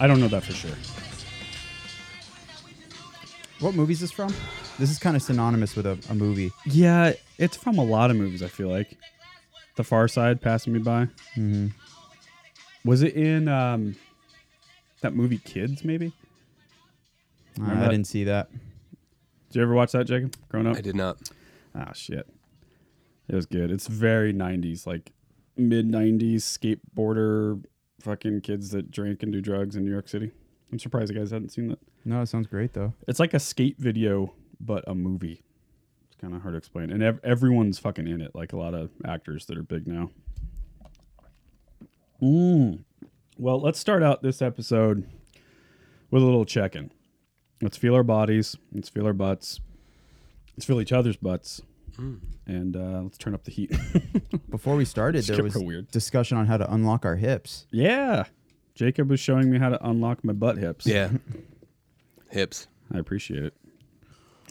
I don't know that for sure. What movie is this from? This is kind of synonymous with a, a movie. Yeah, it's from a lot of movies. I feel like The Far Side passing me by. Mm-hmm. Was it in um, that movie Kids? Maybe. Remember I that? didn't see that. Did you ever watch that, Jacob? Growing up. I did not. Ah, shit. It was good. It's very 90s, like mid 90s skateboarder fucking kids that drink and do drugs in New York City. I'm surprised you guys hadn't seen that. No, it sounds great though. It's like a skate video, but a movie. It's kind of hard to explain. And ev- everyone's fucking in it, like a lot of actors that are big now. Mm. Well, let's start out this episode with a little check in. Let's feel our bodies. Let's feel our butts. Let's feel each other's butts. Mm. And uh, let's turn up the heat. Before we started, Skip there was real weird. discussion on how to unlock our hips. yeah. Jacob was showing me how to unlock my butt hips. Yeah. Hips. I appreciate it.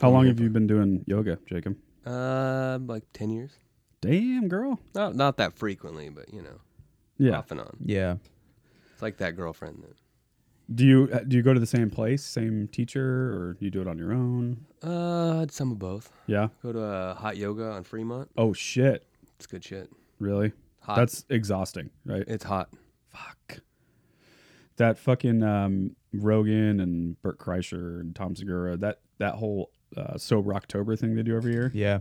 How long have you been doing yoga, Jacob? Uh, like 10 years? Damn, girl. Not, not that frequently, but you know, Yeah. off and on. Yeah. It's like that girlfriend. That, Do you uh, do you go to the same place, same teacher, or do you do it on your own? uh, I did some of both. Yeah. Go to uh, hot yoga on Fremont. Oh shit! It's good shit. Really? Hot. That's exhausting, right? It's hot. Fuck. That fucking um, Rogan and Burt Kreischer and Tom Segura. That that whole uh, sober October thing they do every year. Yeah.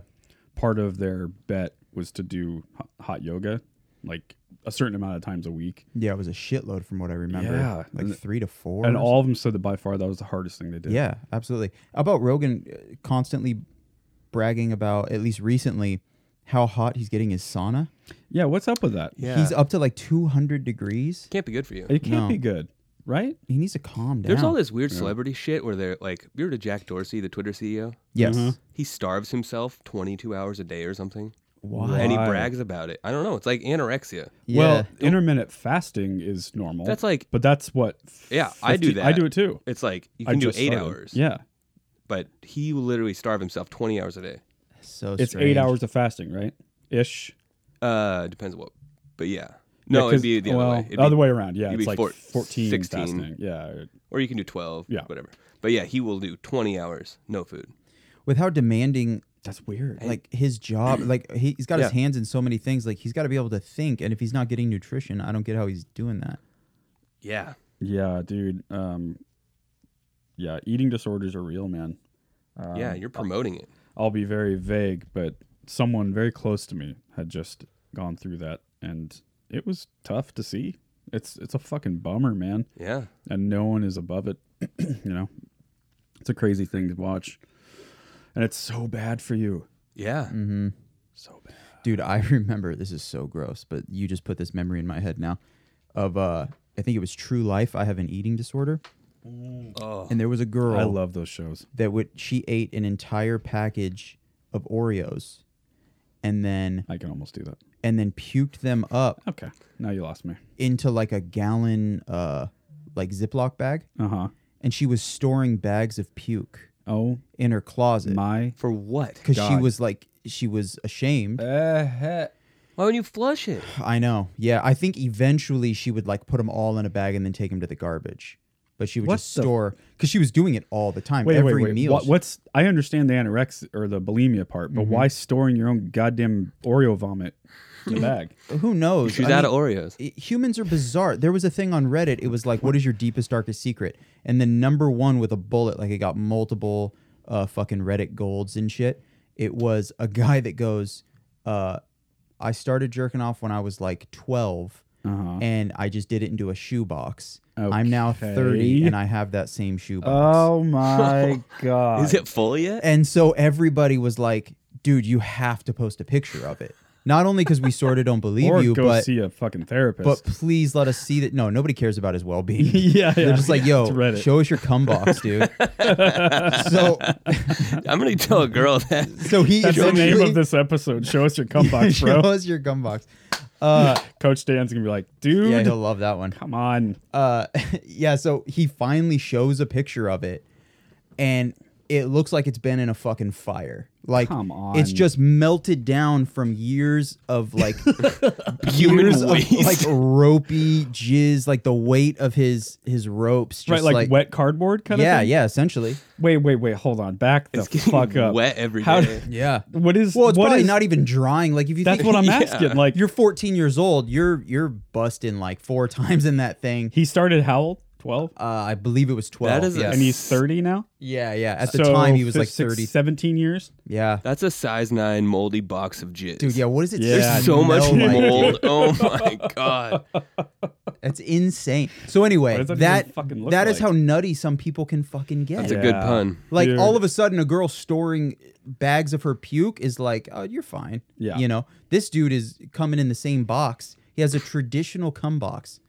Part of their bet was to do ho- hot yoga, like a certain amount of times a week. Yeah, it was a shitload from what I remember. Yeah. Like three to four. And or all of them said that by far that was the hardest thing they did. Yeah, absolutely. About Rogan uh, constantly bragging about, at least recently, how hot he's getting his sauna. Yeah. What's up with that? Yeah. He's up to like 200 degrees. Can't be good for you. It can't No. be good, right? He needs to calm down. There's all this weird celebrity shit where they're like, you are to Jack Dorsey, the Twitter CEO? Yes. Mm-hmm. He starves himself 22 hours a day or something. Why? And he Why? brags about it. I don't know. It's like anorexia. Yeah. Well, intermittent fasting is normal. That's like- but that's what. Yeah, I do 50 I that. do it too. It's like you I can do eight just started. hours. Yeah, But he will literally starve himself 20 hours a day. so it's eight strange. hours of fasting, right? Ish. Uh, depends what. But yeah. No, Yeah, 'cause- it'd be the well, other way. It'd be- other way around. Yeah, it'd it's be like four- fourteen 16. fasting. Yeah, Or you can do 12. Yeah. Whatever. But yeah, he will do 20 hours, no food. With how demanding that's weird. like his job like he, he's got his Yeah. hands in so many things like he's got to be able to think and if he's not getting nutrition i don't get how he's doing that Yeah. yeah, dude. Um, yeah, eating disorders are real, man. Um, yeah, you're promoting it. I'll be very vague, but someone very close to me had just gone through that, and it was tough to see. It's it's a fucking bummer, man. Yeah. and no one is above it. you know, it's a crazy thing to watch, and it's so bad for you. Yeah. Mm-hmm. So bad. dude i remember this is so gross but you just put this memory in my head now of uh i think it was true life i have an eating disorder Oh. and there was a girl I love those shows. that would she ate an entire package of oreos and then I can almost do that. and then puked them up Okay, now you lost me. into like a gallon uh like ziploc bag Uh huh. and she was storing bags of puke Oh in her closet my. For what? because she God. Uh, was like she was ashamed Why would you flush it? i know yeah i think eventually she would like put them all in a bag and then take them to the garbage but she would What just the- store because she was doing it all the time Wait, every wait, wait. meal Mm-hmm. What, what's? I understand the anorexia or the bulimia part, but why storing your own goddamn Oreo vomit in a bag? who Oh, knows She's I out mean, of Oreos. it- humans are bizarre. There was a thing on Reddit. It was like, "What is your deepest, darkest secret?" And the number one with a bullet, like it got multiple uh, fucking Reddit golds and shit. It was a guy that goes, uh, "I started jerking off when I was like 12, Uh-huh. and I just did it into a shoebox. I'm now Okay. 30, and I have that same shoebox." Oh my god! Is it full yet? And so everybody was like, "Dude, you have to post a picture of it." Not only because we sort of don't believe or you, go but see a fucking therapist? but please let us see that. No, nobody cares about his well being. yeah, yeah, They're just like, It's yo, Reddit. show us your cum box, dude. so, I'm going to tell a girl that. so he That's the name eventually of this episode. Show us your cum box, show bro. us your cum box. Uh, Coach Dan's gonna be like, yeah, dude, he'll love that one. come on. Uh, yeah, so he finally shows a picture of it, and it looks like it's been in a fucking fire. Like Come on. it's just melted down from years of like Human years of, waste. like ropey jizz, like the weight of his his ropes just right, like, wet cardboard kind Yeah, of thing. yeah, essentially. Wait, wait, wait. Hold on. Back the It's getting fuck up. wet every How- day. Yeah. What is? Well, it's what probably is- not even drying. Like if you That's think what I'm Yeah. asking. Like you're 14 years old, you're you're busting like four times in that thing. he started how old? Twelve, Uh, I believe it was 12. is a- yeah. and he's thirty now. yeah, yeah. At the So time he was like fif- six- 30. Seventeen years. Yeah. That's a size nine moldy box of jizz. Dude, yeah, what is it? There's yeah, smell so much like? mold. oh my god. That's insane. So anyway, What does that that that even is fucking look like? how nutty some people can fucking get. That's a good Yeah. pun. like Dude. all of a sudden, a girl storing bags of her puke is like, oh, you're fine. Yeah. you know, this dude is coming in the same box. He has a traditional cum box.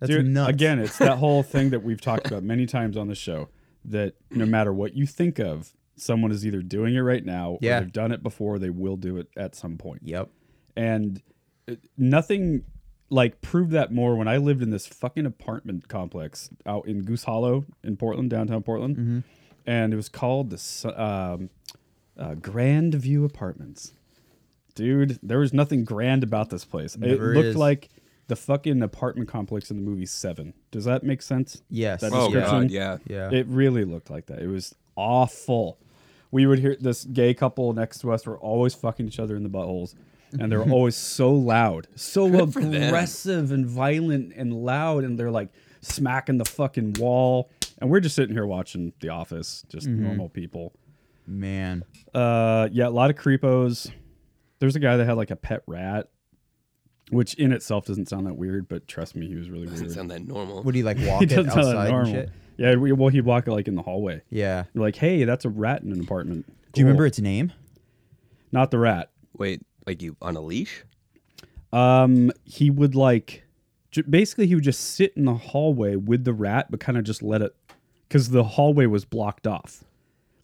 That's Dude, nuts. Again, it's that whole thing that we've talked about many times on the show that no matter what you think of, someone is either doing it right now Yeah. or they've done it before, they will do it at some point. Yep. And uh, nothing like proved that more when I lived in this fucking apartment complex out in Goose Hollow in Portland, downtown Portland. Mm-hmm. And it was called the Su- um, uh, Grand View Apartments. Dude, there was nothing grand about this place. Never it looked is. like the fucking apartment complex in the movie Seven. Does that make sense? Yes. That Oh description? god, yeah. Yeah. It really looked like that. It was awful. We would hear this gay couple next to us were always fucking each other in the buttholes, and they were always so loud, so aggressive and violent and loud, and they're like smacking the fucking wall. And we're just sitting here watching The Office, just Mm-hmm. normal people. Man. Uh, yeah, a lot of creepos. There's a guy that had like a pet rat, which in itself doesn't sound that weird, but trust me, he was really Doesn't weird. sound that normal. Would he like walk He it doesn't sound that outside and normal. shit? Yeah, we- well, he'd walk it like in the hallway. Yeah. You're like, hey, that's a rat in an apartment. Do Cool. you remember its name? Not the rat. Wait, like you on a leash? Um, he would like, j- basically, he would just sit in the hallway with the rat, but kind of just let it, because the hallway was blocked off,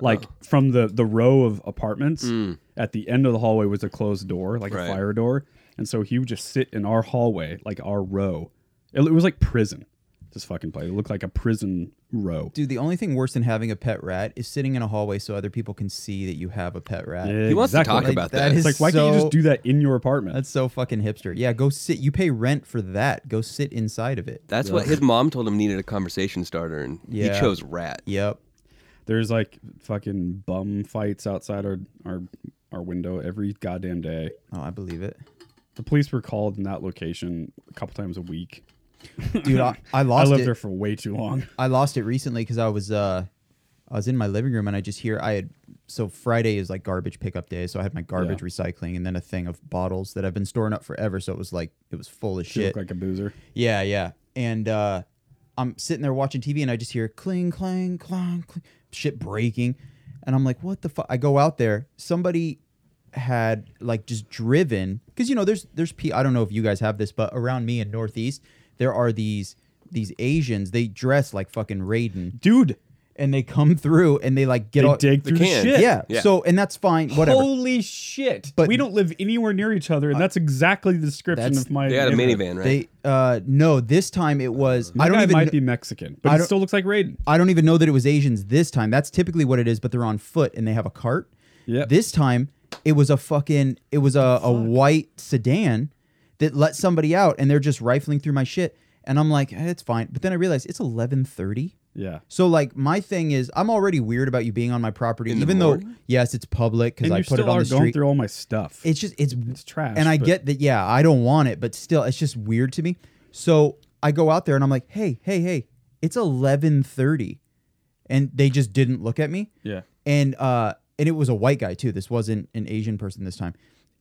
like from the the row of apartments. At the end of the hallway was a closed door, like Mm. Right. a fire door, and so he would just sit in our hallway, like our row. It, it was like prison. This fucking place. It looked like a prison row. Dude, the only thing worse than having a pet rat is sitting in a hallway so other people can see that you have a pet rat. Yeah, He wants to exactly. talk Like, about that that. is- It's like, why can't you so- just do that in your apartment? That's so fucking hipster. Yeah, go sit. You pay rent for that. Go sit inside of it. That's what his mom told him needed a conversation starter, and Yeah. he chose rat. Yep. There's like fucking bum fights outside our our our window every goddamn day. Oh, I believe it. The police were called in that location a couple times a week. Dude, I, I I lost lived it. there for way too long. I lost it recently because I was uh I was in my living room and I just hear I had so Friday is like garbage pickup day, so I had my garbage Yeah. recycling and then a thing of bottles that I've been storing up forever, so it was like it was full of You shit. look like a boozer. Yeah, yeah. And uh, I'm sitting there watching TV and I just hear cling, clang, clang, cling, shit breaking. And I'm like, what the fuck? I go out there. Somebody had like just driven because you know there's there's pe- I don't know if you guys have this, but around me in Northeast there are these these Asians. They dress like fucking Raiden, Dude, and they come through and they like get they all dig through the can. shit. Oh, yeah, Yeah. So and that's fine. Whatever. Holy shit. But- we don't live anywhere near each other, and that's exactly the description That's- of my They had a neighborhood. minivan, right? They uh no. This time it was That I don't guy even might kn- be Mexican, I but it don't- still looks like Raiden. I don't even know that it was Asians this time. That's typically what it is, but they're on foot and they have a cart. Yep. This time it was a fucking it was a, a white sedan that let somebody out and they're just rifling through my shit. And I'm like, eh, it's fine. But then I realized it's eleven thirty. Yeah. So like my thing is I'm already weird about you being on my property, In the even though morning? yes, it's public because And I you put still it on are the going street. through all my stuff. It's just it's It's trash. and I but get that, yeah, I don't want it, but still, it's just weird to me. So I go out there and I'm like, hey, hey, hey, it's eleven thirty, and they just didn't look at me. Yeah. And uh, and it was a white guy too. This wasn't an Asian person this time.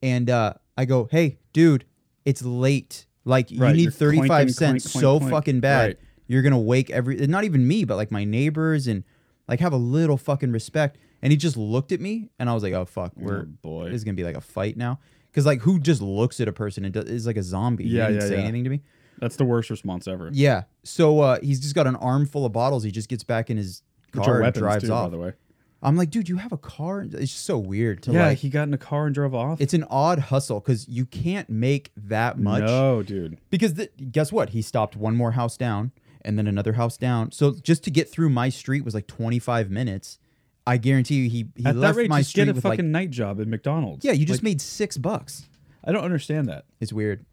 And uh, I go, hey, dude, it's late. Like Right, you you're need thirty five clanking, cents clank, so clank, clank. fucking bad. Right. You're gonna wake every not even me, but like my neighbors and like have a little fucking respect. And he just looked at me, and I was like, "Oh fuck, we're boy. this is gonna be like a fight now." Because like, who just looks at a person and does, is like a zombie? He Yeah, didn't yeah, say yeah. anything to me. That's the worst response ever. Yeah. So uh, he's just got an armful of bottles. He just gets back in his Which are car and weapons, drives too, off. by the way. I'm like, dude, you have a car. It's just so weird to Yeah, like. he got in a car and drove off. it's an odd hustle because you can't make that much. No, dude. Because th- guess what? He stopped one more house down and then another house down. So just to get through my street was like 25 minutes. I guarantee you, he he At that left rate, my just get street a with fucking like night job at McDonald's. yeah. You just made six bucks. I don't understand that. It's weird.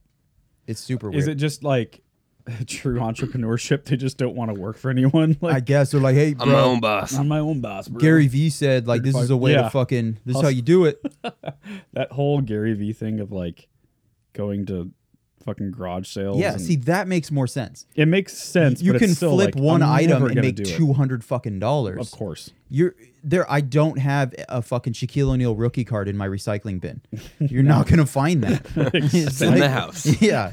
It's super weird. Is it just like true entrepreneurship? They just don't want to work for anyone. I Like guess they're like, hey, I'm my bro, own boss. I'm my own boss, bro. Gary Vee said like this is a way Yeah. to fucking this is how you do it. that whole Gary Vee thing of like going to fucking garage sales. Yeah, and- see that makes more sense. it makes sense. You but it's can still, flip like, one I'm item never and gonna make do it. two hundred fucking dollars. Of course, You're there. I don't have a fucking Shaquille O'Neal rookie card in my recycling bin. You're not gonna find that. It's in the house. Yeah,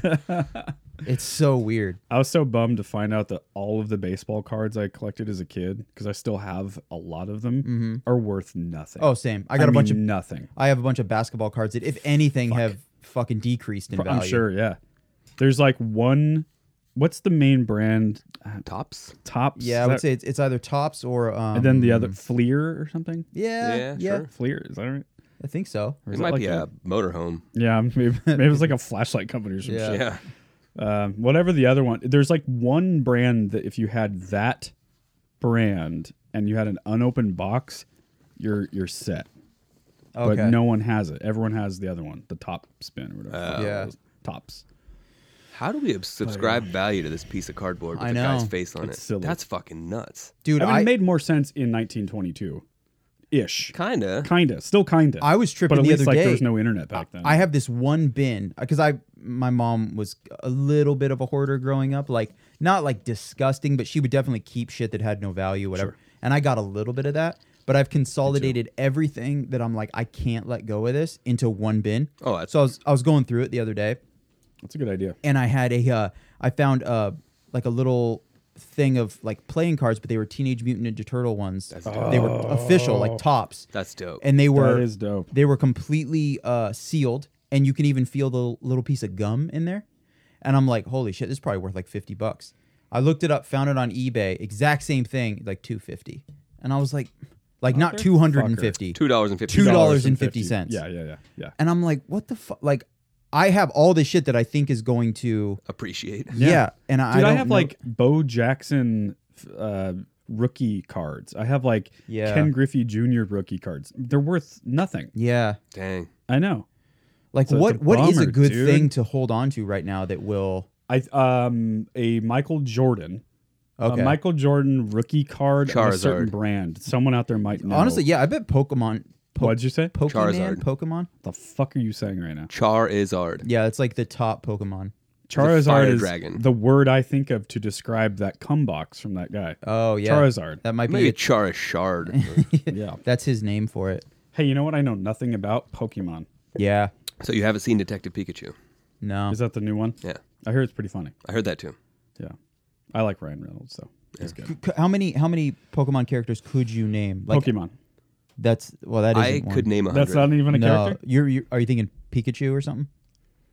it's so weird. I was so bummed to find out that all of the baseball cards I collected as a kid, because I still have a lot of them, are worth nothing. Mm-hmm. Oh, Sam, I got a bunch of nothing. I have a bunch of basketball cards that, if anything, have fucking decreased in value. I'm sure. Yeah, there's like one. What's the main brand? Uh, Tops. Tops. Is Yeah, I would that- say it's, it's either tops or um, And then the other Fleer or something. Yeah, yeah, Yeah, sure. Fleer is that right? I think so. Or is that It might like be a motorhome. yeah. Maybe, maybe it's like a flashlight company or some Yeah. shit. Yeah. Um, whatever the other one, there's like one brand that if you had that brand and you had an unopened box, you're you're set. Okay. But no one has it. Everyone has the other one, the top spin or whatever. the fuck it Oh. Yeah. was. tops. How do we subscribe value to this piece of cardboard with I a guy's know. face on It's it? silly. That's fucking nuts. dude, I mean, I, it made more sense in 1922, ish. Kinda. Kinda, still kinda. I was tripping but at the least other like day. there was no internet back then. I have this one bin because I my mom was a little bit of a hoarder growing up, like not like disgusting, but she would definitely keep shit that had no value, whatever. And I got a little bit of that, but I've consolidated everything that I'm like I can't let go of this into one bin. Oh, that's- so I was I was going through it the other day, That's a good idea. and I had a uh, I found uh like a little thing of like playing cards, but they were Teenage Mutant Ninja Turtle ones. They were official, Oh. like tops. That's dope. and they were That is dope. they were completely uh, sealed, and you can even feel the little piece of gum in there. And I'm like, holy shit, this is probably worth like 50 bucks. I looked it up, found it on eBay, exact same thing, like 250. And I was like, like not 250. Two dollars and fifty. Two cents. dollars. $2.50. and fifty cents. Yeah, yeah, yeah, yeah. And I'm like, what the fuck? Like, I have all this shit that I think is going to, Appreciate. yeah. and I, Dude, I, don't have know- like Bo Jackson uh, rookie cards. I have like Yeah. Ken Griffey Jr. rookie cards. They're worth nothing. yeah, Dang. I know. like So it's what a what is a bummer, good dude. thing to hold on to right now that will? I um a Michael Jordan. Okay. A Michael Jordan rookie card of a certain Charizard. brand. Someone out there might know. Honestly, yeah, I bet Pokemon. Po- What'd you say? Pokemon, Charizard. Pokemon. the fuck are you saying right now? Char Izard. Yeah, it's like the top Pokemon. Charizard fire is dragon. the word I think of to describe that cum box from that guy. Oh yeah, Charizard. That might Maybe be. Char Shard. yeah. That's his name for it. Hey, you know what? I know nothing about Pokemon. Yeah. so you haven't seen Detective Pikachu? No. Is that the new one? Yeah, I hear it's pretty funny. I heard that too. Yeah. I like Ryan Reynolds, so he's good. C- How many how many Pokemon characters could you name? Like Pokemon. that's well that I isn't one. could name a That's hundred. not even a No, character. you're, you are you thinking Pikachu or something?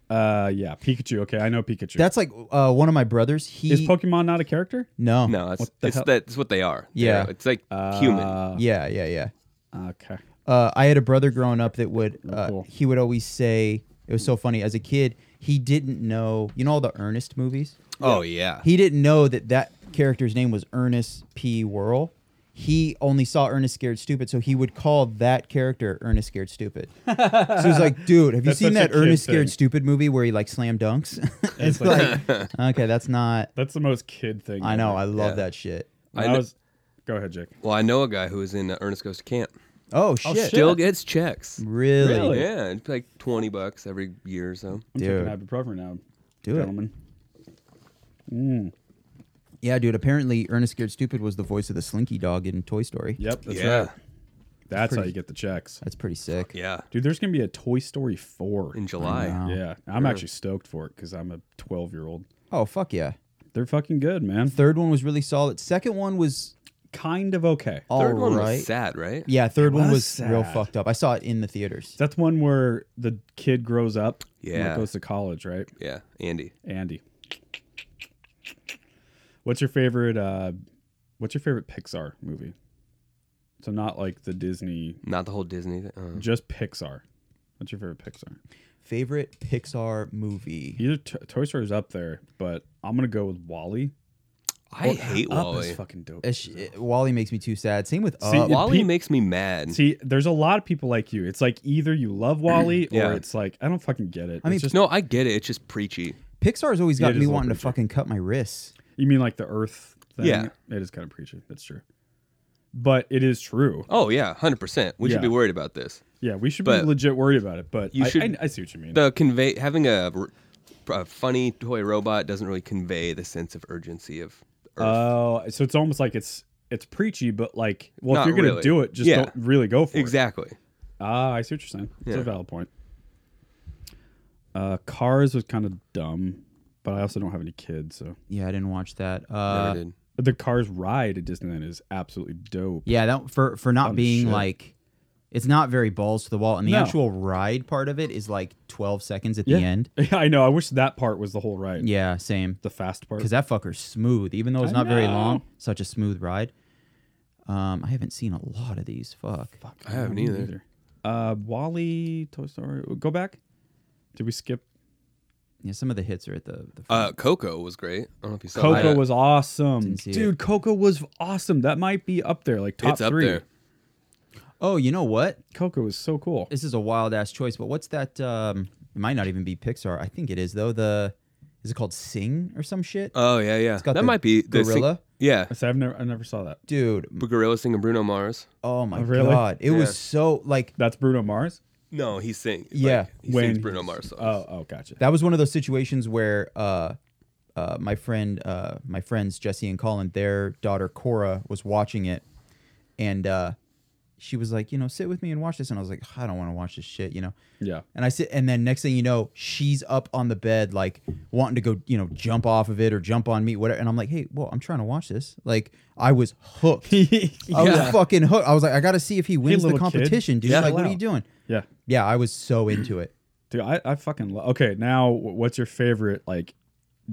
Uh, yeah, Pikachu. Okay, I know Pikachu. That's like uh, one of my brothers. He is Pokemon not a character? no no, that's the it's hell? that's what they are. Yeah. Uh, They're- it's like human. Yeah, yeah, yeah. Uh, Okay. uh, I had a brother growing up that would uh, Oh, cool. he would always say it was so funny as a kid he didn't know you know all the Ernest movies Oh yeah. he didn't know that that character's name was Ernest P Worrell he only saw Ernest Scared Stupid so he would call that character Ernest Scared Stupid so he's like dude have you That's seen such a that Ernest kid Scared thing. Stupid movie where he like slam dunks it's like okay that's not That's the most kid thing. I know I love Yeah. that shit I, I kn- was. Go ahead, Jake. well, I know a guy who was in uh, Ernest Goes to Camp. oh shit, shit. Still gets checks. Really? Really? Yeah, it's like twenty bucks every year or so. I'm Dude. taking ibuprofen now, Do it. gentlemen. yeah dude apparently Ernest Scared Stupid was the voice of the Slinky Dog in Toy Story Yep. That's yeah. right. That's how Pretty- you get the checks, that's pretty sick Yeah. dude. There's gonna be a Toy Story four. In July. Wow. Yeah, I'm actually stoked for it because I'm a 12 year old. Oh fuck yeah! They're fucking good, man. Third one was really solid. Second one was Kind of okay. all right. Third one was sad, right? Yeah, third one was was real sad. fucked up. I saw it in the theaters. That's one where the kid grows up. and Yeah. goes to college, right? Yeah. Andy. Andy. What's your favorite uh what's your favorite Pixar movie? So not like the Disney, Not the whole Disney thing. Uh, just Pixar. What's your favorite Pixar? Favorite Pixar movie? Either t- Toy Story's up there, but I'm going to go with Wally. I hate Up Wally. is fucking dope. Uh, sh- uh, Wally makes me too sad. Same with uh, See, Up. it- Wally Pe- makes me mad. See, there's a lot of people like you. It's like either you love Wally Yeah. or it's like I don't fucking get it. I mean, mean, just, no, I get it. It's just preachy. Pixar's always Yeah, got it me is a little wanting to preachy. fucking cut my wrists. you mean like the Earth thing? Yeah. it is kind of preachy. That's true, but it is true. Oh yeah, hundred percent. We Yeah. should be worried about this. Yeah, we should But- be legit worried about it. But You I, should- I, I see what you mean. The convey having a, r- a funny toy robot doesn't really convey the sense of urgency of Earth. Oh, so it's almost like it's it's preachy, but like, well, if Not you're gonna really. do it, just Yeah. don't really go for it. exactly. Ah, I see what you're saying. It's Yeah. a valid point. Uh, Cars was kind of dumb, but I also don't have any kids, so Yeah, I didn't watch that. Never Uh, did. the Cars ride at Disneyland is absolutely dope. yeah, that for for not being shit. like, it's not very balls to the wall, and the No. actual ride part of it is like twelve seconds at the end. Yeah, I know. I wish that part was the whole ride, Yeah, same. the fast part. Because that fucker's smooth, even though it's I not very know. long. Such a smooth ride. Um, I haven't seen a lot of these. Fuck. Fuck, I haven't don't know either. Uh, Wally, Toy Story. Go back. Did we skip? Yeah, some of the hits are at the. the front. Uh, Coco was great. I don't know if you saw that. Coco was awesome, Didn't see it. dude. Coco was awesome. That might be up there, like top It's up three. there. oh, you know what? Coco is so cool. This is a wild ass choice, but what's that? Um, it might not even be Pixar. I think it is though. The is it called Sing or some shit? Oh yeah, yeah. got That the might be the sing- gorilla. yeah, I said, I've never, I never saw that. Dude, the gorilla singing Bruno Mars. oh my Oh, really? god, it Yeah. was so like That's Bruno Mars. No, he sing. Yeah, like, he when sings Bruno he's- Mars songs. Oh, oh, gotcha. that was one of those situations where uh, uh, my friend, uh, my friends Jesse and Colin, their daughter Cora was watching it, and uh, she was like, you know, sit with me and watch this, and I was like, I don't want to watch this shit, you know. yeah. And I sit, and then next thing you know, she's up on the bed, like wanting to go, you know, jump off of it or jump on me, whatever. And I'm like, hey, well, I'm trying to watch this. Like, I was hooked. I was Yeah. fucking hooked. I was like, I got to see if he wins the little kid. competition, dude. Yeah. Like, what Chill are you out. doing? yeah. Yeah, I was so into it. Dude, I, I fucking love. Okay, now wh- what's your favorite like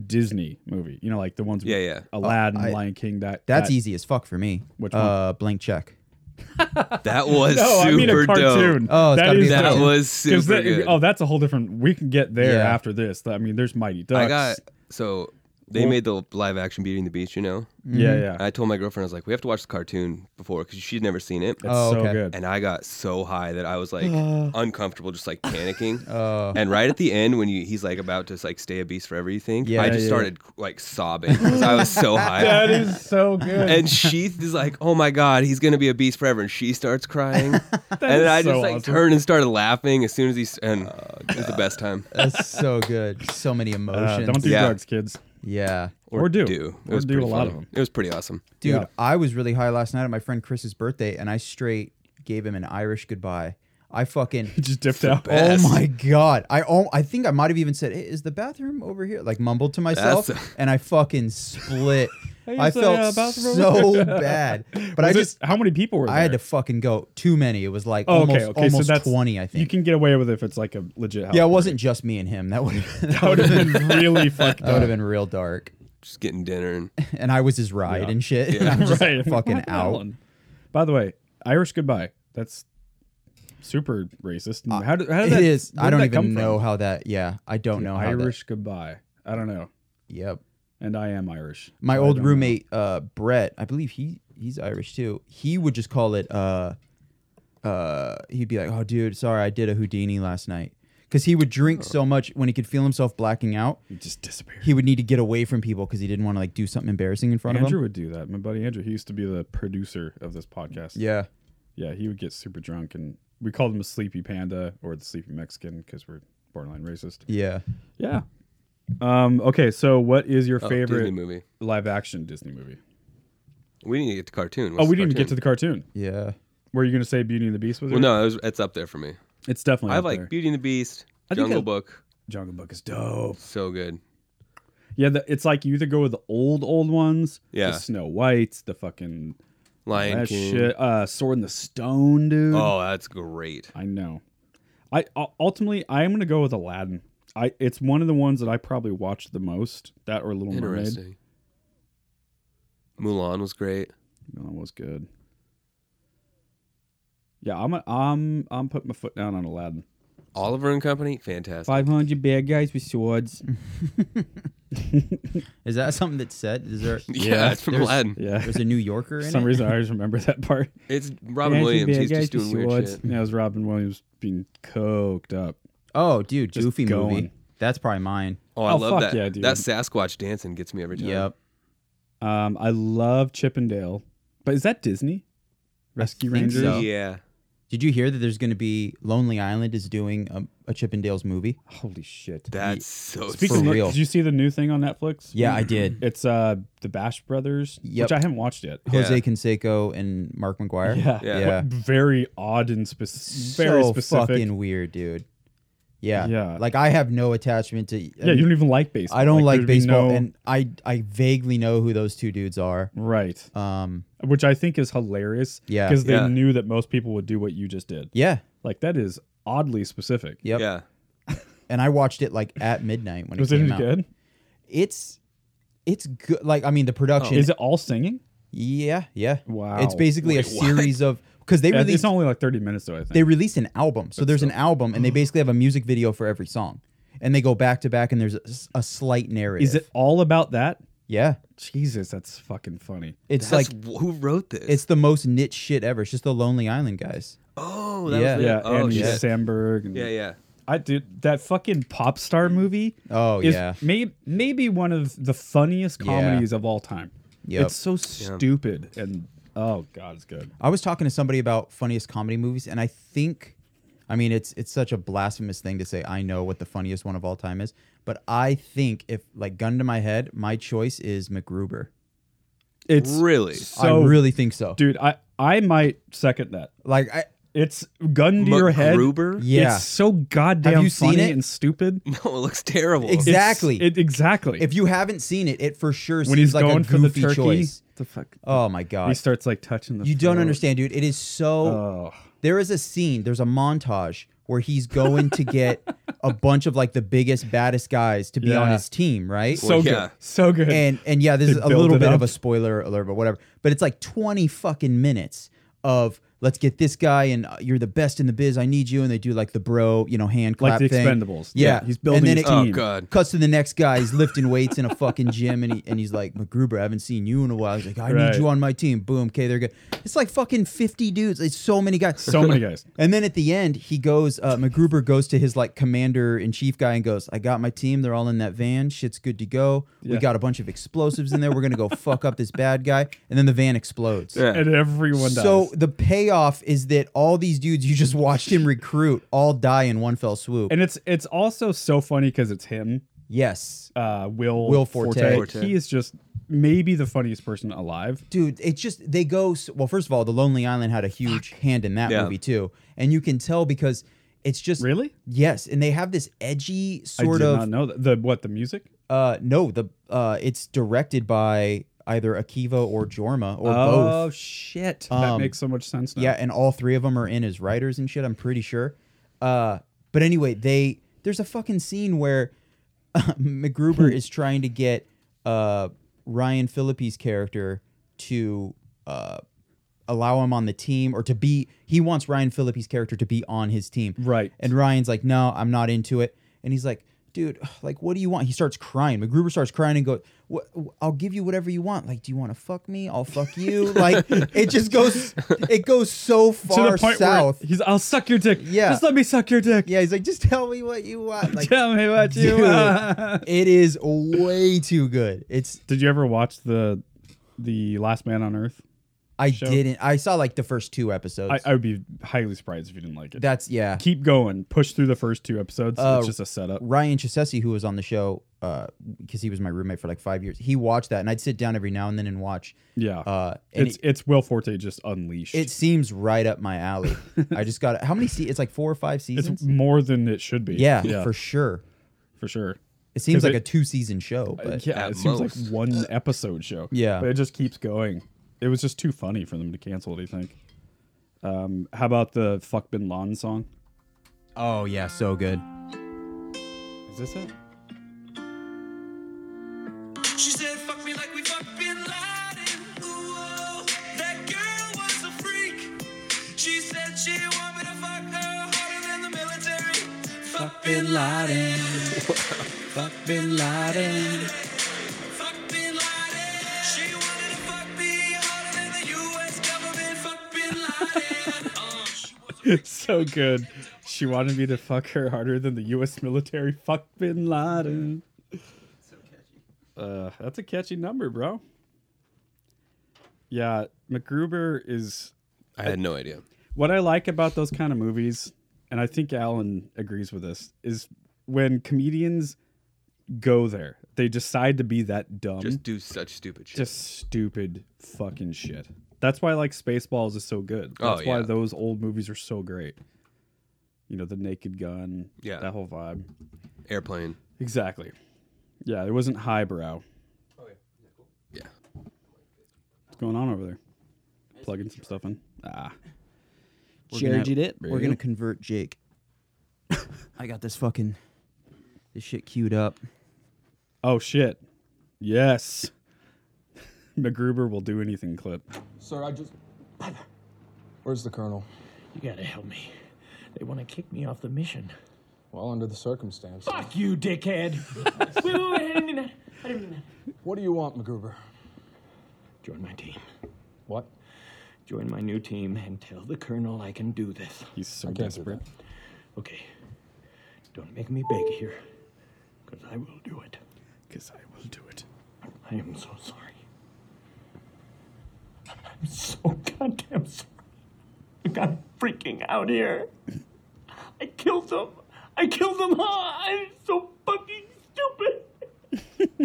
Disney movie? You know, like the ones. with Yeah, yeah. Aladdin, Uh, I- Lion King. That That's e- that- easy as fuck for me. Which Uh, blank check. that was No, super I mean a dope. cartoon. Oh, it's that gotta be is a dope. That Yeah. was 'Cause super that- good. Oh, that's a whole different. We can get there Yeah. after this. I mean, there's Mighty Ducks. I got so they Well- Mm. made the live action Beauty and the Beast. You know, Yeah, yeah. mm-hmm. I told my girlfriend I was like, we have to watch the cartoon before because she'd never seen it. It's Oh, so okay. good. And I got so high that I was like Uh. uncomfortable, just like panicking. Uh, and right at the end, when you, he's like about to like stay a beast forever, you think? Yeah, I just yeah. started like sobbing 'cause I was so high. that is so good. and she is like, "Oh my god, he's gonna be a beast forever," and she starts crying, and is then I just so awesome. like Oh, turned and started laughing as soon as he. s- And it was the best time. that's so good. So many Uh, emotions. don't do Yeah. drugs, kids. yeah. Or, do. It Or was do a pretty lot of funny. them. It was pretty awesome. Dude, Yeah. I was really high last night at my friend Chris's birthday, and I straight gave him an Irish goodbye. I fucking Just dipped out. best. Yes. Oh my god! I al- I think I might have even said, "Hey, "Is the bathroom over here?" Like mumbled to myself, That's- and I fucking split. you I say, felt uh, bathroom over so here? bad, but Was I it- just how many people were there? I had to fucking go. Too many. It was like Oh, almost okay, okay. almost so that's twenty. I you think. can get away with it if it's like a legit house. yeah, it party. wasn't just me and him. That would that That would would have have been really fucked that would up. have been real dark. Just getting dinner and And I was his ride Yeah. and shit. Yeah. I'm just right, fucking Fucking out. Ellen. By the way, Irish goodbye. That's super racist. And how did, how did Uh, It that, is. where did I don't that come even know From? how that. Yeah, I don't know how. that- Irish goodbye. I don't know. Yep. And I am Irish. my so I old don't know. roommate uh Brett, I believe he he's Irish too. He would just call it uh uh he'd be like, "Oh dude, sorry, I did a Houdini last night." Cuz he would Oh. drink so much when he could feel himself blacking out, He just disappeared. he would need to get away from people cuz he didn't want to like do something embarrassing in front Andrew of them. would do that. My buddy Andrew, he used to be the producer of this podcast. Yeah. Yeah, he would get super drunk and we called him a sleepy panda or the sleepy Mexican because we're borderline racist. Yeah. Yeah. Um, okay, so what is your oh, Disney favorite movie. live action Disney movie? We didn't get to cartoon. oh, we didn't even get to the cartoon. Yeah. Were you going to say Beauty and the Beast was Well, it? no, it was, it's up there for me. It's definitely I up like there. Beauty and the Beast, I think Jungle I- Book, Jungle Book is dope. so good. Yeah, the, it's like you either go with the old old ones, Yeah. the Snow Whites, the fucking Lion that King. shit, uh, Sword in the Stone, dude. Oh, that's great. I know. I u- ultimately I am gonna go with Aladdin. I it's one of the ones that I probably watched the most. That or Little Mermaid. Interesting. Mulan was great. That one was good. Yeah, I'm a, I'm I'm putting my foot down on Aladdin. Oliver and Company, fantastic. Five hundred bad guys with swords. Is that something that's said? Is there? Yeah, it's from there's- Aladdin. Yeah. There's a New Yorker in For some it? reason, I always remember that part. It's Robin Williams. He's just doing weird shit. Yeah, it was Robin Williams being coked up. Oh, dude, Just Goofy going. movie. That's probably mine. Oh, I Oh, love fuck that. yeah, dude. That Sasquatch dancing gets me every time. Yep. Um, I love Chippendale, but is that Disney? Rescue think Rangers. so. Yeah. Did you hear that there's going to be Lonely Island is doing a, a Chippendales movie? Holy shit! That's so Speaking For of, sick. real. did you see the new thing on Netflix? Yeah, I did. It's uh the Bash Brothers, Yep. which I haven't watched yet. Jose Canseco and Mark McGuire. Yeah. Yeah. very odd and spec- very so specific. fucking weird, dude. Yeah. Yeah. Like I have no attachment to. I yeah, you mean, don't even like baseball. I don't like, there'd be baseball, no- and I I vaguely know who those two dudes are. right, Um. which I think is hilarious. Yeah. because they Yeah. knew that most people would do what you just did. Yeah. Like that is oddly specific. Yep. Yeah. And I watched it like at midnight when Was it it any came out. good? It's it's good. Like I mean, the production. Oh. Is it all singing? yeah. Yeah. Wow. It's basically a Wait, what? series of because they Yeah, released it's only like thirty minutes though. I think. they release an album. So there's an album, Mm-hmm. and they basically have a music video for every song, and they go back to back, and there's a, s- a slight narrative. Is it all about that? Yeah, Jesus, that's fucking funny. it's That's- like who wrote this? it's the most niche shit ever. It's just the Lonely Island guys. oh, that Yeah. was it. Yeah, Oh, Andy shit. Samberg. And Yeah, yeah. I dude, that fucking pop star movie. Oh is yeah, may, maybe one of the funniest Yeah. comedies of all time. Yep. It's so stupid and oh god, it's good. I was talking to somebody about funniest comedy movies, and I think, I mean, it's it's such a blasphemous thing to say. I know what the funniest one of all time is, but I think if like gun to my head, my choice is MacGruber. It's Really? so I really think so. dude. I I might second that. Like I It's gun to your head. MacGruber? yeah. It's so goddamn you seen funny it? and stupid. It's- No, it looks terrible. Exactly. it- exactly. if you haven't seen it, it for sure seems when he's like going a for the goofy turkey, choice. the fuck. Oh my He god. starts like touching the. You don't throat. understand, dude. It is so Oh. there is a scene, there's a montage where he's going to get a bunch of like the biggest, baddest guys to be on Yeah. his team, right? So yeah. good. So good. and and yeah, this They is a build little it bit up. of a spoiler alert, but whatever. But it's like twenty fucking minutes of let's get this guy and uh, you're the best in the biz. I need you, and they do like the bro, you know, hand Like clap the thing. Expendables. Yeah, Yeah, he's building And then his it team. oh, God. cuts to the next guy. He's lifting weights in a fucking gym, and he and he's like, MacGruber, I haven't seen you in a while. He's like, I Right. need you on my team. Boom. Okay, they're good. It's like fucking fifty dudes. It's so many guys. so many guys. And then at the end, he goes. Uh, MacGruber goes to his like commander in chief guy and goes, "I got my team. They're all in that van. Shit's good to go. We Yeah. got a bunch of explosives in there. We're gonna go fuck up this bad guy." And then the van explodes. Yeah. And everyone dies. So the payoff is that all these dudes you just watched him recruit all die in one fell swoop. and it's it's also so funny because it's him, yes, uh, Will Will Forte. Forte. He is just maybe the funniest person alive. dude, it's just they go. s well, first of all, the Lonely Island had a huge hand in that Yeah. movie too, and you can tell because it's just Really? yes, and they have this edgy I sort did of not know that. the what the music. Uh, no, the uh, it's directed by either Akiva or Jorma or Oh, both. shit! that Um, makes so much sense. Now. Yeah, and all three of them are in as writers and shit. I'm pretty sure. Uh, but anyway, they there's a fucking scene where MacGruber is trying to get uh Ryan Phillippe's character to uh allow him on the team or to be he wants Ryan Phillippe's character to be on his team. Right. And Ryan's like, no, I'm not into it. And he's like, dude, like, what do you want? He starts crying. McGruber starts crying and goes, what, I'll give you whatever you want. Like, do you want to fuck me? I'll fuck you. like, it just goes, it goes so to far the point south. where he's, I'll suck your dick. Yeah. just let me suck your dick. yeah, he's like, just tell me what you want. Like, Tell me what you dude, want. it is way too good. It's, Did you ever watch the the Last Man on Earth? I didn't, I saw like the first two episodes. I, I would be highly surprised if you didn't like it. That's, yeah. Keep going. Push through the first two episodes. Uh, it's just a setup. Ryan Chisesi, who was on the show, because he was my roommate for like five years, he watched that, and I'd sit down every now and then and watch. Yeah. Uh, and it's it's Will Forte just unleashed. It seems right up my alley. I just got how many? Se- it's like four or five It's seasons. more than it should be. yeah, yeah for for, sure. sure. It seems 'Cause like it- a two-season show, but yeah, At it seems most. like one episode show. Yeah. but it just keeps going. It was just too funny for them to cancel. Do you think? Um, how about the "Fuck Bin Laden" song? oh yeah, so good. Is this it? She said, fuck me like we fucked Bin Laden. Ooh, oh, that girl was a freak. She said she wanted me to fuck her harder than the military. Fuck Fuck Bin Laden. fuck Bin Laden. Fuck Bin Laden. She wanted to fuck me harder than the U.S. government. Fuck Bin Laden. Uh, she was- so good. She wanted me to fuck her harder than the U.S. military. Fuck Bin Laden. Uh, that's a catchy number, bro. Yeah, MacGruber is I had no idea. what I like about those kind of movies, and I think Alan agrees with this, is when comedians go there, they decide to be that dumb, Just just, do such stupid shit. stupid fucking shit. That's why like Spaceballs is so good. Oh, That's why yeah. those old movies are so great. You know, the Naked Gun, Yeah. that whole vibe. Airplane. Exactly. Yeah, it wasn't highbrow. Yeah. What's going on over there? Plugging some stuff in. Ah, Charge gonna- it, We're bro. gonna convert Jake. I got this fucking this shit queued up. Oh shit. Yes. MacGruber will do anything clip. Sir, I just. Where's the colonel? You gotta help me. They want to kick me off the mission. Well, under the circumstances. Fuck you, dickhead. wait, wait, wait, I didn't mean that. I didn't mean that. What do you want, MacGruber? Join my team. What? Join my new team and tell the colonel I can do this. He's so do desperate. Okay. Don't make me beg here, because I will do it. Because I will do it. I am so sorry. I'm so goddamn sorry. Look, I'm freaking out here. I killed them. I killed them all. I'm so fucking stupid.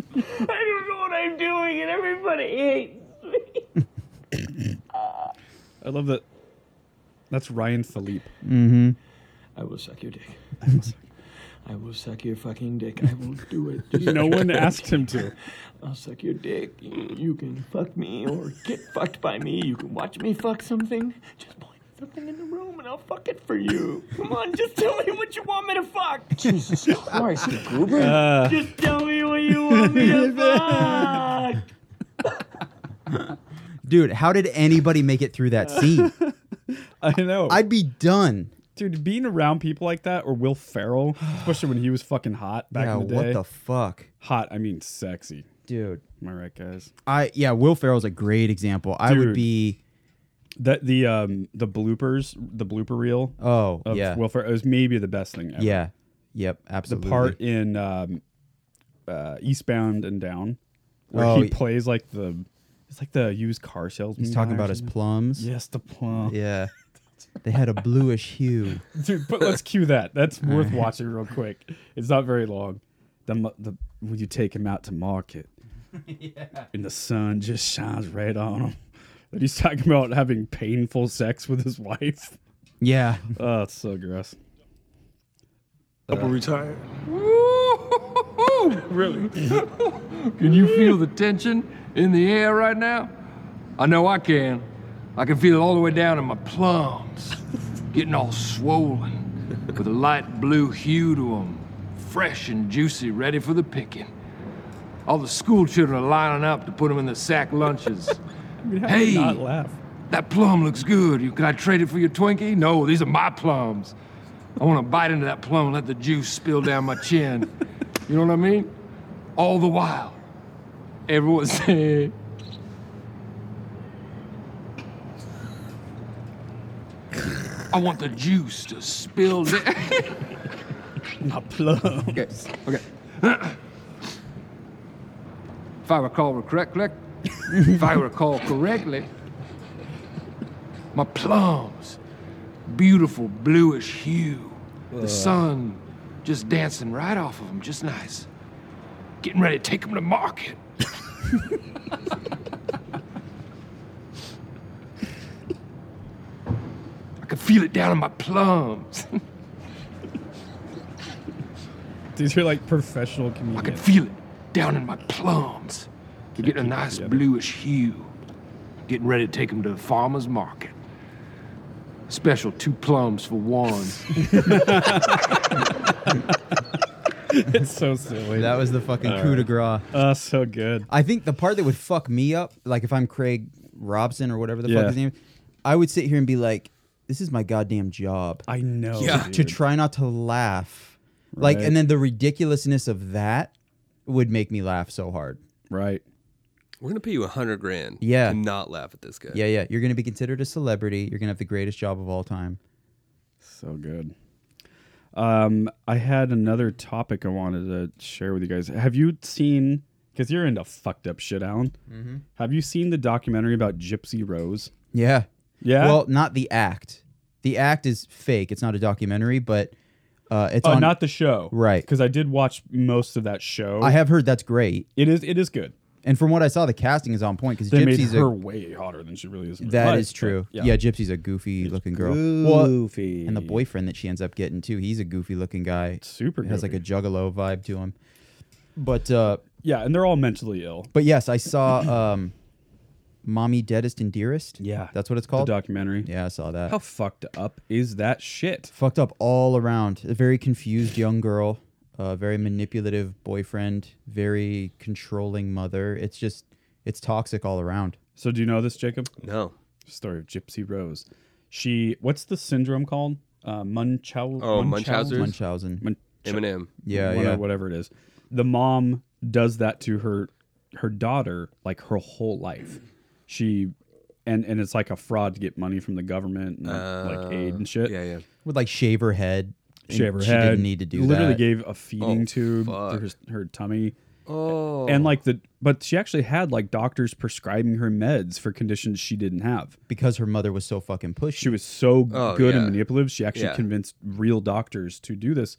I don't know what I'm doing, and everybody hates me. I love that. That's Ryan Philippe. I will suck your dick. I will suck. I will suck your fucking dick. I will do it. Just- No one asked him to. I'll suck your dick. You can fuck me or get fucked by me. You can watch me fuck something. Just point something in the room and I'll fuck it for you. Come on, just tell me what you want me to fuck. Jesus Christ, MacGruber! Just tell me what you want me to fuck. Dude, how did anybody make it through that scene? I know. I'd be done. Dude, being around people like that, or Will Ferrell, especially when he was fucking hot back yeah, in the day. what the fuck, hot, I mean sexy. dude? Am I right, guys? I yeah, Will Ferrell's a great example. I would Dude. be That the um the bloopers, the blooper reel oh of yeah Will Ferrell is maybe the best thing ever. yeah yep the absolutely part in um, uh, Eastbound and Down where Oh, he y- plays like the it's like the used car salesman. He's talking guy or about his something. plums. yes, the plum. Yeah. They had a bluish hue. Dude, but let's cue that. That's worth watching real quick. It's not very long. The, mu- the when you take him out to market, and the sun just shines right on him. And he's talking about having painful sex with his wife. Yeah. Oh, it's so gross. Double retired. Really? Can you feel the tension in the air right now? I know I can. I can feel it all the way down in my plums, getting all swollen, with a light blue hue to them, fresh and juicy, ready for the picking. All the school children are lining up to put them in the sack lunches. Hey, Hey. not laugh. That plum looks good. You, can I trade it for your Twinkie? No, these are my plums. I want to bite into that plum and let the juice spill down my chin. You know what I mean? All the while, everyone's saying, I want the juice to spill down. My plum. Okay. Okay. if I recall correctly, if I recall correctly, my plums, beautiful bluish hue, the sun just dancing right off of them, just nice. Getting ready to take them to market. I can feel it down in my plums. These are like professional I comedians. can feel it down in my plums. They're getting a nice bluish hue. Getting ready to take them to the farmer's market. Special two plums for one. It's so silly. That was the fucking coup de grace. Oh, so good. I think the part that would fuck me up, like if I'm Craig Robson or whatever the Yeah. fuck his name is, I would sit here and be like, this is my goddamn job. I know. Yeah. dude. to try not to laugh Like, Right. and then the ridiculousness of that would make me laugh so hard. Right. We're gonna pay you a hundred grand. Yeah. To not laugh at this guy. Yeah, yeah. You're going to be considered a celebrity. You're going to have the greatest job of all time. So good. Um, I had another topic I wanted to share with you guys. Have you seen? Because you're into fucked up shit, Alan. Mm-hmm. Have you seen the documentary about Gypsy Rose? Yeah. Yeah. Well, not the act. The act is fake. It's not a documentary, but uh, it's Oh, on. not the show, Right. Because I did watch most of that show. I have heard that's great, it is. It is good. and from what I saw, the casting is on point because They made Gypsy's her a. way hotter than she really is. in real That life, is but uh, true. Yeah. Gypsy's a goofy looking girl. Well, Goofy. and the boyfriend that she ends up getting too, he's a goofy looking guy. super has like a goofy. juggalo vibe to him. But uh, yeah, and they're all mentally ill. but yes, I saw um, "Mommy Deadest and Dearest." Yeah. that's what it's The called. documentary. yeah, I saw that. How fucked up is that shit? Fucked up all around. A very confused young girl, a very manipulative boyfriend, very controlling mother. It's just it's toxic all around. So do you know this, Jacob? No. Story of Gypsy Rose. She. What's the syndrome called? Uh, Munchau- Oh, Munchausen? There's- Munchausen. Munch- Eminem. yeah, one or yeah. whatever it is. The mom does that to her her daughter like her whole life. She and and it's like a fraud to get money from the government and like, like aid and shit. Uh, Yeah, yeah. Would like shave her head. and Shave her she head. didn't need to do Literally that. gave a feeding Oh, tube fuck. through her, her tummy, Oh. and like the but she actually had like doctors prescribing her meds for conditions she didn't have. because her mother was so fucking pushy. she was so Oh, good and yeah. manipulative. She actually Yeah. convinced real doctors to do this,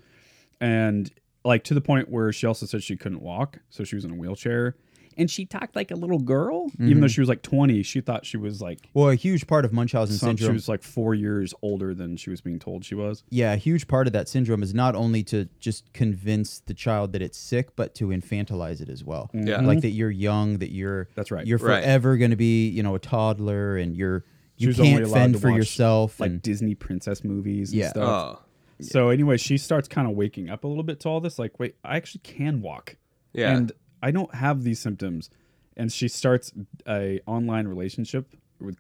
and like to the point where she also said she couldn't walk, so she was in a wheelchair. And she talked like a little girl, even Mm-hmm. though she was like twenty. She thought she was like well, a huge part of Munchausen some, she syndrome was like four years older than she was being told she was. yeah, a huge part of that syndrome is not only to just convince the child that it's sick, but to infantilize it as well. Yeah. Like that you're young, that you're Mm-hmm. That's right. You're Right. forever going to be, you know, a toddler, and you're She you was can't allowed fend to for watch, yourself. like and Disney princess movies and Yeah. stuff. Oh. So anyway, she starts kind of waking up a little bit to all this. Like, wait, I actually can walk. Yeah. and I don't have these symptoms. And she starts a online relationship with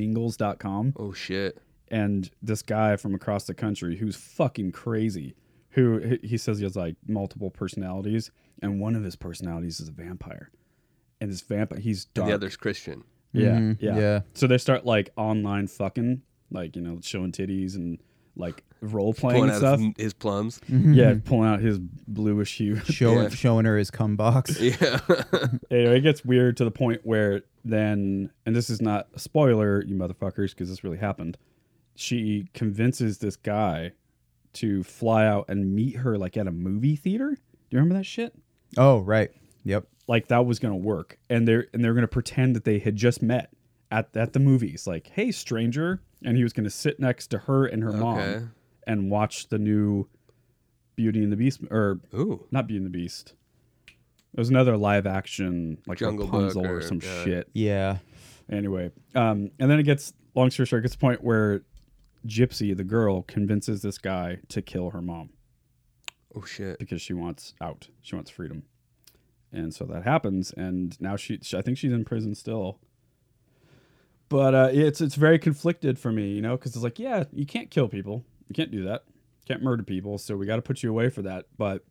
christianmingles.com oh shit. and this guy from across the country who's fucking crazy who he- he says he has like multiple personalities and one of his personalities is a vampire. And this vampire he's dark. The other's Christian. yeah, Mhm, yeah. yeah. So they start like online fucking like you know showing titties and like role playing Pulling and out stuff. his, his plums. Yeah, pulling out his bluish hue. showing Yeah. showing her his cum box. Yeah. Anyway, it gets weird to the point where then, and this is not a spoiler, you motherfuckers, because this really happened. She convinces this guy to fly out and meet her like at a movie theater. Do you remember that shit? Oh, right. Yep. Like that was gonna work, and they're and they're gonna pretend that they had just met at at the movies. Like, hey, stranger, and he was gonna sit next to her and her Okay. mom and watch the new Beauty and the Beast or Ooh. not Beauty and the Beast. It was another live action like Jungle Book Rapunzel or, or- some yeah. shit. Yeah. Anyway, um, and then it gets long story short, it gets to the point where Gypsy, the girl, convinces this guy to kill her mom Oh shit. because she wants out, she wants freedom, and so that happens. And now she, she I think she's in prison still. But uh, it's it's very conflicted for me, you know, because it's like, yeah, you can't kill people, you can't do that, can't murder people, so we got to put you away for that. But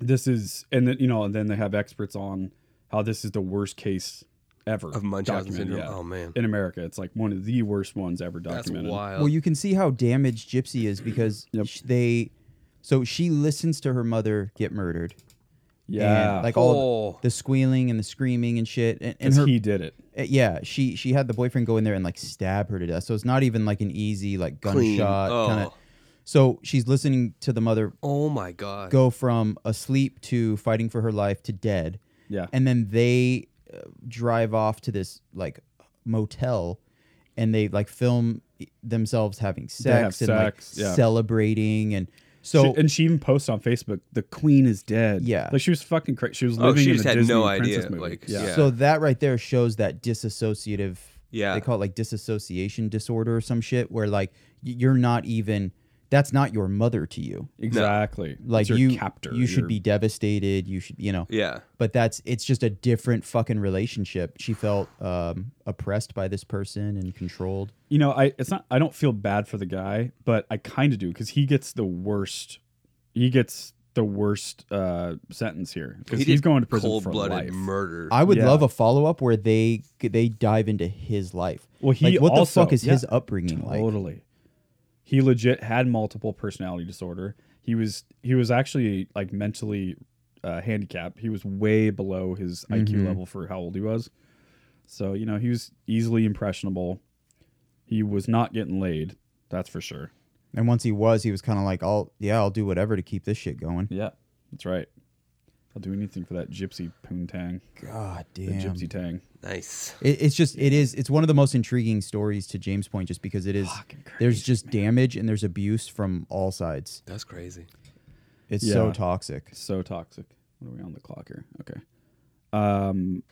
this is, and then you know, and then they have experts on how this is the worst case ever Of Munchausen documented, syndrome. yeah Oh man. in America. It's like one of the worst ones ever That's documented. wild. Well, you can see how damaged Gypsy is because sh- they. So she listens to her mother get murdered. Yeah, And, like like all Oh. the, the squealing and the screaming and shit. And, and because her, he did it. Uh, yeah, she she had the boyfriend go in there and like stab her to death. So it's not even like an easy like Clean. gunshot Oh. kind of. So she's listening to the mother oh my god. go from asleep to fighting for her life to dead, Yeah, and then they uh, drive off to this like motel, and they like film themselves having have sex and like sex, yeah. celebrating and so she, and she even posts on Facebook, "The Queen is dead." Yeah. like she was fucking crazy. She was Oh, living she in just the had Disney no princess idea, movie. like, yeah. yeah. So that right there shows that disassociative. Yeah. They call it like disassociation disorder or some shit where like y- you're not even that's not your mother to you. exactly. Like It's your you captor. you should your- be devastated, you should, you know. yeah. But that's it's just a different fucking relationship. She felt um oppressed by this person and controlled. You know, I it's not. I don't feel bad for the guy, but I kind of do because he gets the worst. he gets the worst uh, sentence here because He he's did going to prison for cold-blooded life. murder. I would Yeah. love a follow up where they they dive into his life. Well, he like, what also- the fuck is his yeah. upbringing like? totally. He legit had multiple personality disorder. He was he was actually like mentally uh, handicapped. He was way below his Mm-hmm. IQ level for how old he was. So you know he was easily impressionable. He was not getting laid. That's for sure. And once he was, he was kind of like, "I'll yeah, I'll do whatever to keep this shit going." Yeah, that's right. I'll do anything for that gypsy poontang, God the damn. gypsy tang. nice. It, it's just it is it's one of the most intriguing stories to James Point just because it is there's just damage and there's abuse from all sides. That's crazy. It's Yeah. so toxic. So toxic. What are we on the clock here? Okay. Um,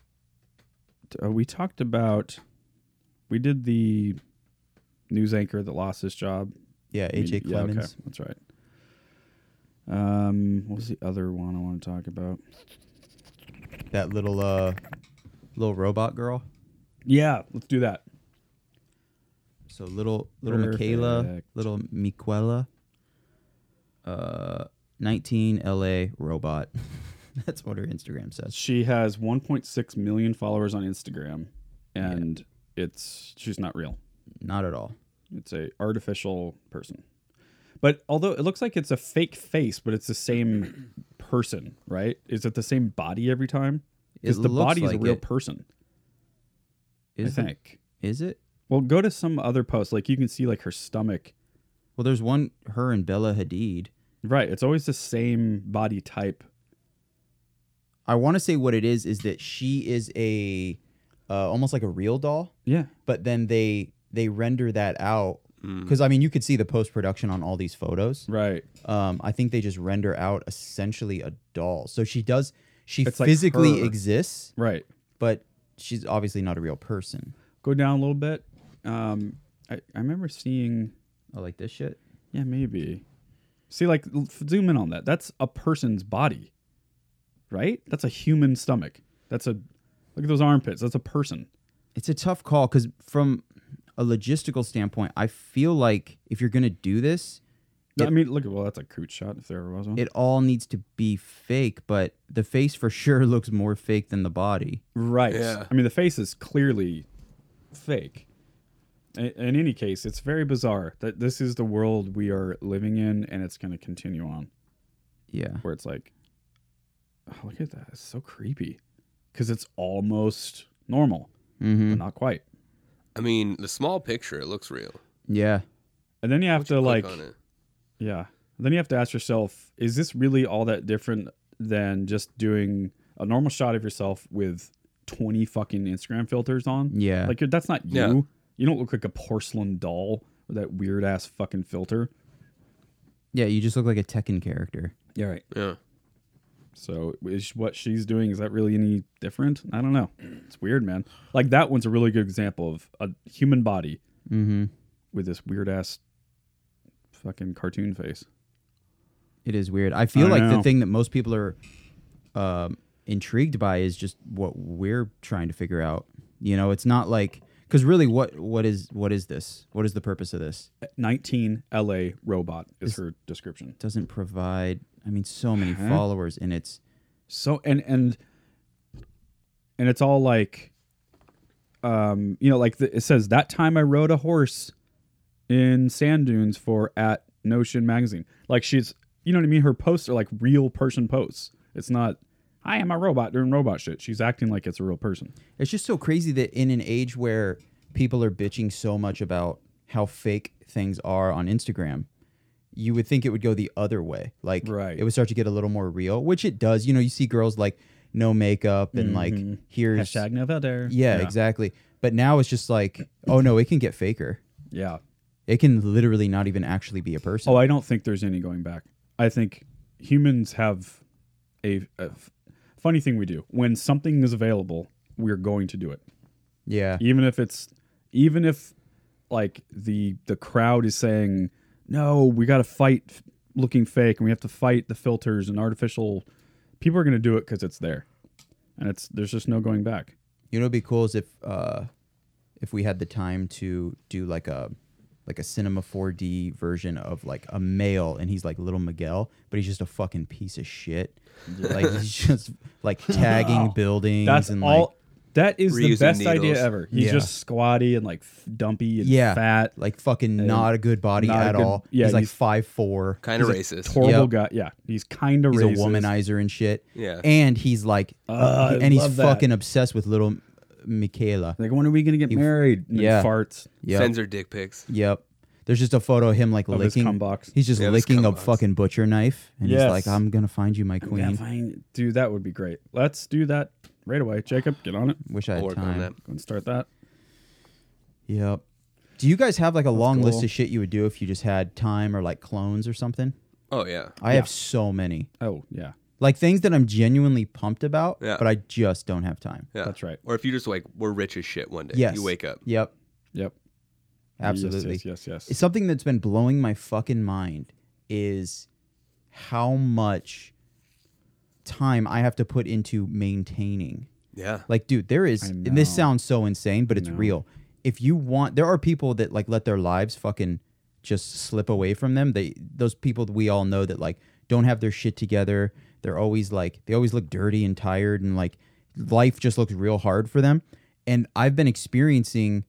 t- uh, we talked about we did the news anchor that lost his job. Yeah, I mean, AJ yeah, okay, Clemens. that's right. Um, what was the other one I want to talk about? That little uh little robot girl. Yeah, let's do that. So little little Michaela, Perfect. little Miquela. Uh 19 LA robot. That's what her Instagram says. She has 1.6 million followers on Instagram, and it's she's not real. Not at all. It's a artificial person. But although it looks like it's a fake face, but it's the same person, right? Is it the same body every time? Because It the looks body's a like real it. person, Is I it? think. Is it? Well, go to some other post. Like you can see like her stomach. Well, there's one her and Bella Hadid. Right. It's always the same body type. I want to say what it is is that she is a uh, almost like a real doll, Yeah. but then they they render that out because I mean you could see the post production on all these photos. Right. Um, I think they just render out essentially a doll. So she does she It's like physically her. exists, Right. but she's obviously not a real person. Go down a little bit. Um I, I remember seeing Oh, like this shit. yeah, maybe. See like l- zoom in on that. That's a person's body. Right? That's a human stomach. That's a Look at those armpits. That's a person. It's a tough call because from a logistical standpoint, I feel like if you're gonna do this, No, I mean, look at well, that's a coot shot if there ever was one. it all needs to be fake. But the face for sure looks more fake than the body. right. Yeah. I mean, the face is clearly fake. In, in any case, it's very bizarre that this is the world we are living in, and it's going to continue on. Yeah. Where it's like, oh, look at that. It's so creepy because it's almost normal, Mm-hmm. but not quite. I mean, the small picture, it looks real. Yeah. And then you have Once you to click like, on it. yeah. Then you have to ask yourself, is this really all that different than just doing a normal shot of yourself with twenty fucking Instagram filters on? Yeah. Like you're- that's not you. Yeah. You don't look like a porcelain doll with that weird ass fucking filter. yeah, you just look like a Tekken character. Yeah, right. Yeah. So is what she's doing is that really any different? I don't know. It's weird, man. Like that one's a really good example of a human body Mm-hmm. with this weird ass fucking cartoon face. It is weird. I feel like know. the thing that most people are um, intrigued by is just what we're trying to figure out. You know, it's not like because really, what what is what is this? What is the purpose of this? It 19 LA robot is her description. doesn't provide. I mean, so many Uh-huh. followers, and it's so and and and it's all like um you know like the, it says that time i rode a horse in sand dunes for at notion magazine like she's you know what i mean her posts are like real person posts it's not i am a robot doing robot shit she's acting like it's a real person it's just so crazy that in an age where people are bitching so much about how fake things are on Instagram, you would think it would go the other way. Like Right. it would start to get a little more real, which it does. You know, you see girls like no makeup and like here's Mm-hmm. hashtag no filter yeah, yeah exactly. But now it's just like, oh no, it can get faker. yeah It can literally not even actually be a person. Oh, I don't think there's any going back. I think humans have a, a f- funny thing we do. When something is available, we're going to do it, yeah. even if it's even if like the the crowd is saying no, we got to fight f- looking fake, and we have to fight the filters and artificial. People are going to do it because it's there, and it's there's just no going back. You know, it'd be cool is if uh, if we had the time to do like a like a cinema 4D version of like a male, and he's like little Miguel, but he's just a fucking piece of shit. Like he's just like tagging buildings. That's and all. Like, that is the Reusing best needles. idea ever. He's Yeah. just squatty and like f- dumpy and yeah, fat, like Like fucking not a good body not a at good- all. yeah, he's like he's- five four. Kind of racist. horrible Yep. guy. Yeah, he's kind of He's racist. a womanizer and shit. Yeah. and he's like, Uh, I and he's love that. fucking obsessed with little Michaela. Like, when are we gonna get married? And then yeah. farts. Yep. Sends her dick pics. Yep. There's just a photo of him like Of his licking. cum box. He's just Yeah, of his licking a cum box. fucking butcher knife, and Yes. he's like, "I'm gonna find you, my queen." Yeah, fine. Dude, that would be great. Let's do that right away. Jacob, get on it. Wish I I'll had work time. on that. Go and start that. Yep. Do you guys have like a long list cool. of shit you would do if you just had time or like clones or something? Oh yeah. I have so many. Oh yeah, Like things that I'm genuinely pumped about, Yeah. but I just don't have time. Yeah. That's right. Or if you just like we're rich as shit one day. Yes. You wake up. Yep. yep, Absolutely. Yes, yes, yes. yes. It's something that's been blowing my fucking mind is how much time I have to put into maintaining Yeah. Like, dude, there is, and this sounds so insane, but it's real. If you want, there are people that like let their lives fucking just slip away from them. They, those people that we all know that like don't have their shit together. They're always like, they always look dirty and tired and like life just looks real hard for them. And I've been experiencing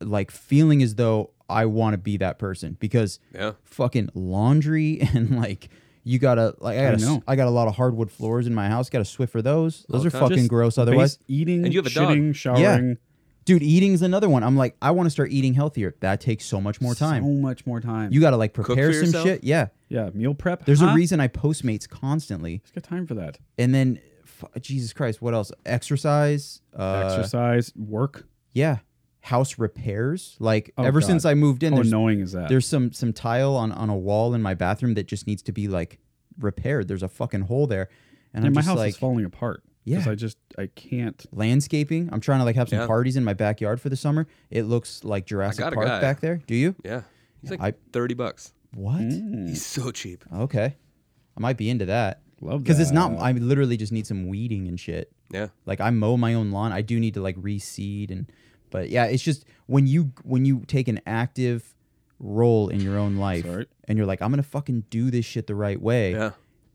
like feeling as though I want to be that person because Yeah. fucking laundry and like you gotta like I gotta know. s- I got a lot of hardwood floors in my house. Got to swiffer those. Those are Okay. fucking Just gross. Otherwise, Base- eating And you have a dog. shitting, showering. dude, eating's another one. I'm like, I want to start eating healthier. That takes so much more time. So much more time. you gotta like for prepare some yourself? shit. Yeah, yeah, meal prep. there's huh? a reason I Postmates constantly. Just got time for that. And then, f- Jesus Christ, what else? Exercise. Uh, Exercise, work. Yeah, house repairs. Like Oh, ever God. since I moved in, How there's annoying is that? there's some some tile on on a wall in my bathroom that just needs to be like repaired. There's a fucking hole there, and and I'm my just house like is falling apart. 'Cause Yeah. I just I can't. landscaping. I'm trying to like have some Yeah. parties in my backyard for the summer. It looks like Jurassic got a Park guy. back there. Do you? Yeah. He's like I- thirty bucks. What? Mm. He's so cheap. Okay, I might be into that. Love because it's not. that. I literally just need some weeding and shit. Yeah. Like I mow my own lawn. I do need to like reseed and, but yeah, it's just when you when you take an active role in your own life Sorry. and you're like, I'm gonna fucking do this shit the right way. Yeah.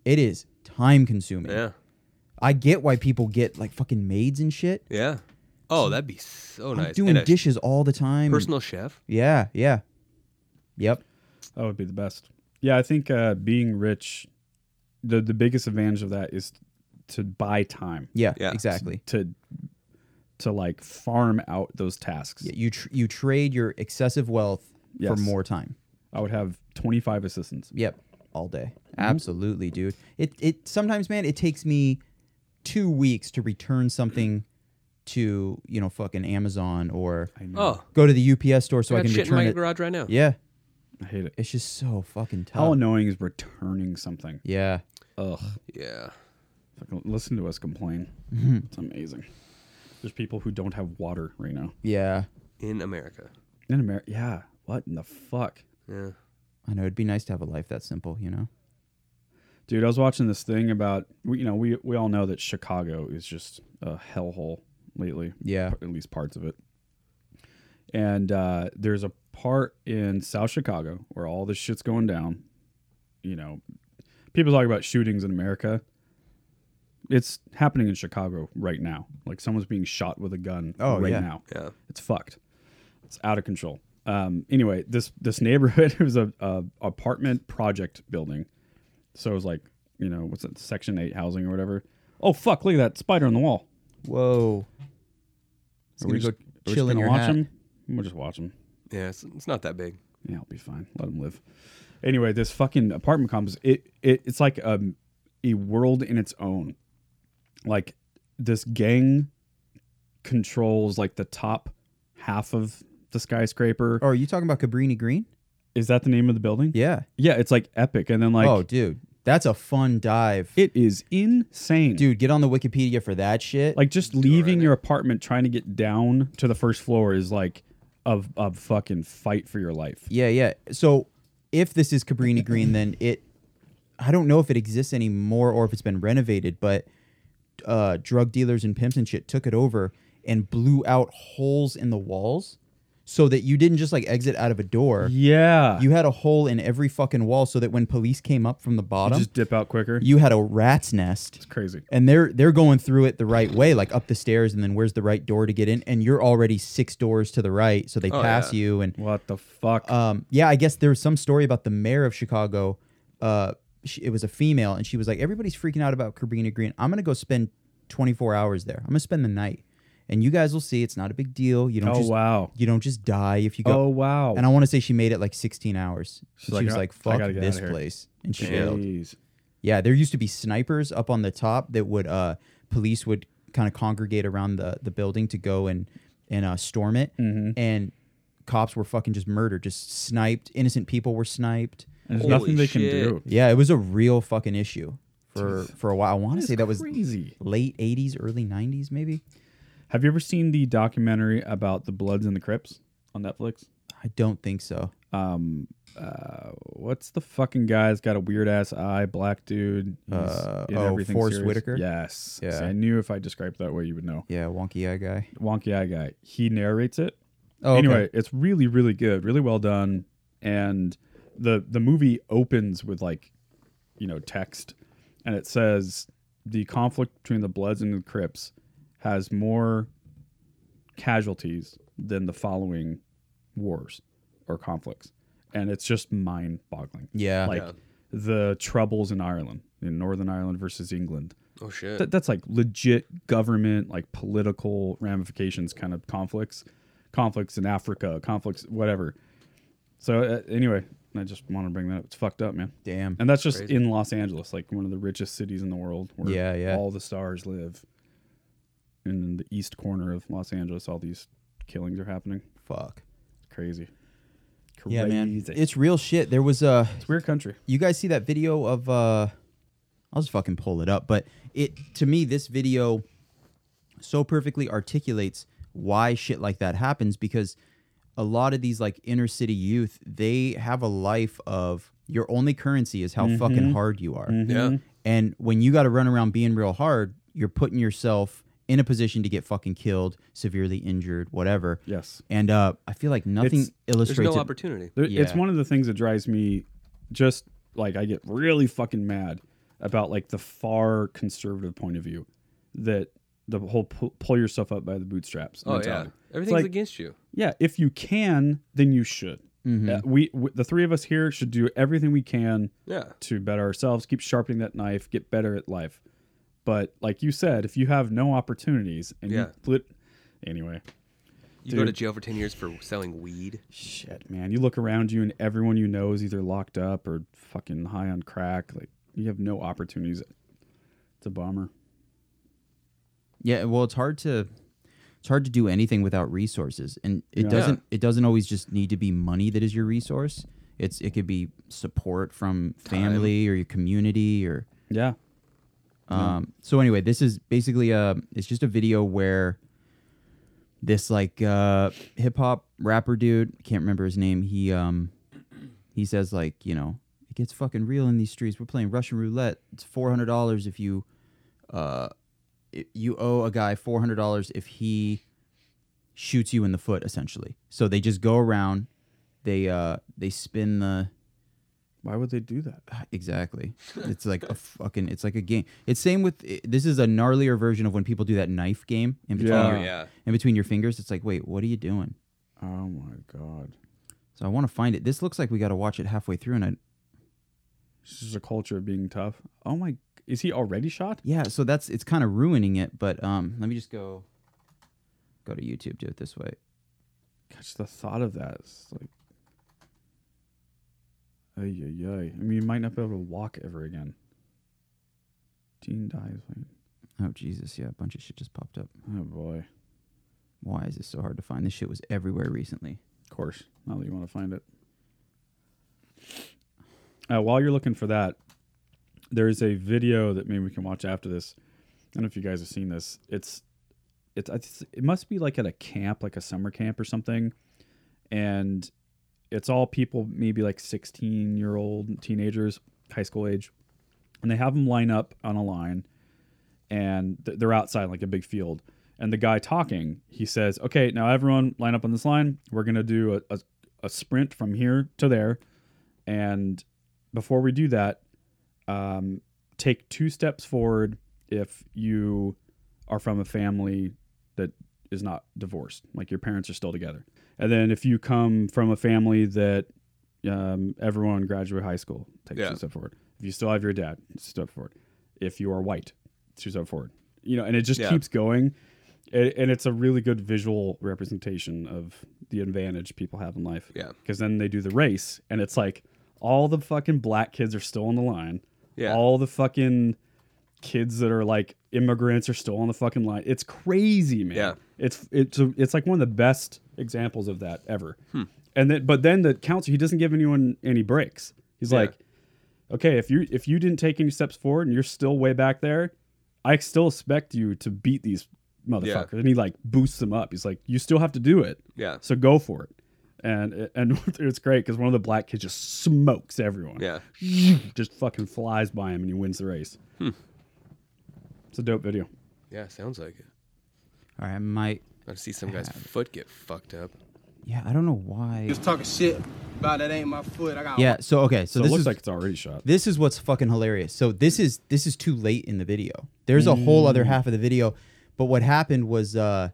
It is time consuming. Yeah. I get why people get like fucking maids and shit. Yeah. Oh, that'd be so nice. I'm doing And a dishes all the time. Personal chef. Yeah, yeah. Yep. That would be the best. Yeah, I think uh, being rich, the the biggest advantage of that is to buy time Yeah, Yeah. exactly. to to like farm out those tasks. Yeah, you tr- you trade your excessive wealth for Yes. more time. I would have twenty five assistants. Yep, all day. Mm-hmm. Absolutely, dude. It it sometimes, man, it takes me two weeks to return something to you know fucking Amazon or Oh. go to the UPS store so I I, got can shit in my return it. garage right now. Yeah, I hate it. it's just so fucking tough. How annoying is returning something? yeah, Uh, Ugh. Yeah. Fucking Listen to us complain. It's amazing. Mm-hmm. There's people who don't have water right now. yeah. In America. In America, yeah. What in the fuck? Yeah. I know it'd be nice to have a life that simple, you know. Dude, I was watching this thing about we, you know, we we all know that Chicago is just a hellhole lately. Yeah. at least parts of it. And uh, there's a part in South Chicago where all this shit's going down. You know, people talk about shootings in America. It's happening in Chicago right now. Like someone's being shot with a gun Oh, right yeah. now. Yeah. It's fucked. It's out of control. Um, anyway, this this neighborhood it was a, a apartment project building, so it was like you know what's it, Section Eight housing or whatever. Oh fuck! Look at that spider on the wall. Whoa. It's Are we gonna go just- are we chill just in gonna your watch hat. him? We'll just watch him. Yeah. It's, it's not that big. Yeah, I'll be fine. Let him live. Anyway, this fucking apartment complex, it, it it's like a, a world in its own. Like this gang controls like the top half of the skyscraper. Oh, are you talking about Cabrini Green? Is that the name of the building? Yeah. Yeah, it's like epic. And then like oh, dude, that's a fun dive. it is insane. dude, get on the Wikipedia for that shit. Like just leaving your apartment trying to get down to the first floor is like a, a fucking fight for your life. yeah, yeah. So if this is Cabrini Green, then it, I don't know if it exists anymore or if it's been renovated, but uh, drug dealers and pimps and shit took it over and blew out holes in the walls. so that you didn't just like exit out of a door. Yeah. You had a hole in every fucking wall so that when police came up from the You bottom, just dip out quicker. you had a rat's nest. it's crazy. And they're they're going through it the right way, like up the stairs, and then where's the right door to get in? And you're already six doors to the right, so Oh, they pass yeah. you. And What the fuck? um, yeah, I guess there was some story about the mayor of Chicago. Uh, she, it was a female, and she was like, "Everybody's freaking out about Cabrini Green. I'm gonna go spend 24 hours there. I'm gonna spend the night, and you guys will see. It's not a big deal. You don't. oh just, wow. You don't just die if you go. Oh wow. And I want to say she made it like 16 hours. She's And like, "Oh, she was "I- like, I "Fuck gotta get this outta here." place," and she bailed. Jeez. Yeah, there used to be snipers up on the top that would uh police would kind of congregate around the the building to go and and uh, storm it, Mm-hmm. and cops were fucking just murdered, just sniped. Innocent people were sniped. And there's Holy nothing they shit. can do. Yeah, it was a real fucking issue for for a while. I want to say that was crazy. late '80s, early '90s, maybe. Have you ever seen the documentary about the Bloods and the Crips on Netflix? I don't think so. Um, uh, what's the fucking guy's got a weird ass eye, black dude? He's Uh, in oh, everything Forrest serious. Whitaker? Yes. Yeah. See, I knew if I described it that way, you would know. Yeah, wonky eye guy. Wonky eye guy. He narrates it. Oh, okay. anyway, it's really, really good, really well done, and the the movie opens with like, you know, text, and it says the conflict between the Bloods and the Crips has more casualties than the following wars or conflicts, and it's just mind boggling. Yeah. like the troubles in Ireland, in Northern Ireland versus England. Oh shit. That, that's like legit government, like political ramifications kind of conflicts, conflicts in Africa, conflicts, whatever. So uh, anyway, I just want to bring that up. It's fucked up, man. Damn. And that's just in Los Angeles, like one of the richest cities in the world, where Yeah, yeah. all the stars live. And in the east corner of Los Angeles, all these killings are happening. Fuck. Crazy. Crazy. Yeah, man. It's It's real shit. There was a a weird country. you guys see that video of uh I'll just fucking pull it up, but it to me this video so perfectly articulates why shit like that happens because a lot of these like inner city youth, they have a life of your only currency is how Mm-hmm. fucking hard you are. yeah. And when you got to run around being real hard, you're putting yourself in a position to get fucking killed, severely injured, whatever. Yes. And uh I feel like nothing It's- There's illustrates no it opportunity. There, It's Yeah. one of the things that drives me just like I get really fucking mad about like the far conservative point of view that the whole pull, pull yourself up by the bootstraps. Oh yeah. mentality. It's Everything's like, against you. yeah, if you can, then you should. Mm-hmm. Mm-hmm. Uh, we, w the three of us here should do everything we can Yeah. to better ourselves, keep sharpening that knife, get better at life. But like you said, if you have no opportunities and you Yeah. flip anyway, You go to jail for ten years for selling weed. Shit, man. You look around you and everyone you know is either locked up or fucking high on crack. Like you have no opportunities. It's a bummer. Yeah, well, it's hard to it's hard to do anything without resources, and it Yeah. doesn't it doesn't always just need to be money that is your resource. It's it could be support from family or your community or Yeah. um. So anyway, this is basically a it's just a video where this like uh hip hop rapper dude can't remember his name he um he says like you know it gets fucking real in these streets we're playing russian roulette it's $400 if you uh i- you owe a guy $400 if he shoots you in the foot essentially so they just go around they uh they spin the Why would they do that? Exactly. It's like a fucking. It's like a game. It's same with. i- This is a gnarlier version of when people do that knife game in between. Yeah. Your, Oh, yeah. In between your fingers, it's like, wait, what are you doing? Oh my god. So I want to find it. This looks like we got to watch it halfway through, and I. It's just a culture of being tough. Oh my is he already shot? Yeah. So that's it's kind of ruining it, but um, let me just go. Go to YouTube. Do it this way. Gosh, the thought of that is like Ay ay ay. I mean you might not be able to walk ever again. Dean dies. like- Oh Jesus! Yeah, a bunch of shit just popped up. Oh boy. Why is this so hard to find? This shit was everywhere recently. Of course. Now that you want to find it. Uh, while you're looking for that, there is a video that maybe we can watch after this. I don't know if you guys have seen this. It's it's, it's it must be like at a camp, like a summer camp or something, and it's all people maybe like 16 year old teenagers, high school age, and they have them line up on a line, and th- they're outside like a big field, and the guy talking, he says, "Okay, now everyone line up on this line. We're gonna do a, a, a sprint from here to there, and before we do that, um, take two steps forward if you are from a family that is not divorced, like your parents are still together, and then if you come from a family that um, everyone graduate high school, take Yeah. two steps forward. If you still have your dad, step forward. If you are white, two steps forward. You know, and it just Yeah. keeps going." and, and it's a really good visual representation of the advantage people have in life. Yeah. Because then they do the race, and it's like all the fucking black kids are still on the line. Yeah. All the fucking kids that are like immigrants are still on the fucking line. It's crazy, man. Yeah. It's it's a, it's like one of the best examples of that ever. Hmm. And then but then the counselor he doesn't give anyone any breaks. He's Yeah. like, okay, if you if you didn't take any steps forward and you're still way back there, I still expect you to beat these motherfuckers. And he like boosts them up. He's like, you still have to do it. Yeah. So go for it. And and it's great because one of the black kids just smokes everyone. Yeah. Just fucking flies by him and he wins the race. It's a dope video. Yeah, sounds like it. All right, I might. I see some guy's foot get fucked up. Yeah, I don't know why. talking shit about that ain't my foot. I got Yeah. So okay. So, So it this looks is like it's already shot. this is what's fucking hilarious. So this is this is too late in the video. There's a whole other half of the video, but what happened was uh,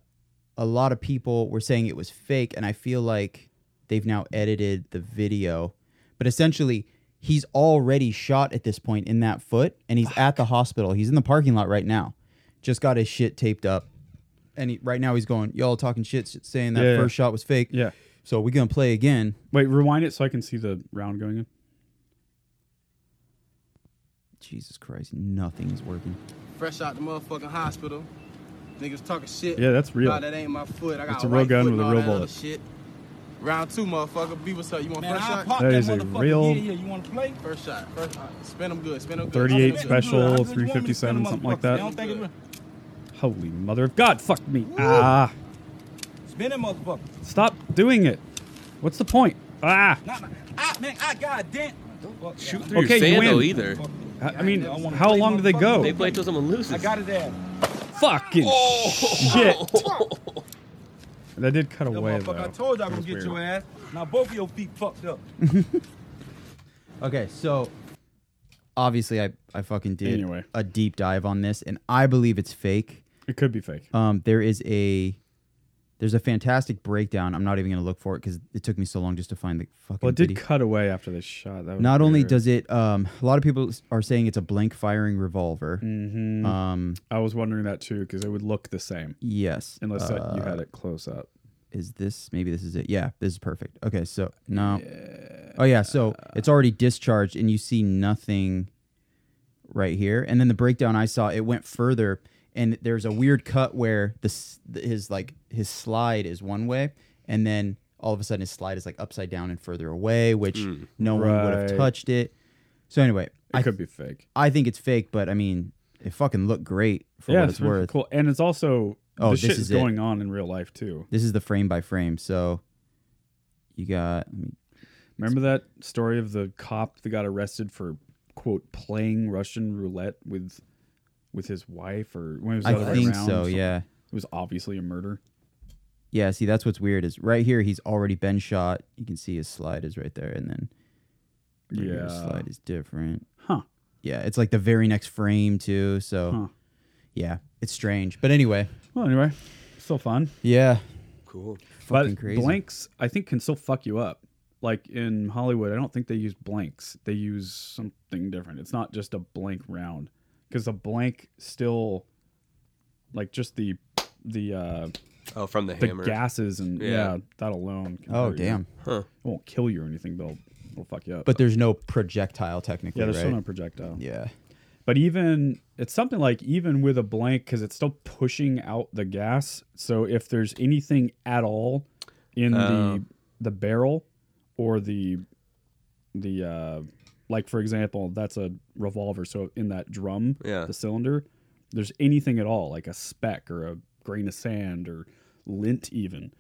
a lot of people were saying it was fake, and I feel like they've now edited the video. But essentially, he's already shot at this point in that foot, and he's at the hospital. He's in the parking lot right now. Just got his shit taped up, and he, right now he's going, "Y'all talking shit, s- saying that Yeah, yeah. first shot was fake." Yeah. So we gonna play again. Wait, rewind it so I can see the round going in. Jesus Christ, nothing is working. fresh out the motherfucking hospital. Niggas talking shit. Yeah, that's real. about that ain't my foot. I got It's a real right gun foot with and a all real that other bullet. Shit. Round two, motherfucker. B, what's up? You want Man, first I'll shot? pop That that, is a motherfucker. real- Yeah, yeah, you want to play? First shot. First shot. Spin them good. Spin them good. 38 Spin 'em special. I just want 357, you to spin something like motherfuckers. that. They don't think it's real. Holy mother of God, fuck me. Ah. Spin them motherfuckers. Stop doing it. What's the point? Ah. Not my, I, man, I got damn. Shoot through Okay, your you sandal win. either. I, I mean, I wanna how play long do they go? They play till someone loses. I got it there. Fucking shit. That did cut The away, motherfucker, though. I told you I was gonna That get was your weird. ass. Now both of your feet fucked up. Okay, so obviously I, I fucking did Anyway. a deep dive on this and I believe it's fake. It could be fake. Um there is a there's a fantastic breakdown. I'm not even going to look for it cuz it took me so long just to find the fucking Well, it did video. cut away after they shot. That was Not only weird. does it um a lot of people s- are saying it's a blank firing revolver. Mm. Um I was wondering that too because it would look the same yes. unless that you Uh, had it close up. is this maybe this is it yeah this is perfect okay so no oh yeah so it's already discharged and you see nothing right here and then the breakdown i saw it went further and there's a weird cut where this his like his slide is one way and then all of a sudden his slide is like upside down and further away which no one would have Hmm. Right. touched it so anyway It I, could be fake. I think it's fake but i mean it fucking looked great for yeah, what it's really worth cool. And it's also Oh, the this shit is is it. going on in real life too. this is the frame by frame so you got let me Remember that story of the cop that got arrested for quote playing Russian roulette with with his wife or when it was the I other way think around, so. something? Yeah. It was obviously a murder. Yeah. See, that's what's weird is right here. He's already been shot. You can see his slide is right there, and then right here, his Yeah. slide is different. Huh. Yeah, it's like the very next frame too. So, Huh. yeah, it's strange. But anyway, Well, anyway, still fun. yeah, cool. fucking but crazy. blanks, I think, can still fuck you up. Like in Hollywood, I don't think they use blanks. They use something different. It's not just a blank round because a blank still, like just the the uh, Oh, from the, the hammer. gases and yeah. Yeah. that alone. Can Oh hurt you. damn! Huh. It won't kill you or anything, but it'll, it'll fuck you up. But there's no projectile technically, yeah, there's right? still no projectile. yeah. But even it's something like even with a blank because it's still pushing out the gas. So if there's anything at all in Oh. the the barrel or the the uh, like for example, that's a revolver. So in that drum, Yeah. the cylinder, there's anything at all like a speck or a grain of sand or lint even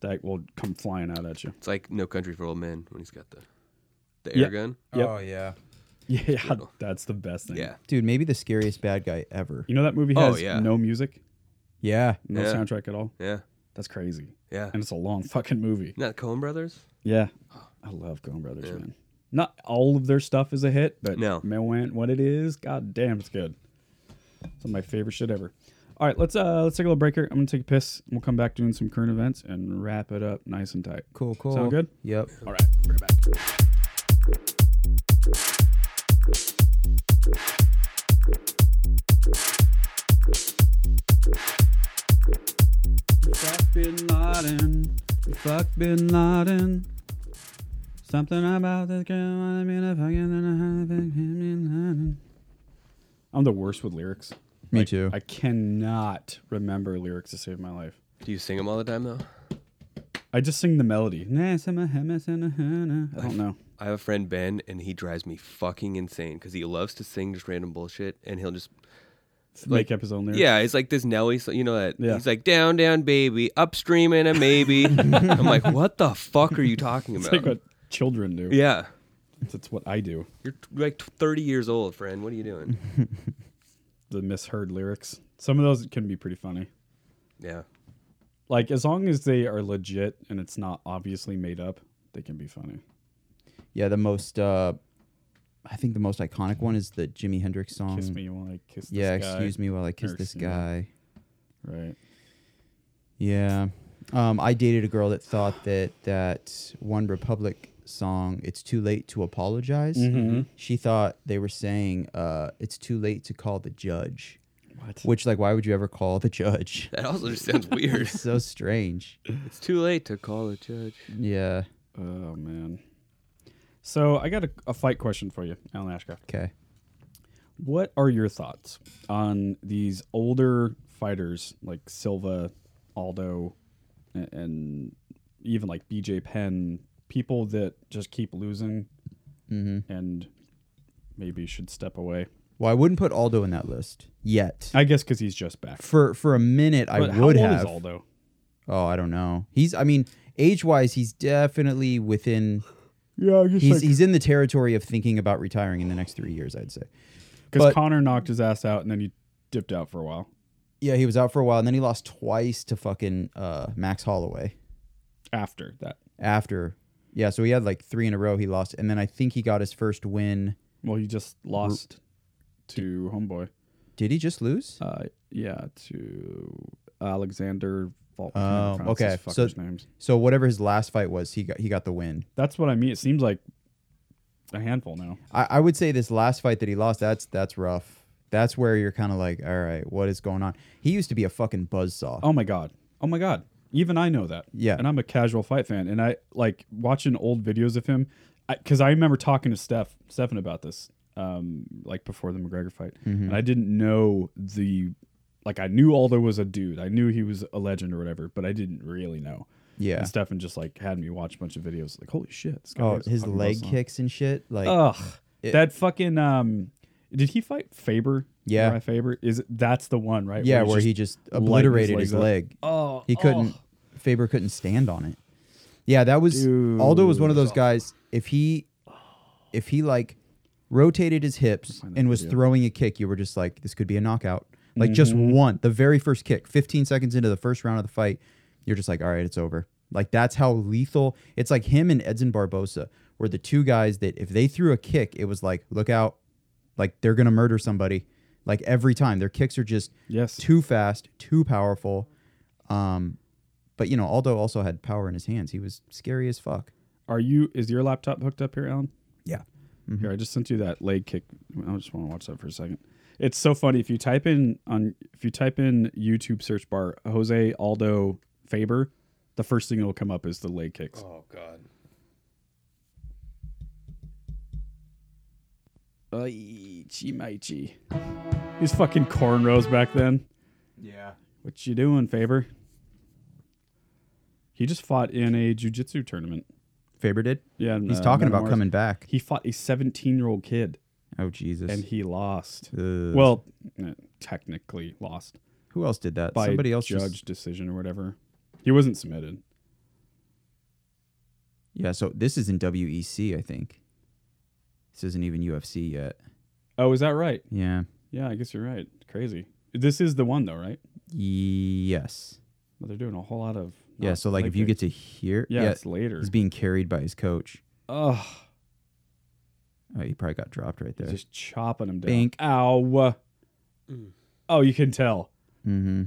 that will come flying out at you. It's like No Country for Old Men when he's got the the air Yeah. gun. Yep. Oh yeah, Yeah, that's the best thing. Yeah. dude, maybe the scariest bad guy ever. You know that movie Oh, has yeah. no music. Yeah. No Yeah. soundtrack at all. Yeah. That's crazy. Yeah. And it's a long fucking movie. Isn't that Coen Brothers? Yeah. I love Coen Brothers, man. Not all of their stuff is a hit, but No. man, when, when it is, god damn, it's good. It's my favorite shit ever. All right, let's uh let's take a little break here. I'm gonna take a piss. and We'll come back doing some current events and wrap it up nice and tight. Cool, cool. Sound good? Yep. All right, bring it back. Fuck Bin Laden. Fuck Bin Laden. Something about this girl. I mean, I fucking don't know how to fuck Bin Laden. I'm the worst with lyrics. Me Like, too. I cannot remember lyrics to save my life. Do you sing them all the time though? I just sing the melody. Nah, sama hema sana hana. I don't know. I have a friend Ben, and he drives me fucking insane because he loves to sing just random bullshit, and he'll just Make up his own lyrics. yeah, it's like this Nelly, so you know that Yeah. he's like down, down, baby, upstream and a maybe. I'm like, what the fuck are you talking It's about? like what children do. yeah, That's what I do. you're t- like 30 years old, friend. What are you doing? The misheard lyrics. Some of those can be pretty funny. yeah, Like as long as they are legit and it's not obviously made up, they can be funny. Yeah, the most uh I think the most iconic one is the Jimi Hendrix song. Kiss me while I kiss. This Um, yeah, guy. excuse me while I kiss Or, this you know, guy. Right. Yeah. Um, I dated a girl that thought that that One Republic song, It's Too Late to Apologize, Mhm. she thought they were saying, uh, It's too late to call the judge. What? Which, like, why would you ever call the judge? that also just sounds weird. It's so strange. it's too late to call a judge. Yeah. Oh man. So I got a, a fight question for you, Alan Ashcraft. Okay. What are your thoughts on these older fighters like Silva, Aldo, and, and even like BJ Penn? People that just keep losing Mm-hmm. and maybe should step away. Well, I wouldn't put Aldo in that list yet. I guess because he's just back. for for a minute, I But would how old have. is Aldo? Oh, I don't know. He's, I mean, age wise, he's definitely within. Yeah, I He's, he's in the territory of thinking about retiring in the next three years, I'd say. because e- but- Connor knocked his ass out and then he dipped out for a while. Yeah, he was out for a while, and then he lost twice to fucking uh, Max Holloway After that, after. Yeah, so he had like three in a row he lost, and then I think he got his first win. well, he just lost to homeboy. Did he just lose? Uh, yeah, to Alexander. Vol- I can never Oh, pronounce okay. his So, fuckers' names. so whatever his last fight was, he got he got the win. That's what I mean. It seems like a handful now. I, I would say this last fight that he lost, that's that's rough. That's where you're kind of like, all right, what is going on? He used to be a fucking buzzsaw. Oh my god. Oh my god. Even I know that. Yeah. And I'm a casual fight fan, and I like watching old videos of him, because I, remember talking to Steph Stefan about this, um, like before the McGregor fight, Mm-hmm. and I didn't know the, like I knew Aldo was a dude, I knew he was a legend or whatever, but I didn't really know. Yeah. And Stefan just like had me watch a bunch of videos, like holy shit, this guy Oh, is a his fucking leg buzzsaw. kicks and shit. Like, Ugh, It- that fucking um, did he fight Faber? Yeah. Mariah Faber is that's the one, right? yeah, he's where just- he just lighting his obliterated his, legs up. leg. Oh, He couldn't. Faber couldn't stand on it. Yeah, that was Aldo was one of those guys. If he, if he like rotated his hips and was throwing a kick, you were just like, this could be a knockout. Like just Mm-hmm. one, the very first kick, 15 seconds into the first round of the fight, you're just like, all right, it's over. Like that's how lethal. It's like him and Edson Barbosa were the two guys that if they threw a kick, it was like, look out, like they're gonna murder somebody. Like every time, their kicks are just Yes. too fast, too powerful. Um, but you know, Aldo also had power in his hands. He was scary as fuck. Are you? Is your laptop hooked up here, Alan? Yeah. Mm-hmm. Here, I just sent you that leg kick. I just want to watch that for a second. It's so funny if you type in on if you type in YouTube search bar Jose Aldo Faber, the first thing that will come up is the leg kicks. Oh God. Ay, gee, my gee. These fucking cornrows back then. Yeah. What you doing, Faber? He just fought in a jujitsu tournament. Faber did. Yeah, in, He's uh, talking about Metamars. coming back. He fought a 17 year old kid Oh Jesus. and he lost. Ugh. Well, eh, technically lost who else did that? by Somebody else. judge just- decision or whatever. He wasn't submitted. yeah. So this is in WEC, I think. This isn't even UFC yet. Oh, is that right? Yeah. Yeah, I guess you're right. Crazy. This is the one though, right? Yes. But they're doing a whole lot of Yeah. So like, if you get to hear, Oh, Yeah, it's later. He's being carried by his coach. Ugh. Oh, he probably got dropped right there. just chopping him down. Bink. Ow. Mm. Oh, you can tell. Mm-hmm.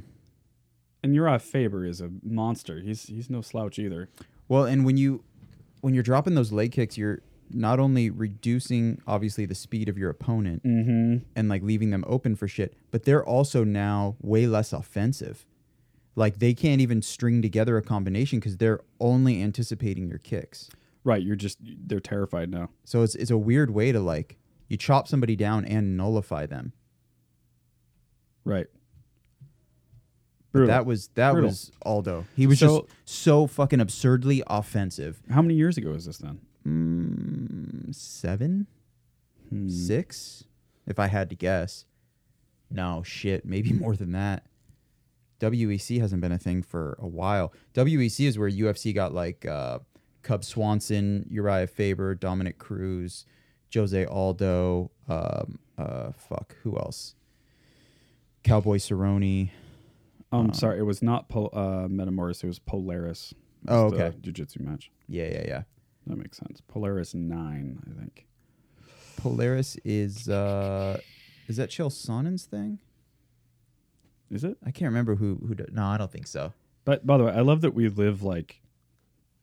And Uriah Faber is a monster. He's he's no slouch either. Well, and when you when you're dropping those leg kicks, you're not only reducing obviously the speed of your opponent Mhm. and like leaving them open for shit, but they're also now way less offensive. Like they can't even string together a combination because they're only anticipating your kicks. Right, you're just they're terrified now. So it's it's a weird way to like you chop somebody down and nullify them. Right. But Brutal. that was that Brutal. was Aldo. He was So- just so fucking absurdly offensive. How many years ago was this then? Mm, seven, six, if I had to guess. No shit, maybe more than that. WEC hasn't been a thing for a while. WEC is where UFC got like uh, Cub Swanson, Uriah Faber, Dominic Cruz, Jose Aldo. Um, uh, fuck, who else? Cowboy Cerrone. Uh-huh. Um, sorry, it was not Pol- uh, Metamoris. It was Polaris. It Oh, was the okay. Jiu-jitsu match. Yeah, yeah, yeah. That makes sense. Polaris nine, I think. Polaris is uh, is that Chael Sonnen's thing? Is it? I can't remember who who. d- No, I don't think so. But by the way, I love that we live like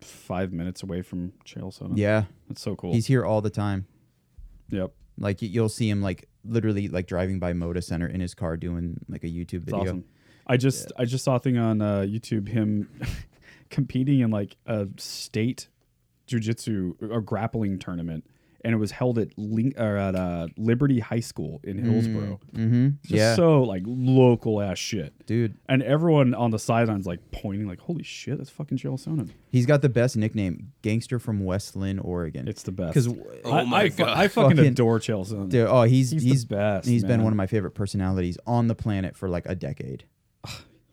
five minutes away from Chael Sonnen. Yeah, that's so cool. He's here all the time. Yep. Like y- you'll see him like literally like driving by Moda Center in his car doing like a YouTube It's video. awesome. I just I just saw a thing on uh, YouTube him competing in like a state jujitsu or grappling tournament, and it was held at Link or at uh, Liberty High School in Hillsboro. Mm-hmm. Just Yeah. so like local ass shit, Dude. And everyone on the sidelines like pointing, like, "Holy shit, that's fucking Chael Sonnen." He's got the best nickname, Gangster from West Lyn, Oregon. It's the best. Because Oh I- my I fu- God. I fucking adore Chael Sonnen. Dude, oh, he's He's he's, the best, He's man. been one of my favorite personalities on the planet for like a decade.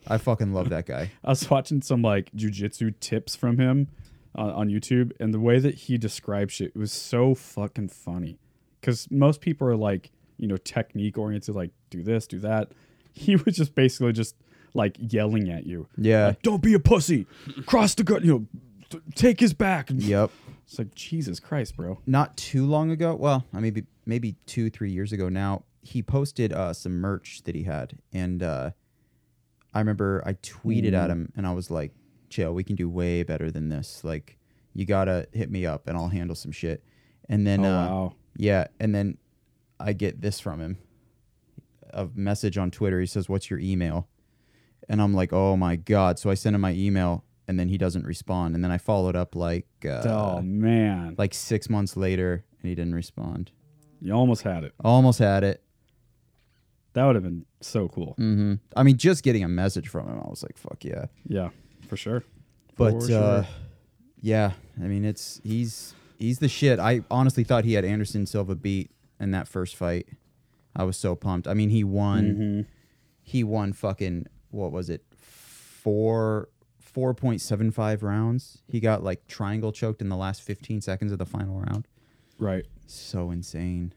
I fucking love that guy. I was watching some like jujitsu tips from him uh, on YouTube, and the way that he described shit was so fucking funny. Because most people are like, you know, technique oriented, like do this, do that. He was just basically just like yelling at you. Yeah. Like, Don't be a pussy. Cross the gut. You know, t- take his back. Yep. It's like Jesus Christ, bro. not too long ago. Well, I maybe maybe two three years ago now. He posted uh, some merch that he had, and uh, I remember I tweeted at Mm. him, and I was like, "Chill, we can do way better than this. Like, you gotta hit me up, and I'll handle some shit." And then, Oh, uh, wow. yeah, and then I get this from him, a message on Twitter. He says, "What's your email?" And I'm like, "Oh my god!" So I sent him my email, and then he doesn't respond. And then I followed up like, uh, oh man, like six months later, and he didn't respond. you almost had it. Almost had it. That would have been so cool. hmm I mean, just getting a message from him, I was like, "Fuck yeah!" Yeah, for sure. But For uh, sure. yeah, I mean, it's he's he's the shit. I honestly thought he had Anderson Silva beat in that first fight. I was so pumped. I mean, he won. Mm-hmm. He won fucking what was it? Four. 4.75 rounds. He got like triangle choked in the last 15 seconds of the final round. Right. So insane.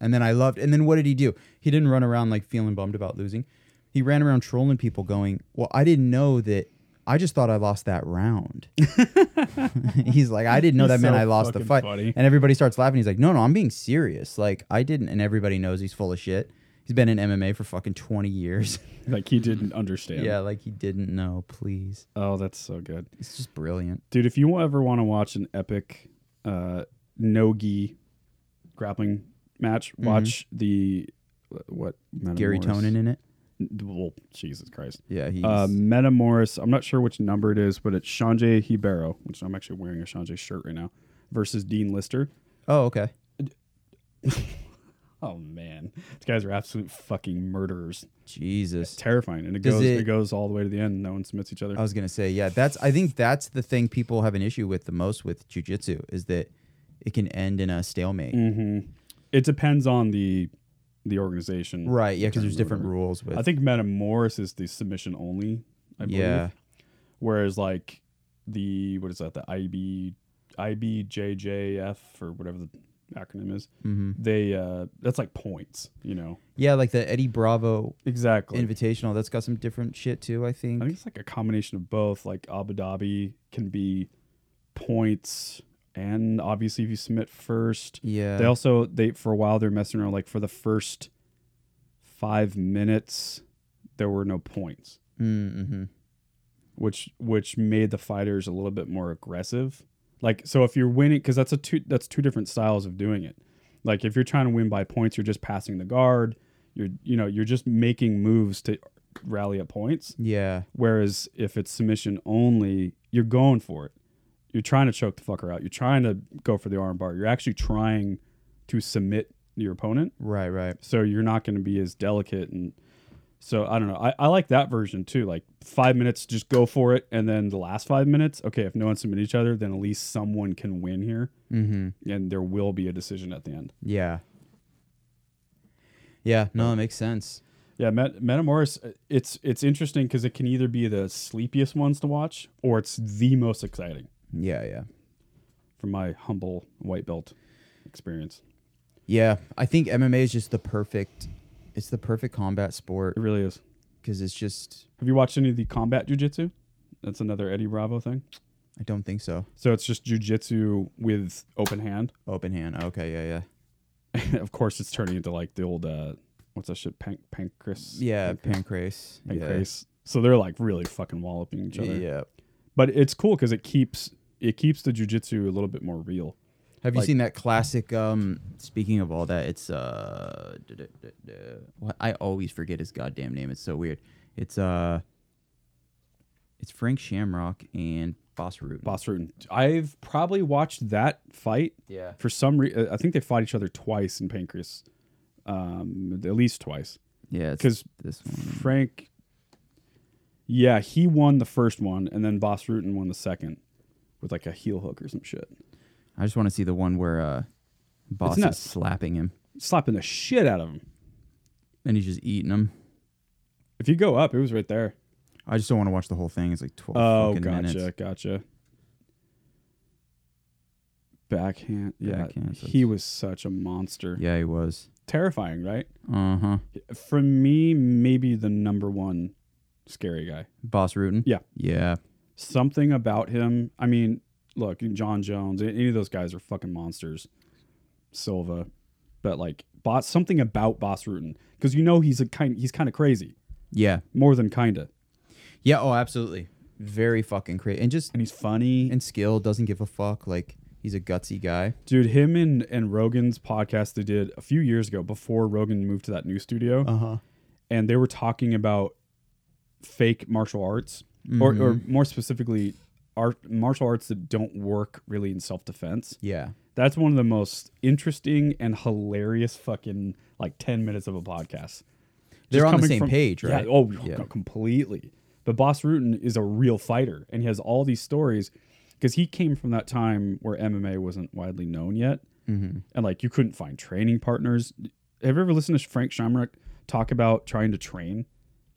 And then I loved. And then what did he do? He didn't run around like feeling bummed about losing. He ran around trolling people, going, "Well, I didn't know that. I just thought I lost that round." he's like, "I didn't know He's that meant so I lost the fucking fight." funny. And everybody starts laughing. He's like, "No, no, I'm being serious. Like, I didn't." And everybody knows he's full of shit. He's been in MMA for fucking twenty years. like he didn't understand. yeah, like he didn't know. Please, Oh, that's so good. it's just brilliant. Dude, if you ever want to watch an epic uh, no-gi grappling match, watch the what Mm-hmm. Gary Metamoris- Tonin in it. Um, N- Well, Jesus Christ. Yeah, he's Uh, Meta Morris, I'm not sure which number it is, but it's Sanjay Hibero, which I'm actually wearing a Sanjay shirt right now, versus Dean Lister. oh okay. Oh man, these guys are absolute fucking murderers. Jesus, terrifying, and it Does goes it, it- Oh. goes all the way to the end. No one submits each other. I was gonna say, yeah, that's. I think that's the thing people have an issue with the most with jujitsu is that it can end in a stalemate. hmm It depends on the the organization, Right, yeah, 'cause In terms there's of different whatever. rules with- I think Metamorphosis is the submission only. I believe. Yeah. Whereas like the what is that the IB IBJJF or whatever the acronym is, Mhm. they uh, that's like points, you know. Yeah, like the Eddie Bravo exactly Invitational. That's got some different shit too. I think. I think it's like a combination of both. Like Abu Dhabi can be points, and obviously if you submit first, Yeah. They also they for a while they're messing around. Like for the first five minutes, there were no points, Mm-hmm. which which made the fighters a little bit more aggressive. Like so, if you're winning, because that's a two that's two different styles of doing it. Like if you're trying to win by points, you're just passing the guard. You're you know you're just making moves to rally up points. Yeah. Whereas if it's submission only, you're going for it. You're trying to choke the fucker out. You're trying to go for the armbar. You're actually trying to submit your opponent. Right, right. So you're not going to be as delicate and so I don't know. I, I like that version too. Like five minutes, just go for it, and then the last five minutes, okay, if no one submit each other, then at least someone can win here, Mhm. and there will be a decision at the end. Yeah. Yeah. No, it makes sense. Yeah, Met- Metamorphs. uh, It's it's interesting because it can either be the sleepiest ones to watch or it's the most exciting. Yeah, yeah. From my humble white belt experience, Yeah, I think MMA is just the perfect. It's the perfect combat sport. It really is because it's just. have you watched any of the combat jujitsu? That's another Eddie Bravo thing. I don't think so. So it's just jujitsu with open hand. Open hand. Okay. Yeah. Yeah. of course, it's turning into like the old uh, what's that shit? Pan- pancras. Yeah, pancrase. Yeah. Pancrase. So they're like really fucking walloping each other. Yeah. But it's cool because it keeps it keeps the jujitsu a little bit more real. Have Like- you seen that classic? Um, speaking of all that, it's uh, duh, duh, duh, duh. what I always forget his goddamn name. It's so weird. It's uh, it's Frank Shamrock and Boss Root. Boss Rutan. I've probably watched that fight. Yeah. For some reason, I think they fought each other twice in Pancras, um, at least twice. Yeah, it's because this Frank. Yeah, he won the first one, and then Boss Rutan won the second, with like a heel hook or some shit, I just want to see the one where uh, Boss is nuts. slapping him slapping the shit out of him. and he's just eating him. If you go up, it was right there. I just don't want to watch the whole thing. It's like twelve Oh, fucking gotcha, minutes. gotcha. Backhand, yeah, Backhand, so he was such a monster. Yeah, he was. terrifying, right? Uh huh. For me, maybe the number one scary guy. Boss Rootin. Yeah. Yeah. Something about him. I mean, look, John Jones, any of those guys are fucking monsters. Silva, but like, boss, something about Boss Rutan because you know he's a kind, he's kind of crazy, Yeah. more than kinda, Yeah. Oh, absolutely. Very fucking crazy. And just and he's funny. and skill doesn't give a fuck. Like he's a gutsy guy. Dude, him and and Rogan's podcast they did a few years ago before Rogan moved to that new studio. huh. and they were talking about fake martial arts or, or more specifically art martial arts that don't work really in self-defense Yeah. that's one of the most interesting and hilarious fucking like 10 minutes of a podcast Just They're on the coming same page, Yeah, right? oh Yeah. completely but boss Rutan is a real fighter and he has all these stories because he came from that time where mma wasn't widely known yet Mm-hmm. and like you couldn't find training partners. Have you ever listened to Frank Shamrock talk about trying to train?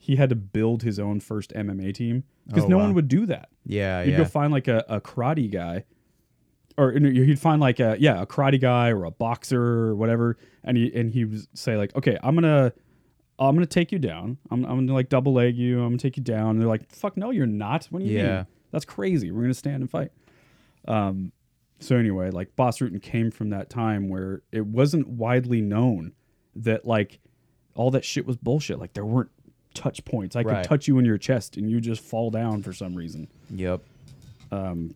He had to build his own first MMA team because Oh, no wow. one would do that. Yeah. You'd yeah. go find like a, a karate guy, or no, you'd find like a yeah a karate guy or a boxer or whatever, and he and he would say like, okay, I'm gonna. I'm gonna take you down. I'm, I'm gonna like double leg you. I'm gonna take you down. And they're like, "Fuck no, you're not." What do you Yeah. mean? That's crazy. We're gonna stand and fight. Um, so anyway, like Boss Rutan came from that time where it wasn't widely known that like all that shit was bullshit. Like there weren't touch points. I Right. could touch you in your chest and you just fall down for some reason. yep. Um,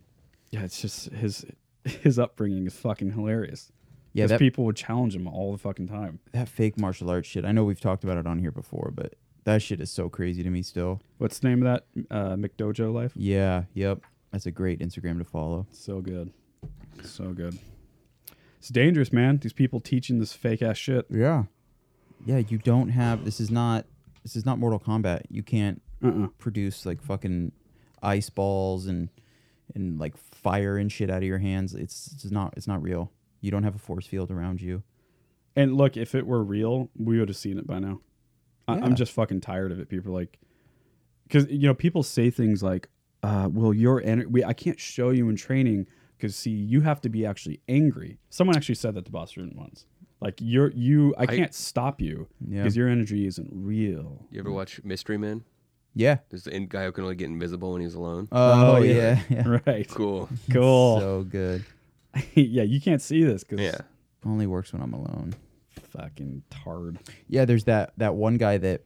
yeah, it's just his his upbringing is fucking hilarious. Yeah, Because that- people would challenge him all the fucking time. That fake martial arts shit. I know we've talked about it on here before, but that shit is so crazy to me still. What's the name of that uh, McDojo life? Yeah. Yep. That's a great Instagram to follow. So good, so good. It's dangerous, man. These people teaching this fake ass shit. Yeah. Yeah. You don't have. This is not. This is not Mortal Kombat. You can't Uh-uh. produce like fucking ice balls and and like fire and shit out of your hands. It's it's not it's not real. You don't have a force field around you. And look, if it were real, we would have seen it by now. I, Yeah. I'm just fucking tired of it. People are like, because you know, people say things like, uh, "Well, your energy, I can't show you in training Because see, you have to be actually angry. Someone actually said that to Boss Rudin once. Like you're you, I, I- can't stop you Yeah. because your energy isn't real. You ever watch Mystery Men? Yeah. There's the in- guy who can only get invisible when he's alone. Oh, Oh, yeah. yeah. Right. Cool. Cool. So good. yeah, you can't see this because Yeah. Only works when I'm alone. Fucking tard. Yeah, there's that that one guy that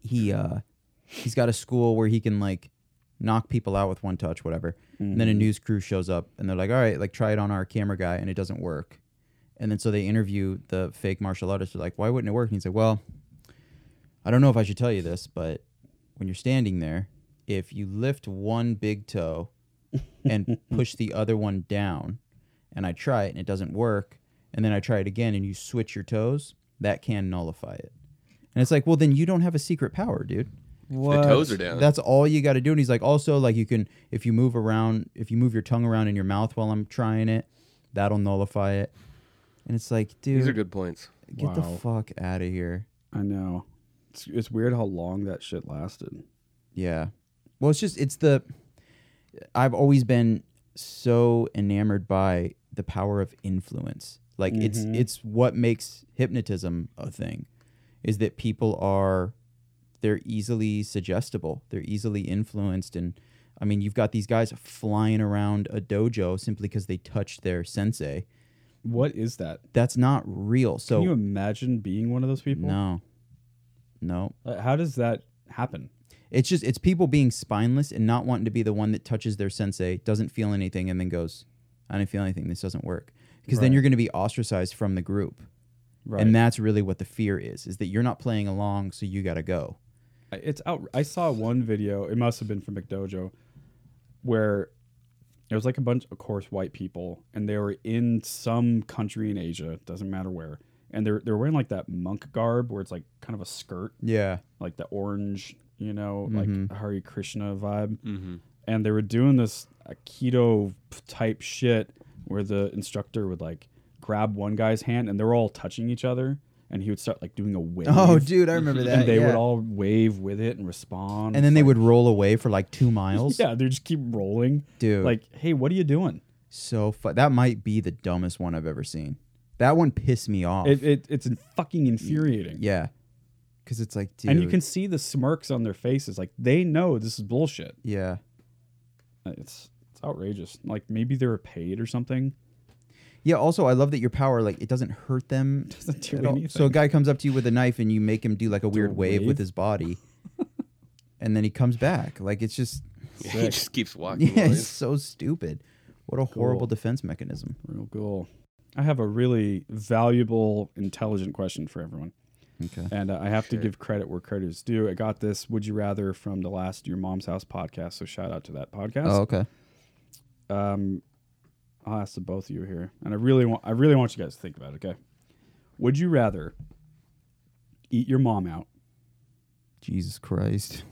he uh he's got a school where he can like knock people out with one touch, whatever. And then a Mhm. news crew shows up and they're like, "All right, like try it on our camera guy," and it doesn't work. And then so they interview the fake martial artist. They're like, "Why wouldn't it work?" And he's like, "Well, I don't know if I should tell you this, but when you're standing there, if you lift one big toe and push the other one down, and I try it and it doesn't work, and then I try it again and you switch your toes, that can nullify it. And it's like, well, then you don't have a secret power, dude. What? toes are down. That's all you got to do. And he's like, also, like you can, if you move around, if you move your tongue around in your mouth while I'm trying it, that'll nullify it. And it's like, dude, These are good points. Get the Wow. fuck out of here. I know. It's, it's weird how long that shit lasted. Yeah. Well, it's just it's the I've always been so enamored by the power of influence. Like it's Mhm. it's what makes hypnotism a thing is that people are they're easily suggestible. They're easily influenced and I mean, you've got these guys flying around a dojo simply because they touched their sensei. What is that? That's not real. So Can you imagine being one of those people? no. No. Uh, How does that happen? It's just it's people being spineless and not wanting to be the one that touches their sensei, doesn't feel anything, and then goes, "I didn't feel anything. This doesn't work." Because then Right. you're going to be ostracized from the group, Right. and that's really what the fear is: is that you're not playing along, so you got to go. I- It's out. I saw one video. It must have been from McDojo, where it was like a bunch, of course, white people, and they were in some country in Asia. Doesn't matter where. And they're they're wearing like that monk garb, where it's like kind of a skirt. Yeah. Like the orange, you know, Mhm. like Hari Krishna vibe. Mhm. And they were doing this Aikido type shit, where the instructor would like grab one guy's hand, and they were all touching each other. And he would start like doing a wave. Oh, dude, I remember that, And they yeah. would all wave with it and respond. And then they would roll away for like two miles. Yeah, they just keep rolling. Dude. Like, hey, what are you doing? So fu- that might be the dumbest one I've ever seen. That one pissed me off. It, it, it's fucking infuriating. yeah, because it's like, dude, And you can see the smirks on their faces. Like, they know this is bullshit. yeah. It's, it's outrageous. Like, maybe they were paid or something. Yeah. Also, I love that your power like it doesn't hurt them. Doesn't do So a guy comes up to you with a knife and you make him do like a weird wave, wave? with his body, and then he comes back. Like it's just. Yeah, he Sick. just keeps walking Yeah, away. it's so stupid. What a horrible Cool. defense mechanism. Real cool. I have a really valuable, intelligent question for everyone. Okay. And uh, I have Shit. to give credit where credit is due. I got this Would You Rather from the last Your Mom's House podcast. So shout out to that podcast. Oh, okay. Um, I'll ask the both of you here, and I really want I really want you guys to think about it. Okay, would you rather eat your mom out Jesus Christ.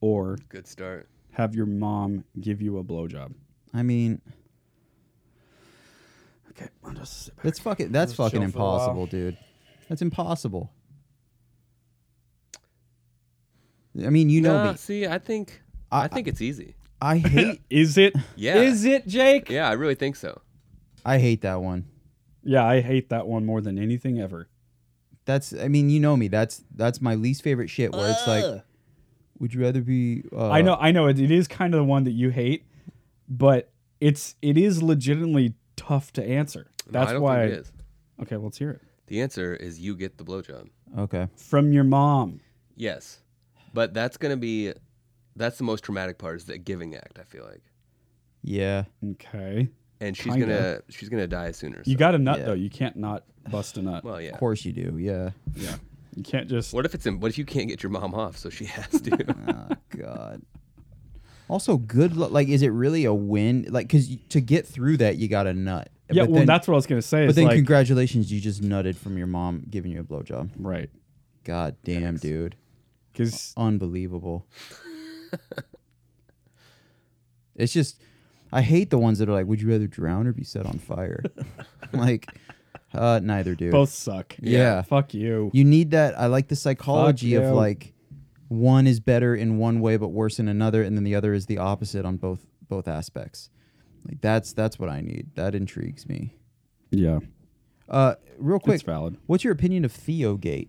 or Good start. have your mom give you a blowjob? I mean, Okay, I'll just sit back. that's fucking that's Just fucking chill for a while. impossible, dude. That's impossible. I mean, you know Nah, me. See, I think I- I, think it's easy. I hate Is it? Yeah. Is it, Jake? Yeah, I really think so. I hate that one. Yeah, I hate that one more than anything ever. That's I mean, you know me. That's that's my least favorite shit where it's like would you rather be uh, I know, I know. It, it is kind of the one that you hate, but it's it is legitimately tough to answer. No, That's I don't why. think it is. Okay, let's hear it The answer is you get the blowjob. Okay. from your mom. Yes, but that's gonna be that's the most traumatic part is that giving act. I feel like, Yeah. Okay. and she's Kinda. gonna she's gonna die sooner. You so- got a nut Yeah. though. You can't not bust a nut. well, yeah. Of course you do. Yeah. Yeah. You can't just What if it's in, what if you can't get your mom off, so she has to? Oh god. Also good luck like is it really a win? Like cuz to get through that you got a nut. Yeah, But well then- that's what I was gonna say. But is then like, congratulations, you just nutted from your mom giving you a blowjob. right. God damn, dude. Because Oh, Unbelievable. it's just I hate the ones that are like would you rather drown or be set on fire? like uh neither dude. both suck. Yeah. Fuck you. You need that. I like the psychology yeah. of like one is better in one way but worse in another, and then the other is the opposite on both both aspects. Like that's that's what I need. That intrigues me. Yeah. Uh, real quick, It's valid. What's your opinion of Theogate?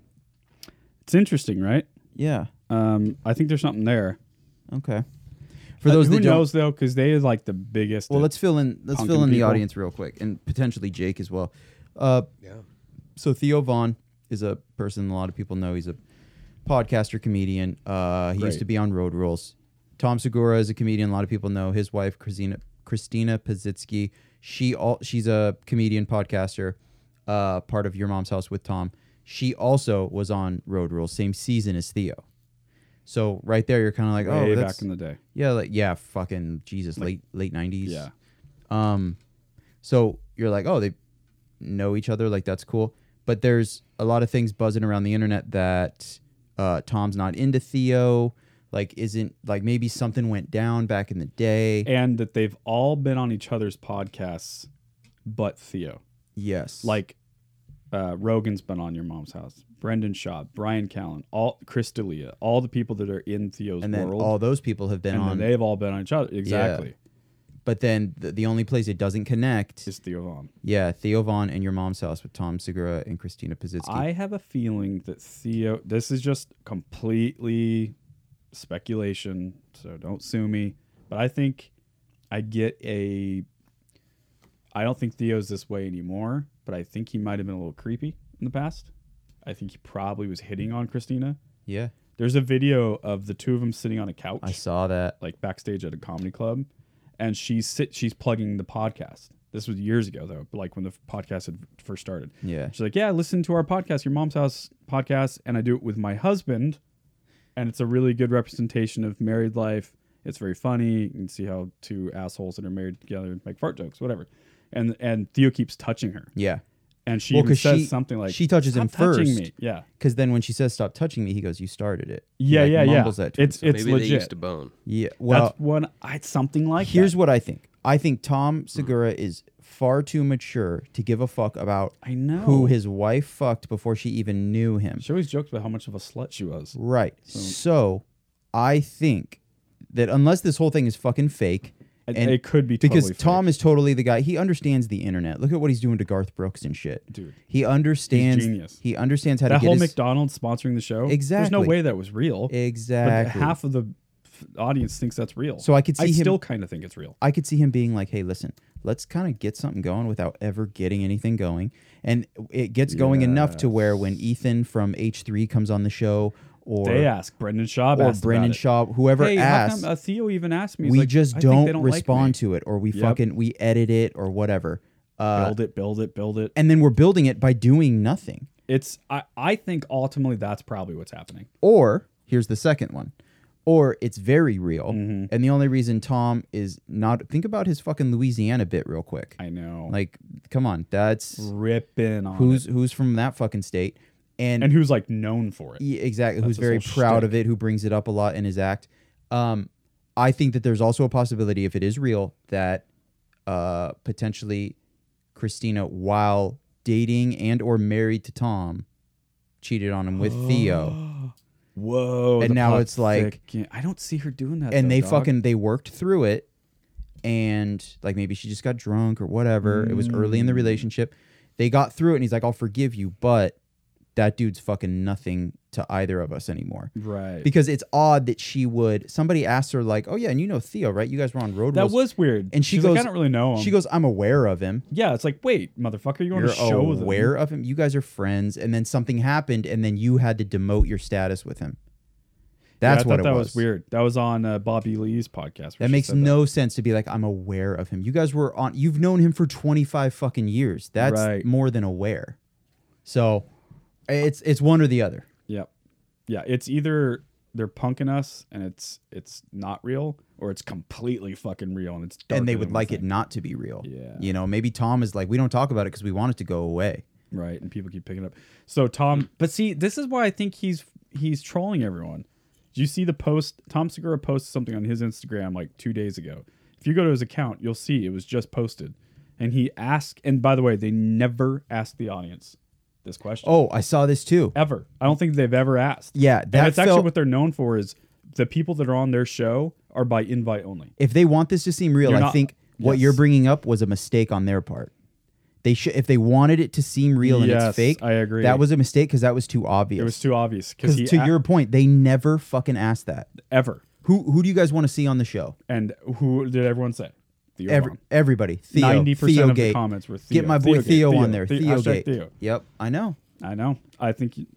It's interesting, right? Yeah. Um, I think there's something there. Okay. For those Uh, who that don't- knows though, because they is like the biggest. Well, at let's fill in let's fill punking in the people. audience real quick, and potentially Jake as well. Uh, yeah. So Theo Vaughn is a person a lot of people know. He's a podcaster, comedian. Uh, he Great. used to be on Road Rules. Tom Segura is a comedian. A lot of people know his wife Christina Christina Pazitsky. She all she's a comedian, podcaster, uh, part of Your Mom's House with Tom. She also was on Road Rules, same season as Theo. So right there, you're kind of like, oh, Way that's- back in the day. yeah, like yeah, fucking Jesus, late late nineties. yeah. Um, so you're like, oh, they know each other, like that's cool. But there's a lot of things buzzing around the internet that uh, Tom's not into Theo, like isn't like maybe something went down back in the day. and that they've all been on each other's podcasts, but Theo. Yes. Like uh, Rogan's been on your mom's house. Brendan Schaub, Brian Callen, all Chris D'Elia, all the people that are in Theo's And then world. all those people have been and then on- they've all been on each other. Exactly. But then the, the only place it doesn't connect is Theo Vaughn. Yeah, Theo Vaughn and your mom's house with Tom Segura and Christina Pazitsky. I have a feeling that Theo. This is just completely speculation, so don't sue me. But I think I get a. I don't think Theo's this way anymore, but I think he might have been a little creepy in the past. I think he probably was hitting on Christina. Yeah. There's a video of the two of them sitting on a couch. I saw that. Like backstage at a comedy club, and she's sit, she's plugging the podcast. This was years ago though, but like when the podcast had first started. Yeah. She's like, yeah, I listen to our podcast, your mom's house podcast, and I do it with my husband, and it's a really good representation of married life. It's very funny. You can see how two assholes that are married together make fart jokes, whatever. And and Theo keeps touching her. Yeah. And she Well, even 'cause says she- something like she touches him "Stop touching first. me." Yeah. Because then when she says "stop touching me," he goes, "You started it." He, Yeah, like, yeah, yeah. mumbles That to It's- himself. it's Maybe they legit. used to bone. Yeah. Well, That's one. It's something like. here's what I think. I think Mm. Tom Segura is far too mature to give a fuck about I know. who his wife fucked before she even knew him. She always jokes about how much of a slut she was. Right. So- So, I think that unless this whole thing is fucking fake, It- it could be because totally fake. Tom is totally the guy. He understands the internet. Look at what he's doing to Garth Brooks and shit, Dude. He understands. genius. He understands how that to get whole his, McDonald's sponsoring the show. There's no Exactly. way that was real. But Exactly. half of the f- audience thinks that's real. So I could see I him still kind of think it's real. I could see him being like, "Hey, listen, let's kind of get something going without ever getting anything going." And it gets going enough to where when Ethan from H3 comes on the show or they ask Brendan Schaub or asked Brendan about it. Schaub, whoever hey, asks, How come, uh, Theo even asked me. He's we like, just "I think they don't, don't like respond me." to it or we Yep. fucking we edit it or whatever. Uh, build it, build it, build it. And then we're building it by doing nothing. It's I, I think ultimately that's probably what's happening. Or here's the second one. Or it's very real. Mm-hmm. And the only reason Tom is not think about his fucking Louisiana bit real quick. I know. Like, come on, that's ripping on who's who's from that fucking state. And And who's like known for it. Yeah, exactly. That's who's his very whole proud shtick. of it, who brings it up a lot in his act. Um, I think that there's also a possibility, if it is real, that uh, potentially Christina, while dating and or married to Tom, cheated on him with Oh. Theo. Whoa. And the now pot it's like- thick- I don't see her doing that. and though, they dog. fucking they worked through it and like maybe she just got drunk or whatever it was early Mm. in the relationship they got through it and he's like i'll forgive you but that dude's fucking nothing to either of us anymore Right. because it's odd that she would somebody asked her like oh yeah and you know theo right you guys were on road That Rules." was weird. and she She's goes like, I don't really know him. she goes i'm aware of him Yeah, it's like, wait, motherfucker, you want you're to show them? aware of him you guys are friends and then something happened and then you had to demote your status with him that's yeah, I what thought it that was. weird. That was on uh, Bobby Lee's podcast. where That she makes said no sense to be like, I'm aware of him. You guys were on, you've known him for 25 fucking years. That's Right. more than aware. So it's it's one or the other. Yep. Yeah, it's either they're punking us and it's it's not real, or it's completely fucking real and it's darker and they than would we like think. it not to be real. Yeah. You know, maybe Tom is like, we don't talk about it because we want it to go away. right? And people keep picking it up. So Tom, but see, this is why I think he's he's trolling everyone. Did you see the post? Tom Segura posted something on his Instagram like two days ago. If you go to his account, you'll see it was just posted, and he asked. And by the way, they never asked the audience this question. Oh, I saw this too. ever. I don't think they've ever asked. Yeah, and that it's actually felt- what they're known for is the people that are on their show are by invite only. If they want this to seem real, You're I not- think What you're bringing up was a mistake on their part. They should, if they wanted it to seem real and Yes, it's fake, I agree. That was a mistake because that was too obvious. It was too obvious because Because he to a- your point, they never fucking asked that ever. Who who do you guys want to see on the show? And who did everyone say? Theo Every, Vaughn. everybody. Theo. 90% Theo of the Gate. comments were Get Theo. my boy Theo Theo, Gate. on Theo. there. Theo- Theo, hashtag Gate. Theo. Yep, I know. I know. I think you-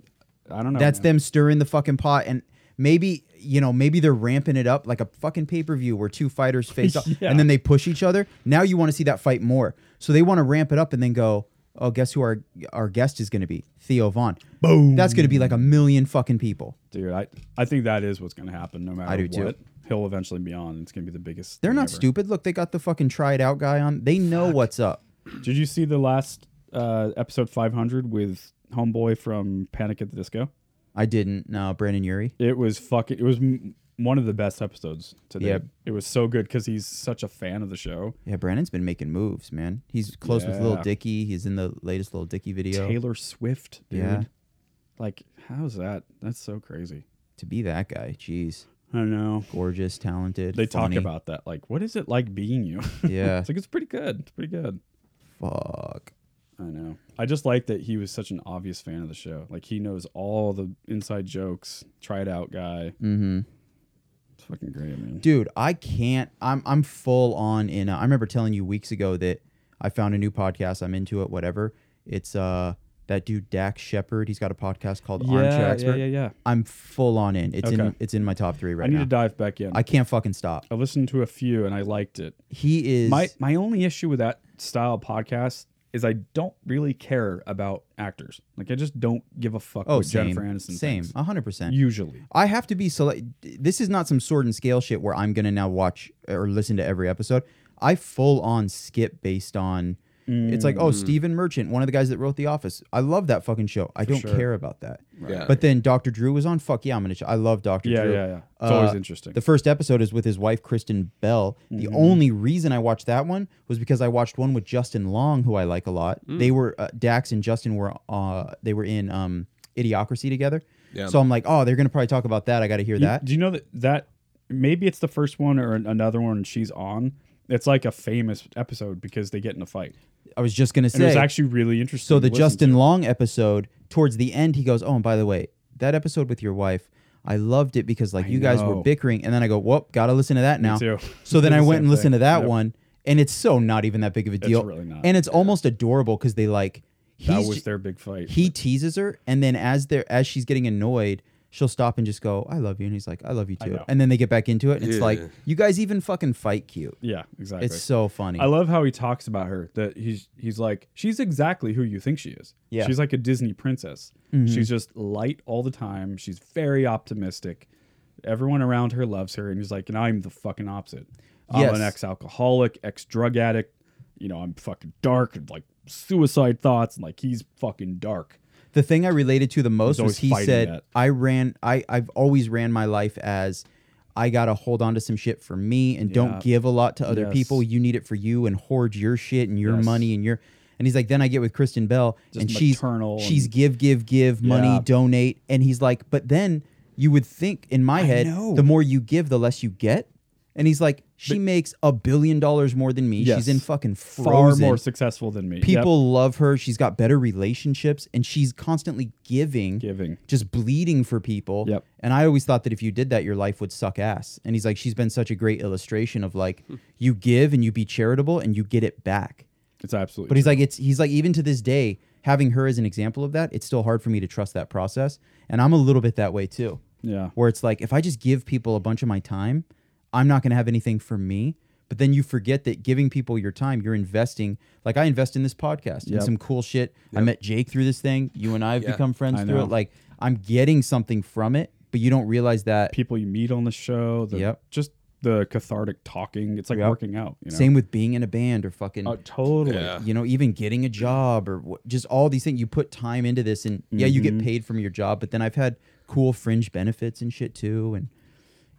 I don't know. That's Oh, man. them stirring the fucking pot and maybe you know maybe they're ramping it up like a fucking pay-per-view where two fighters face off Yeah. and then they push each other. Now you want to see that fight more. So they want to ramp it up and then go, "Oh, guess who our our guest is going to be? Theo Vaughn." Boom. That's going to be like a million fucking people. dude. I I think that is what's going to happen. No matter I do too. what, he'll eventually be on. It's going to be the biggest. They're thing not ever. stupid. Look, they got the fucking try it out guy on. They know what's up. Did you see the last uh, episode 500 with Homeboy from Panic at the Disco? I didn't. No, Brandon Yuri. It was fucking. It was m- one of the best episodes today. Yep. It was so good because he's such a fan of the show. Yeah, Brandon's been making moves, man. He's close with Lil Yeah. Dicky. He's in the latest Lil Dicky video. Taylor Swift, dude. Yeah. Like, how's that? That's so crazy. To be that guy, jeez. I know. Gorgeous, talented. They funny. talk about that. Like, what is it like being you? Yeah. it's like it's pretty good. It's pretty good. Fuck. I know. I just like that he was such an obvious fan of the show. Like he knows all the inside jokes. Try it out, guy. Mm-hmm. It's fucking great, man. Dude, I can't. I'm I'm full on in. uh, I remember telling you weeks ago that I found a new podcast. I'm into it. Whatever. It's uh that dude Dax Shepard. He's got a podcast called Yeah, Armchair yeah, Expert. yeah, yeah. I'm full on in. It's in. Okay. It's in my top three right I need now. to dive back in. I can't fucking stop. I listened to a few and I liked it. He is My my only issue with that style of podcast is I don't really care about actors. Like I just don't give a fuck. Oh, what same. Jennifer Aniston. Same. thinks. hundred percent. Usually, I have to be select. This is not some sword and scale shit where I'm gonna now watch or listen to every episode. I full on skip based on. It's like, oh, Mm. Steven Merchant, one of the guys that wrote The Office. I love that fucking show. I don't sure. care about that. Yeah. But then Dr. Drew was on. Fuck yeah, I'm gonna. Ch- I love Dr. Yeah, Drew. yeah, yeah. It's Uh, always interesting. The first episode is with his wife Kristen Bell. The Mm-hmm. only reason I watched that one was because I watched one with Justin Long, who I like a lot. Mm. They were uh, Dax and Justin were uh, they were in um, Idiocracy together. Yeah. So I'm like, oh, they're gonna probably talk about that. I got to hear You- that. do you know that that maybe it's the first one or an- another one she's on? It's like a famous episode because they get in a fight. I was just gonna And it was say. actually really interesting. so to the listen Justin Long episode, towards the end, he goes, oh, and by the way, that episode with your wife. I loved it because like you guys were know. bickering, and then I go, "Whoop, gotta listen to that now." too. So then Did I the went same and listened thing. to that Yep. one, and it's so not even that big of a deal. really not. And it's almost adorable because they like he's That ju- was their big fight. he teases her and then as they're as she's getting annoyed she'll stop and just go i love you and he's like i love you too know. and then they get back into it and it's like Yeah. you guys even fucking fight cute yeah, exactly. it's so funny I love how he talks about her. That he's he's like she's exactly who you think she is. Yeah. Mm-hmm. she's like a Disney princess. She's just light all the time. She's very optimistic. Everyone around her loves her, and he's like, and I'm the fucking opposite. I'm Yes. an ex-alcoholic, ex-drug addict. You know, I'm fucking dark and like suicide thoughts, and like he's fucking dark. the thing i related to the most was always he fighting said that. i ran i i've always ran my life as i gotta hold on to some shit for me and don't Yeah. give a lot to other Yes. people you need it for you and hoard your shit and your Yes. money and your and he's like then i get with kristen bell Just and she's maternal she's and- give give give money Yeah. donate and he's like but then you would think in my head know. the more you give the less you get and he's like she makes a billion dollars more than me Yes. she's in fucking Far frozen more successful than me. Yep. people love her she's got better relationships and she's constantly giving Giving. just bleeding for people Yep. and i always thought that if you did that your life would suck ass and he's like she's been such a great illustration of like Hmm. you give and you be charitable and you get it back It's absolutely. but he's like, it's he's like, even to this day, having her as an example of that, it's still hard for me to trust that process. And I'm a little bit that way too. Yeah. Where it's like, if I just give people a bunch of my time, I'm not gonna have anything for me. But then you forget that giving people your time, you're investing. Like I invest in this podcast and Yep. some cool shit. I met Jake through this thing. You and I have Yeah, become friends I through know. it. Like I'm getting something from it, but you don't realize that. people you meet on the show. The, Yep. Just the cathartic talking. It's like Yep. working out. You know? Same with being in a band or fucking Oh, totally. Yeah. you know even getting a job or wh- just all these things you put time into this and yeah you Mm-hmm. get paid from your job but then i've had cool fringe benefits and shit too and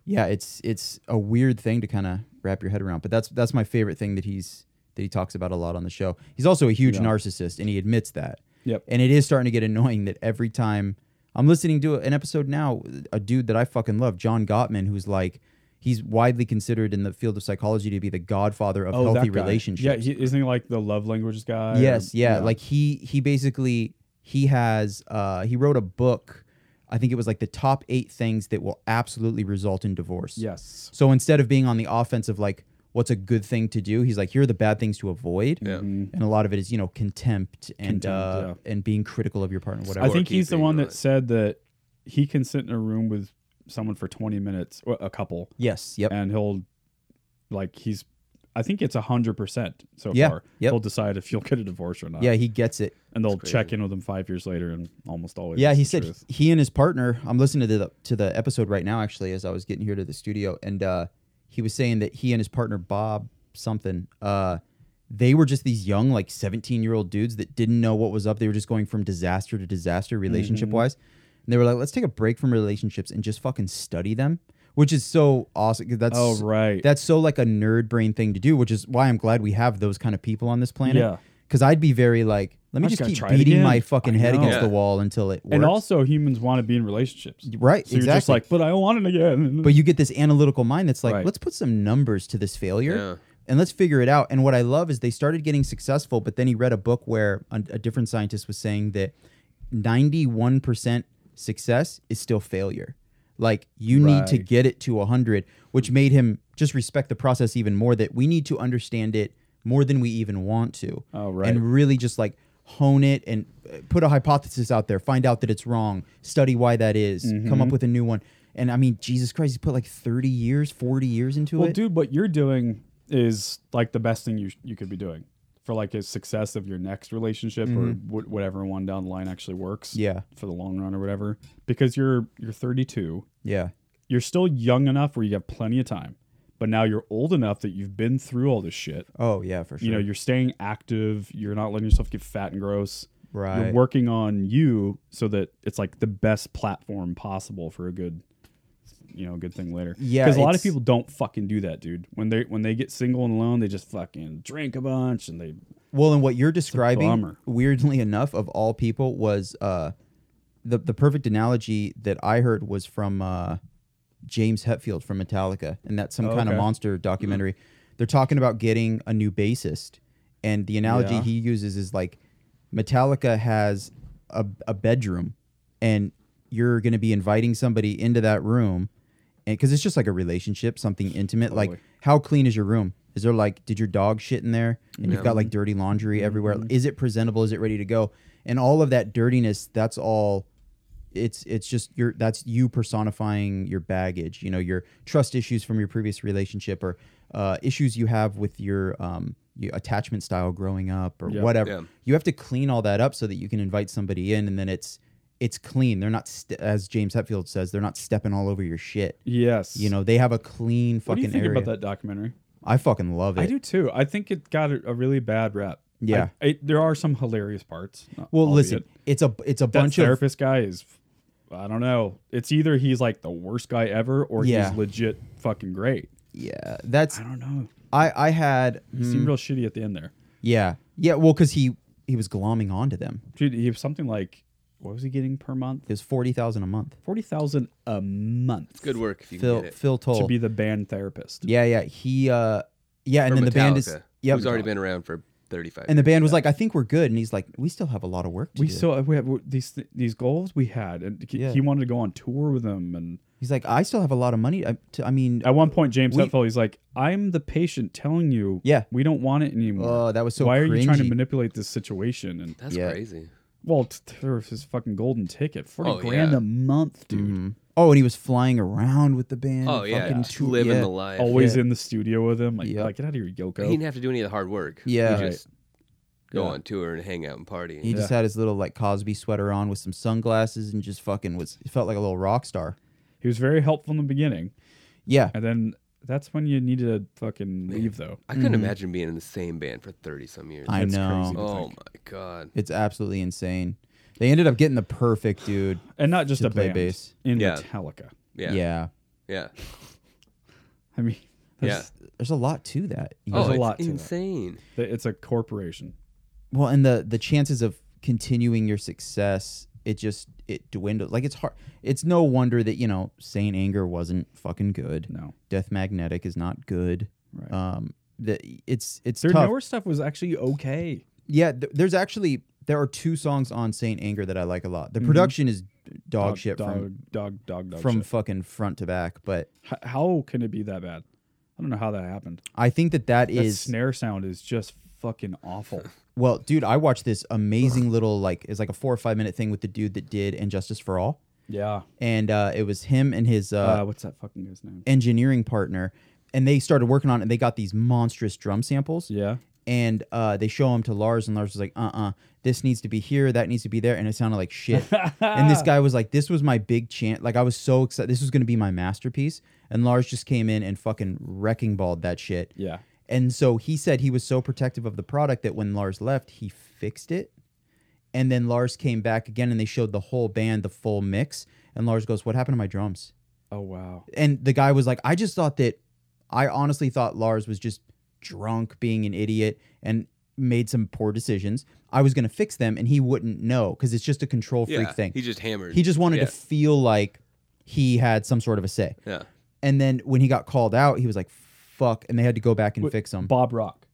yeah it's it's a weird thing to kind of wrap your head around but that's that's my favorite thing that he's that he talks about a lot on the show he's also a huge narcissist and he admits that Yep. and it is starting to get annoying that every time i'm listening to an episode now a dude that i fucking love john gottman who's like He's widely considered in the field of psychology to be the godfather of Oh, that healthy guy. relationships. Yeah, he, isn't he like the love languages guy? or- Yes, yeah. Like he he basically he has uh he wrote a book. I think it was like the top eight things that will absolutely result in divorce. Yes. So instead of being on the offense of like what's a good thing to do, he's like here are the bad things to avoid. Yeah. Mhm. And a lot of it is you know contempt and uh, Contempt, and being critical of your partner. Whatever. I think he's the one that said that he can sit in a room with someone for 20 minutes, or a couple. Yes, yep. And he'll, like, he's, I think it's 100% so Yeah, far. He'll decide if you'll get a divorce or not. Yeah, he gets it. And they'll check in with him five years later and almost always. Yeah, it's he the said truth. he and his partner. I'm listening to the to the episode right now, actually, as I was getting here to the studio, and uh, he was saying that he and his partner Bob something, uh, they were just these young, like 17 year old dudes that didn't know what was up. They were just going from disaster to disaster, relationship Mm-hmm. wise, and they were like, "Let's take a break from relationships and just fucking study them." Which is so awesome. 'cause That's Oh, right. That's so like a nerd brain thing to do, which is why I'm glad we have those kind of people on this planet. Yeah. Because I'd be very like, let me I just gotta keep try it beating again. my fucking I head know. against the Yeah. wall until it works. And also, humans want to be in relationships. Right, So you're just exactly. like, but I don't want it again. But you get this analytical mind that's like, Mm-hmm. Right. let's put some numbers to this failure Yeah. and let's figure it out. And what I love is they started getting successful, but then he read a book where a, a different scientist was saying that 91% success is still failure. Like you need to Right. get it to 100, which made him just respect the process even more that we need to understand it more than we even want to. Oh, right. And really just like hone it and uh, put a hypothesis out there, find out that it's wrong, study why that is, come up Mhm. with a new one. And I mean, Jesus Christ, he put like 30 years, 40 years into well, it. dude, what you're doing is like the best thing you you could be doing for like a success of your next relationship Mhm. or wh- whatever one down the line actually works. Yeah. for the long run or whatever, because you're you're 32. Yeah. you're still young enough where you have plenty of time, but now you're old enough that you've been through all this shit. Oh, yeah, for You know, sure. you're staying active. You're not letting yourself get fat and gross. Right. You're working on you so that it's like the best platform possible for a good, you know, good thing later. Yeah, Because a lot of it's- people don't fucking do that, dude. When they when they get single and alone, they just fucking drink a bunch and they. Well, and what you're describing, bummer. weirdly enough, of all people, was uh, the the perfect analogy that I heard was from uh, James Hetfield from Metallica, and that's some Oh, kind okay. of Mm-hmm. monster documentary. They're talking about getting a new bassist, and the analogy Yeah. he uses is like Metallica has a, a bedroom, and you're going to be inviting somebody into that room, and because it's just like a relationship, something intimate, like. Totally. How clean is your room? Is there like, did your dog shit in there? And you've Yeah. Mm-hmm. got like dirty laundry everywhere. Is it presentable? Is it ready to go? And all of that dirtiness, that's all. It's it's just your that's you personifying your baggage. You know your trust issues from your previous relationship or uh, issues you have with your um your attachment style growing up or Yeah. whatever. Yeah. You have to clean all that up so that you can invite somebody in, and then it's it's clean. They're not st- as James Hetfield says, they're not stepping all over your shit. Yes. you know they have a clean fucking What do you think area. about that documentary? I fucking love it. I do too. I think it got a, a really bad rap. Yeah. I, I- there are some hilarious parts. uh, Well, listen, it's a it's a that bunch of therapist guy is. I don't know. It's either he's like the worst guy ever, or Yeah. he's legit fucking great. Yeah, that's. I don't know. I I had He seemed hmm, real shitty at the end there. yeah yeah well because he he was glomming onto them. Dude, he was something like, what was he getting per month? It was forty thousand a month. Forty thousand a month. It's good work if you can Phil get it. Phil Toll to be the band therapist. Yeah yeah he uh yeah and From then the band is Metallica, yeah who's already been around for 35 and the years. band was like I think we're good and he's like we still have a lot of work to We do. still we have these these goals we had, and he- Yeah. he wanted to go on tour with them. And he's like I still have a lot of money. I, to, I mean at one point, James we- Hetfield, he's like, "I'm the patient telling you, Yeah. we don't want it anymore." Oh, that was so Why are you trying to cringy. manipulate this situation? And That's Yeah. crazy. Well, t- there was his fucking golden ticket, forty Oh, grand yeah. a month, dude. Mhm. oh and he was flying around with the band. Oh, yeah, fucking just tou- living yeah. the life. Always Yeah. in the studio with him, like, like get out of here, Yoko. He didn't have to do any of the hard work. Yeah. He just go Yeah. on tour and hang out and party. He just had his little like Cosby sweater on with some sunglasses and just fucking was felt like a little rock star. He was very helpful in the beginning. Yeah. And then that's when you need to fucking leave, though. I couldn't imagine being in the same band for 30 some years. Mm-hmm. I know. oh, my God. It's absolutely insane. They ended up getting the perfect dude, And not just to a play band bass in Metallica. Yeah. yeah. Yeah. I mean, there's- There's a lot to that. you There's know? a lot to that. Oh, insane. That It's a corporation. Well, and the the chances of continuing your success it just it dwindled. Like it's hard. It's no wonder that you know Saint Anger wasn't fucking good. No, Death Magnetic is not good. Right. Um, the, it's it's Their tough. newer stuff was actually okay. yeah, th- there's actually there are two songs on Saint Anger that I like a lot. The Mhm. production is dog, shit dog, from dog, dog, dog. from shit. fucking front to back, but H- how can it be that bad? I don't know how that happened. I think that that that is snare sound is just fucking awful. Well, dude, I watched this amazing little like it's like a four or five minute thing with the dude that did Injustice for All. Yeah. and uh, it was him and his uh, Uh, what's that fucking guy's name? engineering partner, and they started working on it. and They got these monstrous drum samples. Yeah, and uh, they show them to Lars, and Lars was like, "Uh, uh this needs to be here, that needs to be there," and it sounded like shit. and this guy was like, "This was my big chance. Like I was so excited. This was going to be my masterpiece." And Lars just came in and fucking wrecking balled that shit. Yeah. And so he said he was so protective of the product that when Lars left, he fixed it. And then Lars came back again and they showed the whole band the full mix. And Lars goes, What happened to my drums? Oh, wow. And the guy was like, I just thought that, I honestly thought Lars was just drunk, being an idiot, and made some poor decisions. I was going to fix them and he wouldn't know because it's just a control freak Yeah, thing. he just hammered. He just wanted Yeah. to feel like he had some sort of a say. Yeah. And then when he got called out, he was like, Fuck. And they had to go back and fix him. Bob Rock.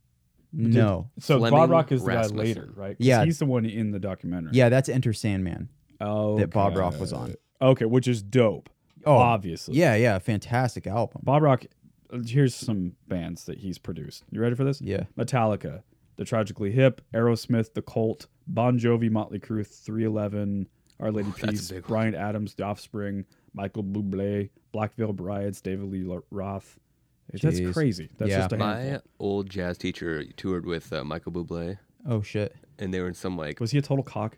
No. So Fleming Bob Rock is the guy Rasmussen. later, right? 'Cause Yeah. he's the one in the documentary. Yeah, that's Enter Sandman. Oh, that Bob Rock was on. Okay, which is dope. Oh, obviously. Yeah, yeah, fantastic album. Bob Rock. uh, Here's some bands that he's produced. You ready for this? Yeah. Metallica, The Tragically Hip, Aerosmith, The Cult, Bon Jovi, Motley Crue, 311, Our Lady that's a Peace, big one. Brian Adams, The Offspring, Michael Bublé, Black Veil Brides, David Lee Lo- Roth. Jeez. That's crazy. That's Yeah. just a handful. My old jazz teacher toured with uh, Michael Bublé, Oh shit. and they were in some like Was he a total cock?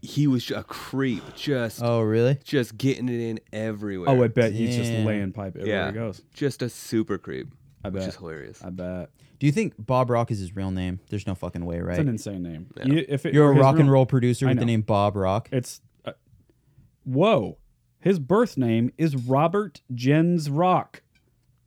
he was a creep, just Oh really? just getting it in everywhere. Oh, I bet he's just Damn. laying pipe everywhere yeah, he goes. just a super creep, I which bet. is hilarious. I bet. Do you think Bob Rock is his real name? There's no fucking way, It's an right? insane name. You- if it You're were a his rock and real- roll producer I with the know. name Bob Rock. It's uh, whoa. His birth name is Robert Jens Rock.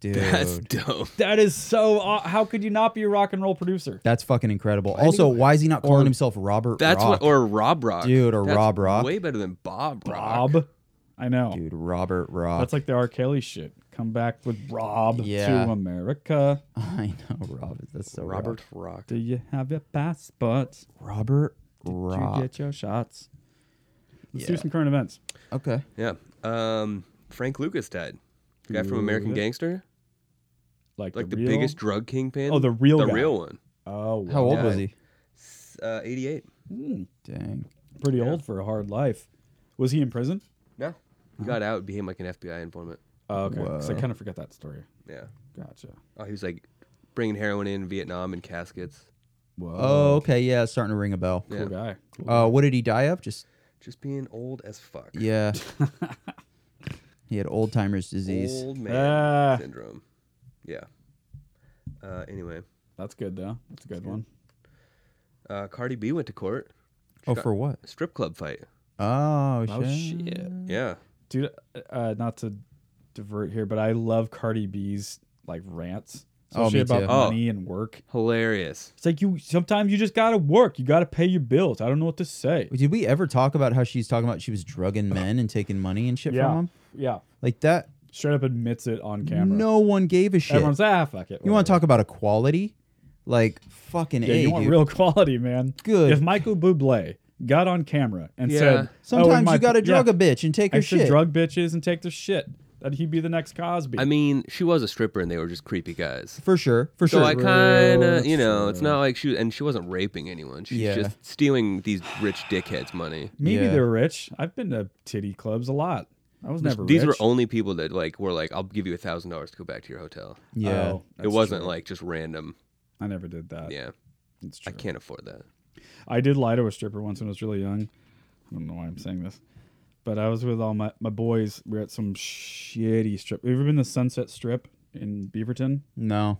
Dude. That's That's, dope. That is so. aw- how could you not be a rock and roll producer? fucking incredible. also, why is he not calling himself Robert That's Rock? what or Rob Rock, Dude, or That's Rob Rock. way better than Bob Rock. Bob. I know. Dude, Robert Rock. That's like the R. Kelly shit. Come back with Rob Yeah. to America. I know, Robert. That's so Robert Rock. Do you have your passports? Rock. Robert Did Rock. you get your shots? Let's do Yeah. some current events. okay. Yeah. Um, Frank Lucas died. The guy from American Good. Gangster, Like, like the, real- biggest drug kingpin. Oh, the real the guy. real one. Oh, wow. How old Yeah. was he? Uh, Eighty-eight. Dang. Pretty old for a hard life. Was he in prison? No, he got out, became like an FBI informant. Oh, okay. 'Cause I kind of forgot that story. Yeah. Gotcha. Oh, he was like bringing heroin in Vietnam in caskets. Whoa. Oh, okay. Yeah, it's starting to ring a bell. Cool guy. Cool. Uh, what did he die of? Just Just being old as fuck. yeah. he had old timers disease. Old man Ah. syndrome. Yeah. Uh, anyway, That's good though. That's a good one. uh, Cardi B went to court. Oh, for what? Strip club fight. Oh, Oh shit. shit, Yeah. dude! Uh, not to divert here, but I love Cardi B's like rants, Oh, especially me about too. Oh. money and work. Hilarious. It's like you sometimes you just gotta work. You gotta pay your bills. I don't know what to say. Did we ever talk about how she's talking about she was drugging men and taking money and shit from them? yeah. Like that. Straight up admits it on camera. No one gave a shit. everyone's ah fuck it. you want to whatever." talk about equality? Like fucking Yeah, a. you want dude. real Oh, quality, man. Good. If Michael Bublé got on camera and Yeah. said, "Oh, in Sometimes my- you gotta drug yeah, a bitch and take I her should shit. drug bitches and take their shit," that he'd be the next Cosby. I mean, she was a stripper, and they were just creepy guys. for sure. For So sure. I kind of, you That's know, true. it's not like she and she wasn't raping anyone. She's Yeah. just stealing these rich dickheads' money. Maybe Yeah. they're rich. I've been to titty clubs a lot. I was never These were rich. only people that like were like, "I'll give you a thousand dollars to go back to your hotel." yeah. Oh, it that's wasn't true. like just random. I never did that. Yeah, it's I true. can't afford that. I did lie to a stripper once when I was really young. I don't know why I'm saying this, but I was with all my my boys. We were at some shitty strip. Have you ever been to Sunset Strip in Beaverton? No.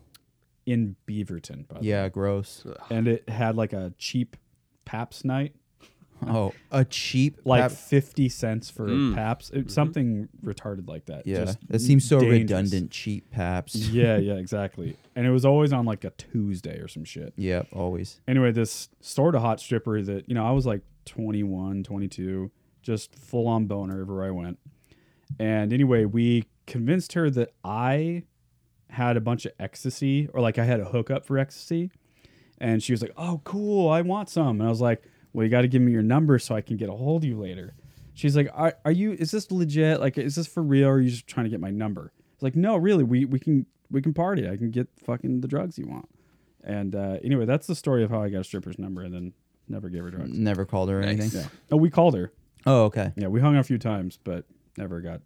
In Beaverton, by the Yeah. Gross. way. And it had like a cheap Paps night, Oh, a cheap. like pap- fifty cents for Mm. Paps, Mm-hmm. it, something retarded like that. yeah. Just That seems so dangerous. redundant. Cheap paps. Yeah, yeah, exactly. And it was always on like a Tuesday or some shit. Yep. Always. anyway, this sort of hot stripper that, you know, I was like 21, 22. just full on boner everywhere I went. And anyway, we convinced her that I had a bunch of ecstasy or like I had a hookup for ecstasy. And she was like, Oh, cool. I want some. And I was like, Well, you got to give me your number so I can get a hold of you later. She's like, are, are you, is this legit? Like, is this for real? Or are you just trying to get my number? It's like, No, really. We, we can, we can party. I can get fucking the drugs you want. And uh, anyway, that's the story of how I got a stripper's number and then never gave her drugs. Never called her or anything? Yeah. Oh, we called her. Oh, okay. Yeah, we hung out a few times, but never got,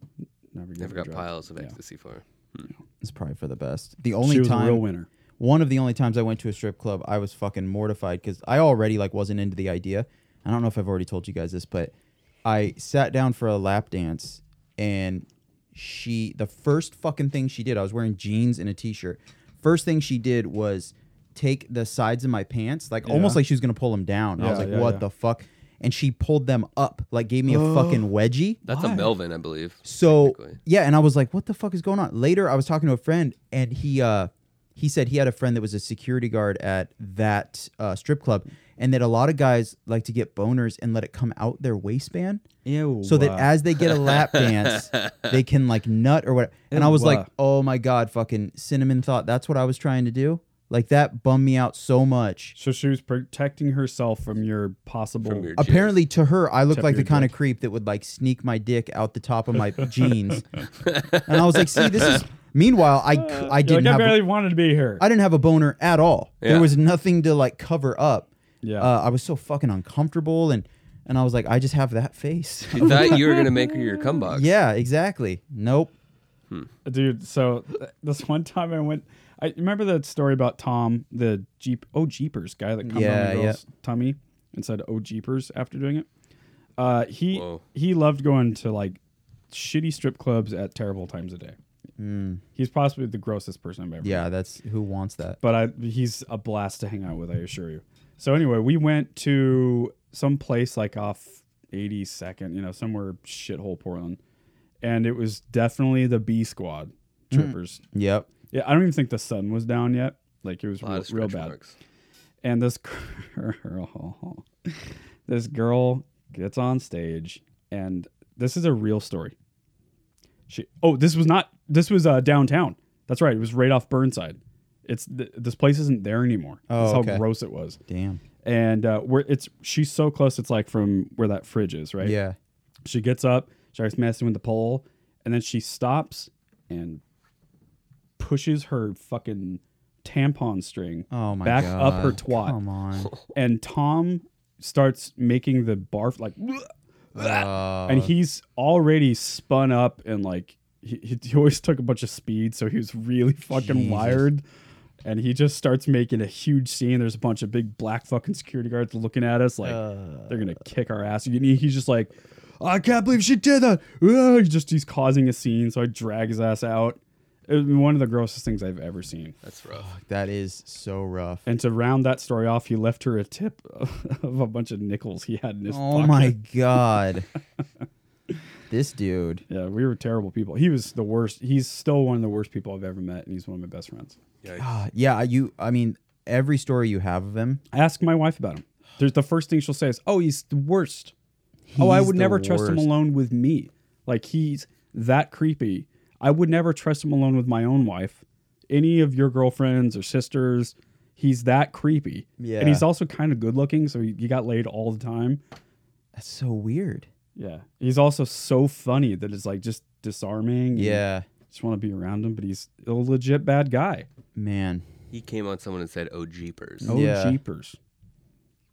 never, gave Never her got drugs. piles of Yeah. ecstasy for her. It's probably for the best. The only was a time real winner. One of the only times I went to a strip club, I was fucking mortified because I already like wasn't into the idea. I don't know if I've already told you guys this, but I sat down for a lap dance and she the first fucking thing she did, I was wearing jeans and a t shirt. First thing she did was take the sides of my pants, like Yeah. almost like she was gonna pull them down. I was Yeah, like, yeah, what yeah. the fuck? And she pulled them up, like gave me a Oh. fucking wedgie. That's a Melvin, I believe. So technically. yeah, and I was like, "What the fuck is going on?" Later, I was talking to a friend, and he uh, he said he had a friend that was a security guard at that uh, strip club, and that a lot of guys like to get boners and let it come out their waistband, Ew. so that as they get a lap dance, they can like nut or whatever. And I was Ew, like, uh. "Oh my god, fucking cinnamon thought that's what I was trying to do." Like that bummed me out so much. So she was protecting herself from your possible. From your jizz. Apparently, to her, I looked Except like the your kind of creep that would like sneak my dick out the top of my jeans. And I was like, "See, this is." Meanwhile, I c- I You're didn't like, I have barely wanted to be here. I didn't have a boner at all. Yeah. There was nothing to like cover up. Yeah. Uh, I was so fucking uncomfortable, and and I was like, I just have that face. You thought you were gonna make her your cum box. yeah, exactly. Nope. dude. So th- this one time I went. I remember that story about Tom, the Jeep, oh Jeepers guy that come Yeah, on the yeah. girl's tummy and said oh Jeepers after doing it. Uh, he Whoa. he loved going to like shitty strip clubs at terrible times of day. He's possibly the grossest person I've ever. met. Hmm. Yeah, that's who wants that. but I, he's a blast to hang out with, I assure you. So anyway, we went to some place like off 82nd, you know, somewhere shithole Portland, and it was definitely the B Squad Hmm. trippers. Yep. Yeah, I don't even think the sun was down yet. Like it was A lot real, of real stretch bad. marks. And this girl, this girl gets on stage, and this is a real story. She, oh, this was not. This was uh, downtown. That's right. It was right off Burnside. It's th- this place isn't there anymore. Oh, That's how okay. gross it was. Damn. And uh, where it's she's so close. It's like from where that fridge is, right? Yeah. She gets up, starts messing with the pole, and then she stops and pushes her fucking tampon string Oh my back god. up her twat. Come on. And Tom starts making the barf like, Uh-huh. and he's already spun up and like he, he- he always took a bunch of speed, so he was really fucking Jesus. wired. And he just starts making a huge scene. There's a bunch of big black fucking security guards looking at us like they're gonna kick our ass. And he- he's just like, I can't believe she did that. Ah, He just he's causing a scene, so I drag his ass out. It was one of the grossest things I've ever seen. That's rough. that is so rough. And to round that story off, he left her a tip of a bunch of nickels he had in his Oh pocket. my god. this dude. Yeah, we were terrible people. He was the worst. He's still one of the worst people I've ever met, and he's one of my best friends. God. Ah, Yeah. You. I mean, every story you have of him. I asked my wife about him. There's the first thing she'll say is, "Oh, he's the worst." oh, I He's would the never trust him worst. alone with me. Like he's that creepy. I would never trust him alone with my own wife, any of your girlfriends or sisters. He's that creepy. Yeah. And he's also kind of good looking, so he, he got laid all the time. That's so weird. Yeah. He's also so funny that it's like just disarming. and Yeah. Just want to be around him, but he's a legit bad guy. Man. He came on someone and said, "Oh jeepers." Oh, Yeah. jeepers.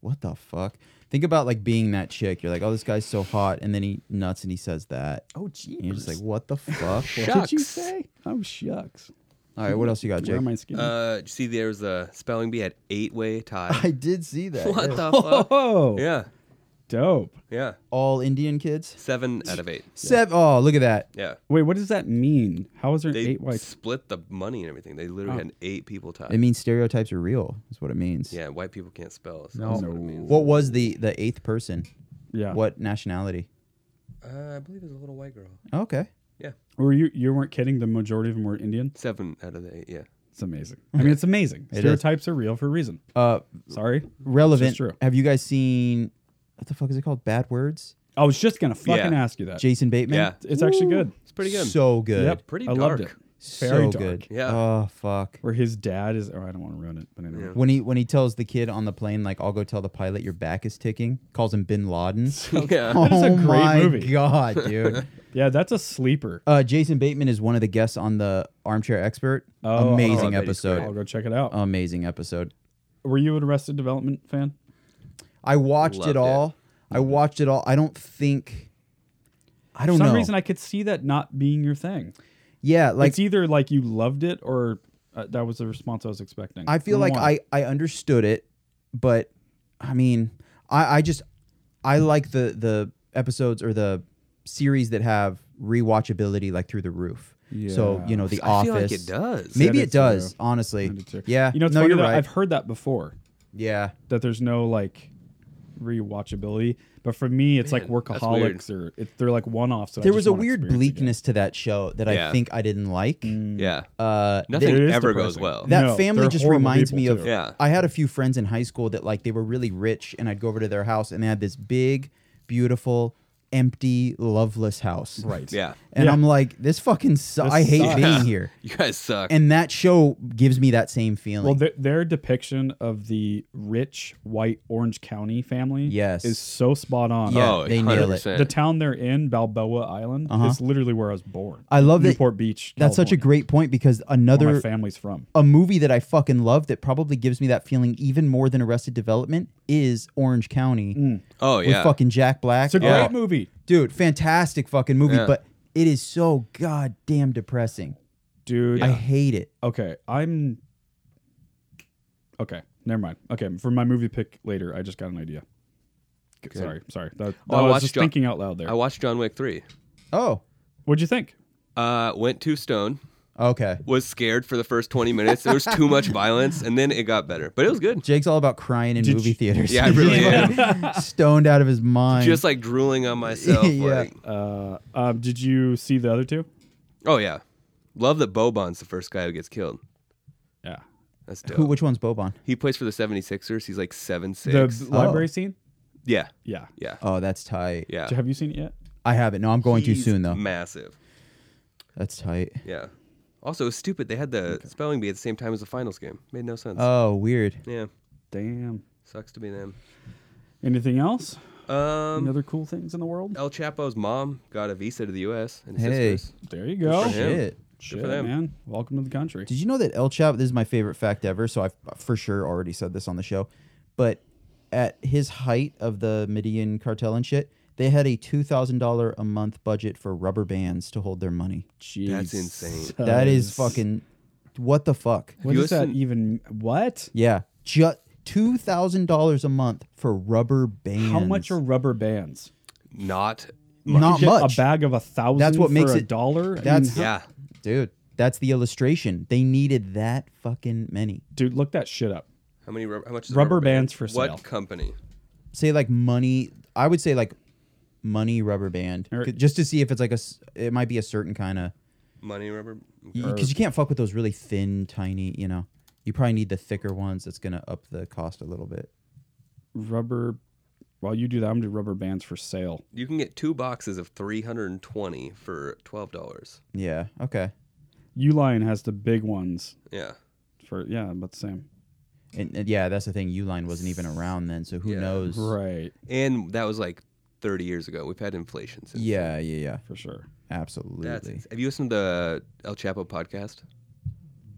what the fuck? Think about like being that chick. You're like, oh, this guy's so hot, and then he nuts and he says that. Oh, jeepers. And you're just like, what the fuck? what did you Shucks. say? Oh, shucks. All right, what else you got, Where Jake? am I skinny? Uh, did you see, there was a spelling bee had eight way tie. I did see that. what yeah. the fuck? oh, Yeah, dope. yeah. All Indian kids. Seven out of eight. Seven. Oh, look at that. Yeah. Wait, what does that mean? How is there an They eight white? split the money and everything. They literally Oh. had eight people tied. It means stereotypes are real. Is what it means. yeah, white people can't spell. So that's what it means. What was the the eighth person? Yeah. What nationality? Uh, I believe it was a little white girl. Okay. Were you? You weren't kidding. The majority of them were Indian. Seven out of the eight. Yeah. It's amazing. I mean, it's amazing. is. Stereotypes are real for a reason. Uh, Sorry. relevant. true. Have you guys seen what the fuck is it called? Bad words. I was just gonna fucking Yeah. ask you that. Jason Bateman. Yeah. It's actually Woo. Uh, good. It's pretty good. So good. Yep. Pretty I loved dark. it. So Very dark. good. Yeah. Oh fuck. Where his dad is. Oh, I don't want to ruin it, but anyway. When he when he tells the kid on the plane like I'll go tell the pilot your back is ticking, calls him Bin Laden. Yeah. oh That is a great my movie. god, dude. Yeah, that's a sleeper. Uh, Jason Bateman is one of the guests on the Armchair Expert. Oh, Amazing oh, I'll episode. Um, go check it out. Amazing episode. Were you an Arrested Development fan? I watched Loved it it. all. I watched it all. I don't think. I For don't some know. reason, I could see that not being your thing. yeah, like it's either like you loved it or uh, that was the response I was expecting. I feel Number one. like I, I understood it, but I mean, I, I just I like the the episodes or the series that have rewatchability like through the roof. So Yeah. you know, The I Office. feel like it does. Maybe Said it it through. does. Honestly, I did too. yeah. You know, it's no, funny you're that right. I've heard that before yeah, that there's no like rewatchability, but for me, it's like Man, that's weird. workaholics or it, they're like one offs. there was a weird bleakness to that show that I Yeah. think I didn't like. Mm. Yeah. Uh, Nothing It is ever goes depressing. well. That No, family they're just horrible reminds people me of. too. Yeah. I had a few friends in high school that like they were really rich, and I'd go over to their house, and they had this big, beautiful, empty, loveless house. Right. Yeah. And Yeah. I'm like, this fucking. Su- I hate sucks. being Yeah. here. You guys suck. And that show gives me that same feeling. Well, their, their depiction of the rich white Orange County family Yes. is so spot on. yeah, oh, they nail it. 100%. The town they're in, Balboa Island, Uh-huh. is literally where I was born. I love that- Newport Beach. That's such a California, great point because where my another family's from. a movie that I fucking love that probably gives me that feeling even more than Arrested Development is Orange County oh with yeah. fucking Jack Black. Mm. It's a great Oh, movie, dude, fantastic fucking movie, Yeah. but it is so goddamn depressing. dude. I hate it. okay, I'm. Okay, never mind. Okay, for my movie pick later, I just got an idea. Okay, Sorry, sorry. That, Oh, I I was watched just John- thinking out loud there. I watched John Wick three. Oh, What'd you think? Uh, went to stone. okay. Was scared for the first twenty minutes. There was too much violence, and then it got better. But it was good. Jake's all about crying in Did movie you- theaters. Yeah, I really am. stoned out of his mind. Just like drooling on myself. Yeah. Like, Uh, um, did you see the other two? oh yeah. Love that Bobon's the first guy who gets killed. Yeah, That's dope. Who? Which one's Bobon? he plays for the 76ers. He's like seven the six. b- library scene. yeah. Yeah. Yeah. Oh, that's tight. Yeah. So Have you seen it yet? I haven't. No, I'm going too He's soon though. Massive. That's tight. Yeah. Also, it was stupid. They had the spelling bee at the same time as the finals game. Made no sense. Oh, weird. yeah. Damn. Sucks to be them. Anything else? Any Um, other cool things in the world? El Chapo's mom got a visa to the U.S. and his Hey. sisters. There you go. for him. Shit. Shit, for them. man. Welcome to the country. Did you know that El Chapo? This is my favorite fact ever. So I've for sure already said this on the show, but at his height of the Median cartel and shit, they had a two thousand dollar a month budget for rubber bands to hold their money. That's Jesus. insane. That is fucking what the fuck. What You does that listen- even? What? Yeah, just two thousand dollars a month for rubber bands. How much are rubber bands? Not. not Get much? A bag of a thousand. That's what for makes a it- dollar. I mean, that's- how- Yeah. dude. That's the illustration. They needed that fucking many. dude. Look that shit up. How many? Rub- how much? Is a Rubber rubber band? bands for sale. What company? say like money i would say like money rubber band Or- C- just to see if it's like a s- it might be a certain kind of Money rubber. because you can't fuck with those really thin tiny you know you probably need the thicker ones that's gonna up the cost a little bit Rubber. While you do that, I'm gonna do rubber bands for sale. You can get two boxes of 320 for $12. yeah okay U Lion has the big ones Yeah. for yeah, about the same. and, and yeah that's the thing uline wasn't even around then so who Yeah. knows Right, And that was like 30 years ago. We've had inflation since. yeah yeah yeah for sure. absolutely That's ins- have you listened to the El Chapo podcast?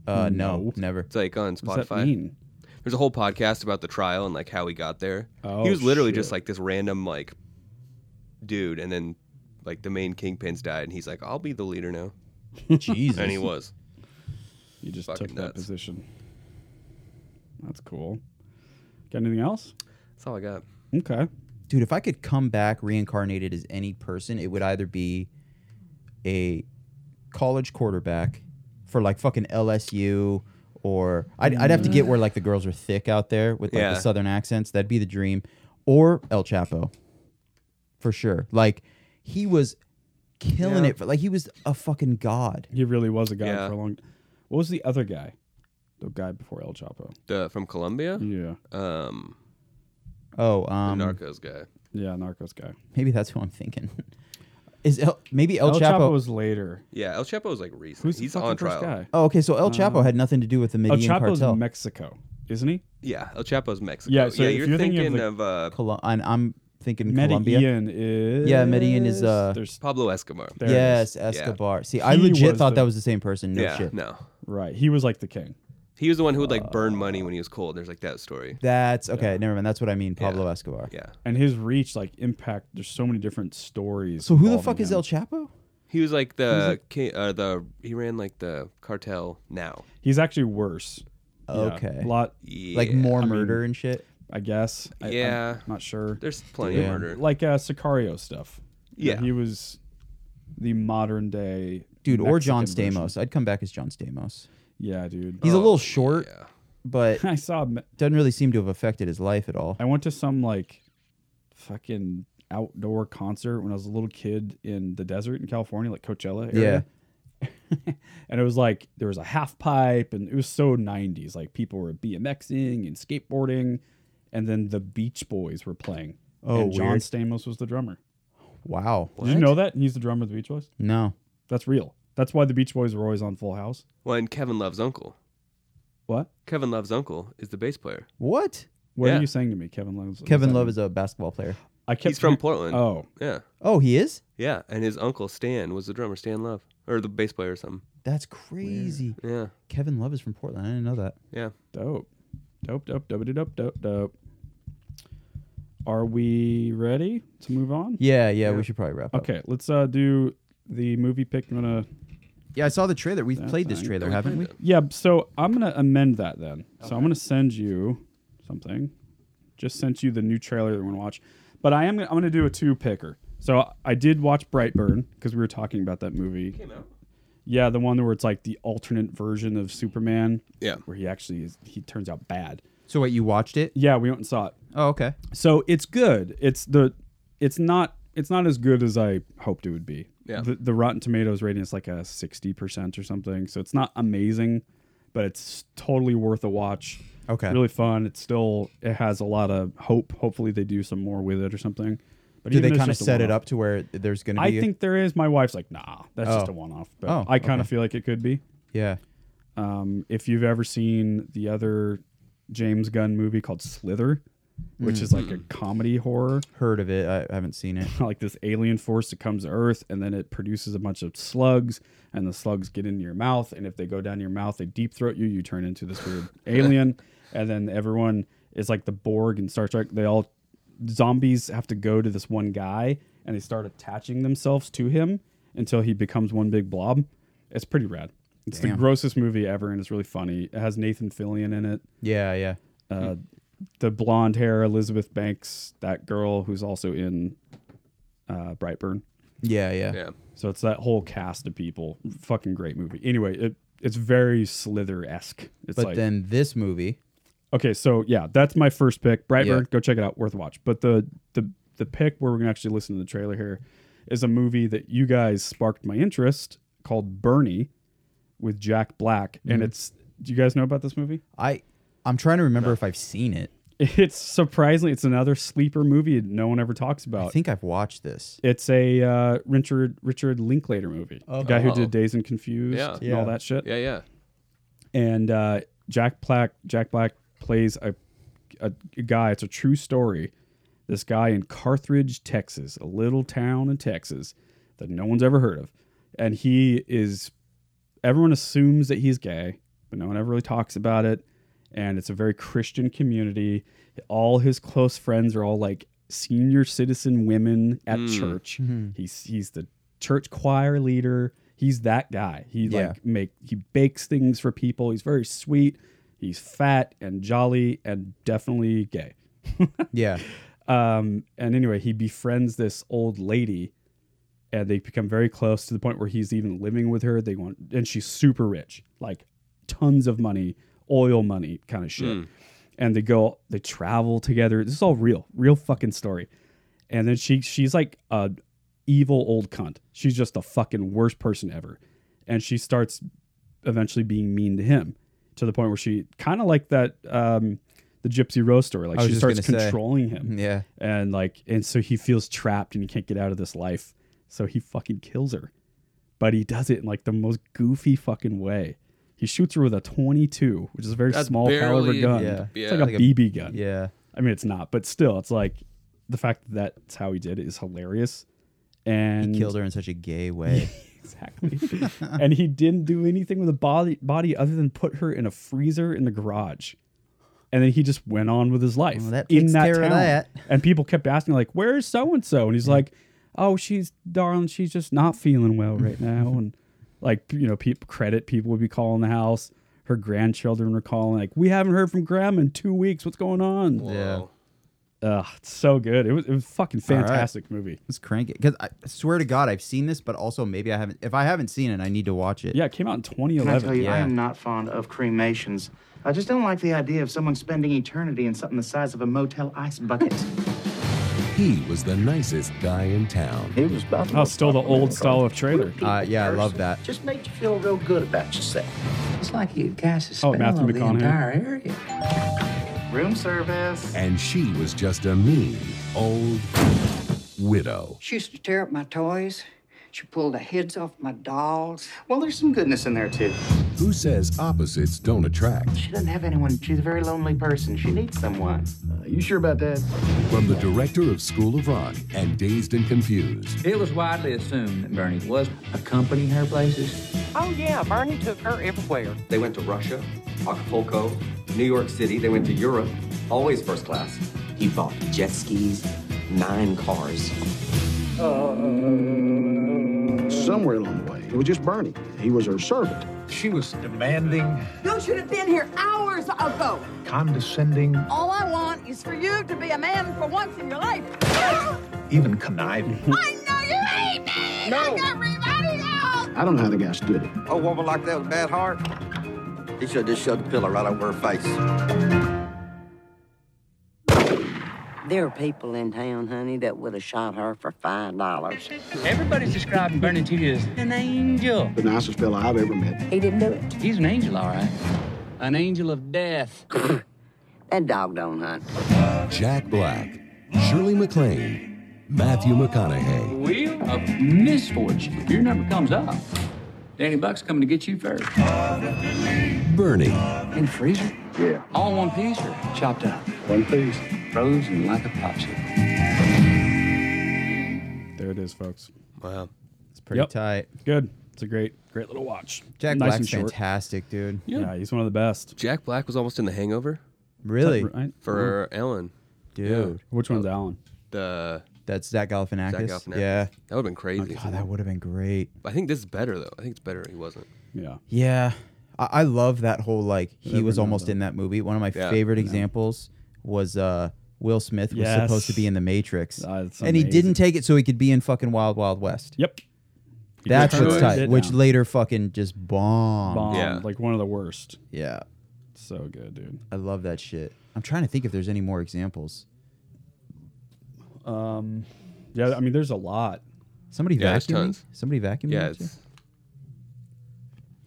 uh no, No. never It's like on What does that Spotify. mean? There's a whole podcast about the trial and like how he got there. Oh, he was literally just shit. like this random like dude, and then like the main kingpins died, and he's like, "I'll be the leader now," jesus and he was. You just Fucking took that nuts. position. That's cool. Got anything else? That's all I got. Okay. dude if i could come back reincarnated as any person it would either be a college quarterback for like fucking lsu or i'd, I'd have to get where like the girls are thick out there with like Yeah. the southern accents that'd be the dream or el chapo for sure like he was killing it for, like he was a fucking god He really was a guy Yeah. for a long. What was the other guy? The guy before El Chapo. Mm. The from Colombia, Yeah. um, oh the um Narcos guy. Yeah, Narcos guy. Maybe that's who I'm thinking. Is El, maybe El, Chapo, was later. Yeah, El Chapo was like recent. Who's the He's fucking on first trial. guy? Oh, okay. So El Chapo Uh, had nothing to do with the Medellin El Chapo's Oh, cartel. Mexico, isn't he? Yeah, El Chapo's Mexico. Yeah, so yeah, if you're, you're thinking, thinking of the- of, uh, Colo- and I'm thinking Colombia. Medellin is. Yeah, Medellin is, uh, There's, Pablo Escobar. there it Yes, is. Yeah. Escobar. See, I He legit was thought the- that was the same person. No yeah, shit. no, Right. He was like the king. he was the one who would like burn money when he was cold. There's like that story. That's okay. Never mind. That's what I mean. Pablo Escobar. Yeah, And his reach, like, impact, there's so many different stories. So who the involving fuck is him. El Chapo? he was like the king, uh, the he ran like the cartel now. He's actually worse. Yeah. Okay. A lot, Yeah. Like more I mean- murder and shit. I guess. I, I'm Yeah. not sure. There's plenty Yeah. of murder. Like uh, Sicario stuff. You know, Yeah. He was the modern day. Dude, or John Mexican version. Stamos. I'd come back as John Stamos. Yeah, dude. He's a Oh, little short, Yeah. but I saw. him- doesn't really seem to have affected his life at all. I went to some like fucking outdoor concert when I was a little kid in the desert in California, like Coachella area. and it was like there was a half pipe, and it was so '90s. Like people were BMXing and skateboarding, and then the Beach Boys were playing. Oh, and John weird. Stamos was the drummer. Wow. Did you know that? He's the drummer of the Beach Boys. No. That's real. That's why the Beach Boys were always on Full House. Well, and Kevin Love's uncle. What? Kevin Love's uncle is the bass player. What? What Yeah. are you saying to me, Kevin Love? What's Kevin that Love mean? is a basketball player. I kept He's from hear- Portland. Oh, Yeah, Oh, he is? yeah, and his uncle Stan was the drummer. Stan Love or the bass player or something. That's crazy. Yeah, Kevin Love is from Portland. I didn't know that. yeah. Dope. Dope, dope, dope, dope, dope, dope. Are we ready to move on? Yeah, yeah, we should probably wrap up. Okay, let's uh, do the movie pick. I'm gonna. Yeah, I saw the trailer. We've That's played this fine. trailer, haven't we? Yeah, so I'm gonna amend that then. So I'm gonna send you something. Just sent you the new trailer that we're gonna watch. But I am gonna, I'm gonna do a two picker. So I did watch Brightburn because we were talking about that movie. Came out. Yeah, the one where it's like the alternate version of Superman. Yeah. Where he actually is he turns out bad. So wait, you watched it? Yeah, we went and saw it. Oh, okay. so it's good it's the it's not it's not as good as i hoped it would be Yeah. the, the rotten tomatoes rating is like a 60% or something so it's not amazing but it's totally worth a watch Okay. really fun it's still it has a lot of hope hopefully they do some more with it or something but Do even if they it's kind of just a set it one-off- up to where there's going to be? i a- think there is my wife's like nah that's just Oh. a one-off but Oh, i kind okay. of feel like it could be Yeah. um, if you've ever seen the other james gunn movie called slither which Mm. is like a comedy horror Heard of it? I haven't seen it. like this alien force that comes to Earth, and then it produces a bunch of slugs, and the slugs get into your mouth, and if they go down your mouth, they deep throat you. You turn into this weird alien, and then everyone is like the Borg in Star Trek. They all zombies have to go to this one guy, and they start attaching themselves to him until he becomes one big blob. It's pretty rad. It's the grossest movie ever, and it's really funny. It has Nathan Fillion in it Yeah, yeah. uh, the blonde hair Elizabeth Banks, that girl who's also in uh, Brightburn. Yeah, yeah. Yeah. So it's that whole cast of people. Fucking great movie. Anyway, it it's very Slither esque. It's But like then this movie. okay, so yeah, that's my first pick. Brightburn, Yeah. go check it out, worth a watch. But the the the pick where we're gonna actually listen to the trailer here is a movie that you guys sparked my interest called Bernie with Jack Black, Mm-hmm. and it's. Do you guys know about this movie? I I'm trying to remember if I've seen it. It's surprisingly, it's another sleeper movie no one ever talks I about. think I've watched this. It's a uh, Richard Richard Linklater movie, Oh, the guy who did Days and Confused Yeah. and all that shit. Yeah, yeah. And uh, Jack Black Jack Black plays a, a guy. It's a true story. This guy in Carthage, Texas, a little town in Texas that no one's ever heard of, and he is. Everyone assumes that he's gay, but no one ever really talks about it. And it's a very Christian community. All his close friends are all like senior citizen women at church. He's he's the church choir leader. He's that guy. He Yeah. like make he bakes things for people. He's very sweet. He's fat and jolly and definitely gay. Yeah. Um, and anyway, he befriends this old lady, and they become very close to the point where he's even living with her. They want, and she's super rich, like tons of money, oil money kind of Hmm. shit. And they go, they travel together. This is all real, real fucking story. And then she, she's like a evil old cunt. She's just the fucking worst person ever. And she starts eventually being mean to him to the point where she kind of like that um, the the gypsy rose story. Like I was she just starts gonna say. Hmm. controlling him. Yeah. And like and so he feels trapped and he can't get out of this life. So he fucking kills her. But he does it in like the most goofy fucking way. He shoots her with a twenty two, which is a very That's small caliber barely- gun. yeah. It's like Yeah. a Like a- BB gun. Yeah. I mean it's not, but still it's like the fact that that's how he did it is hilarious. And He killed her in such a gay way. exactly. and he didn't do anything with the body body other than put her in a freezer in the garage. And then he just went on with his life Well, that in takes that care of town. that. And people kept asking, like, "Where's so and so?" And he's like, "Oh, she's darling. She's just not feeling well right now." and like, you know, people credit people would be calling the house. Her grandchildren were calling, like, "We haven't heard from Grandma in two weeks. What's going on?" Yeah. Ugh, it's so good. It was it was a fucking All right. fantastic movie. Let's crank it. Because I swear to God, I've seen this, but also maybe I haven't. If I haven't seen it, I need to watch it. Yeah, it came out in Can 2011. I tell you, I Yeah. am not fond of cremations. I just don't like the idea of someone spending eternity in something the size of a motel ice bucket. He was the nicest guy in town. He was about Oh, still the old style of trailer. Uh, yeah, I love that. Just made you feel real good about yourself. It's like you cast a Oh, Matthew over McConaughey. area. Room service. And she was just a mean old widow. She used to tear up my toys. She pulled the heads off my dolls. Well, there's some goodness in there too. Who says opposites don't attract? She doesn't have anyone. She's a very lonely person. She needs someone. Uh, you sure about that? From the director of School of Rock and Dazed and Confused, It was widely assumed that Bernie was accompanying her places. Oh, yeah, Bernie took her everywhere. They went to Russia, Acapulco, New York City. They went to Europe, always first class. He bought jet skis, nine cars. Somewhere along the way, it was just Bernie. He was her servant. She was demanding, You should have been here hours ago. condescending, All I want is for you to be a man for once in your life. even conniving. No, you hate me. No. Like everybody else. I don't know how the guy stood it. A woman like that with a bad heart, he should have just shoved the pillow right over her face. There are people in town, honey, that would have shot her for five dollars. Everybody's describing Bernie to you as an angel. The nicest fella I've ever met. He didn't do it. He's an angel, all right. An angel of death. That dog don't hunt. Jack Black, Shirley MacLaine, Matthew McConaughey. Wheel of misfortune. Your number comes up. Danny Buck's coming to get you first. Bernie. In the freezer? Yeah. All in one piece or chopped up? One piece. Frozen like a popsicle. There it is, folks. Wow. It's pretty tight. Good. It's a great, great little watch. Jack nice Black's and short. fantastic, dude. Yeah. he's one of the best. Jack Black was almost in The Hangover. Really? Is that right? For Ellen. Dude. Which one's Alan? The That's Zach Galifianakis. Zach Galifianakis. Yeah. That would've been crazy. Oh, God, that would have been great. I think this is better though. I think it's better. He wasn't. Yeah. Yeah. I, I love that whole like he Never was know, almost though. in that movie. One of my Yeah. favorite examples was uh Will Smith was Yes. supposed to be in The Matrix. Ah, that's and he amazing. didn't take it so he could be in fucking Wild Wild West. Yep. He That's just what's turned tight. it Which down. later fucking just bombed. Bomb. Like one of the worst. Yeah. So good, dude. I love that shit. I'm trying to think if there's any more examples. Um, yeah. I mean, there's a lot. Somebody Yeah, there's vacuuming? tons. Somebody vacuuming? Yeah, out there? it's.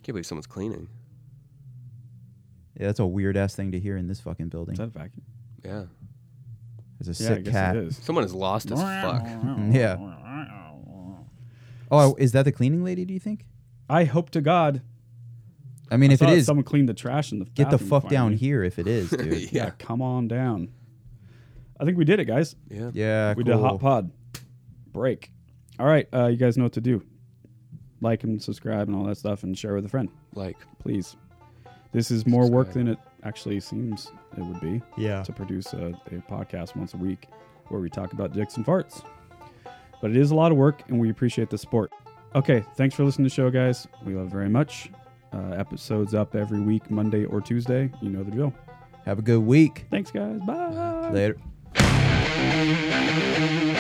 Can't believe someone's cleaning. yeah, that's a weird ass thing to hear in this fucking building. Is that a vacuum? Yeah. There's a sick cat. Someone is lost as fuck. Mm, Yeah. Oh, is that the cleaning lady? Do you think? I hope to God. I mean, if saw it is, someone cleaned the trash in the get the bathroom fuck down finally. here. If it is, dude. yeah. Come on down. I think we did it, guys. Yeah. Yeah, We did a cool. hot pod break. All right. Uh, you guys know what to do. Like and subscribe and all that stuff and share with a friend. Like. Please. This is more work than it actually seems it would be. Yeah. To produce a, a podcast once a week where we talk about dicks and farts. But it is a lot of work and we appreciate the support. Okay. Thanks for listening to the show, guys. We love you very much. Uh, episodes up every week, Monday or Tuesday. You know the drill. Have a good week. Thanks, guys. Bye. Later. Bye.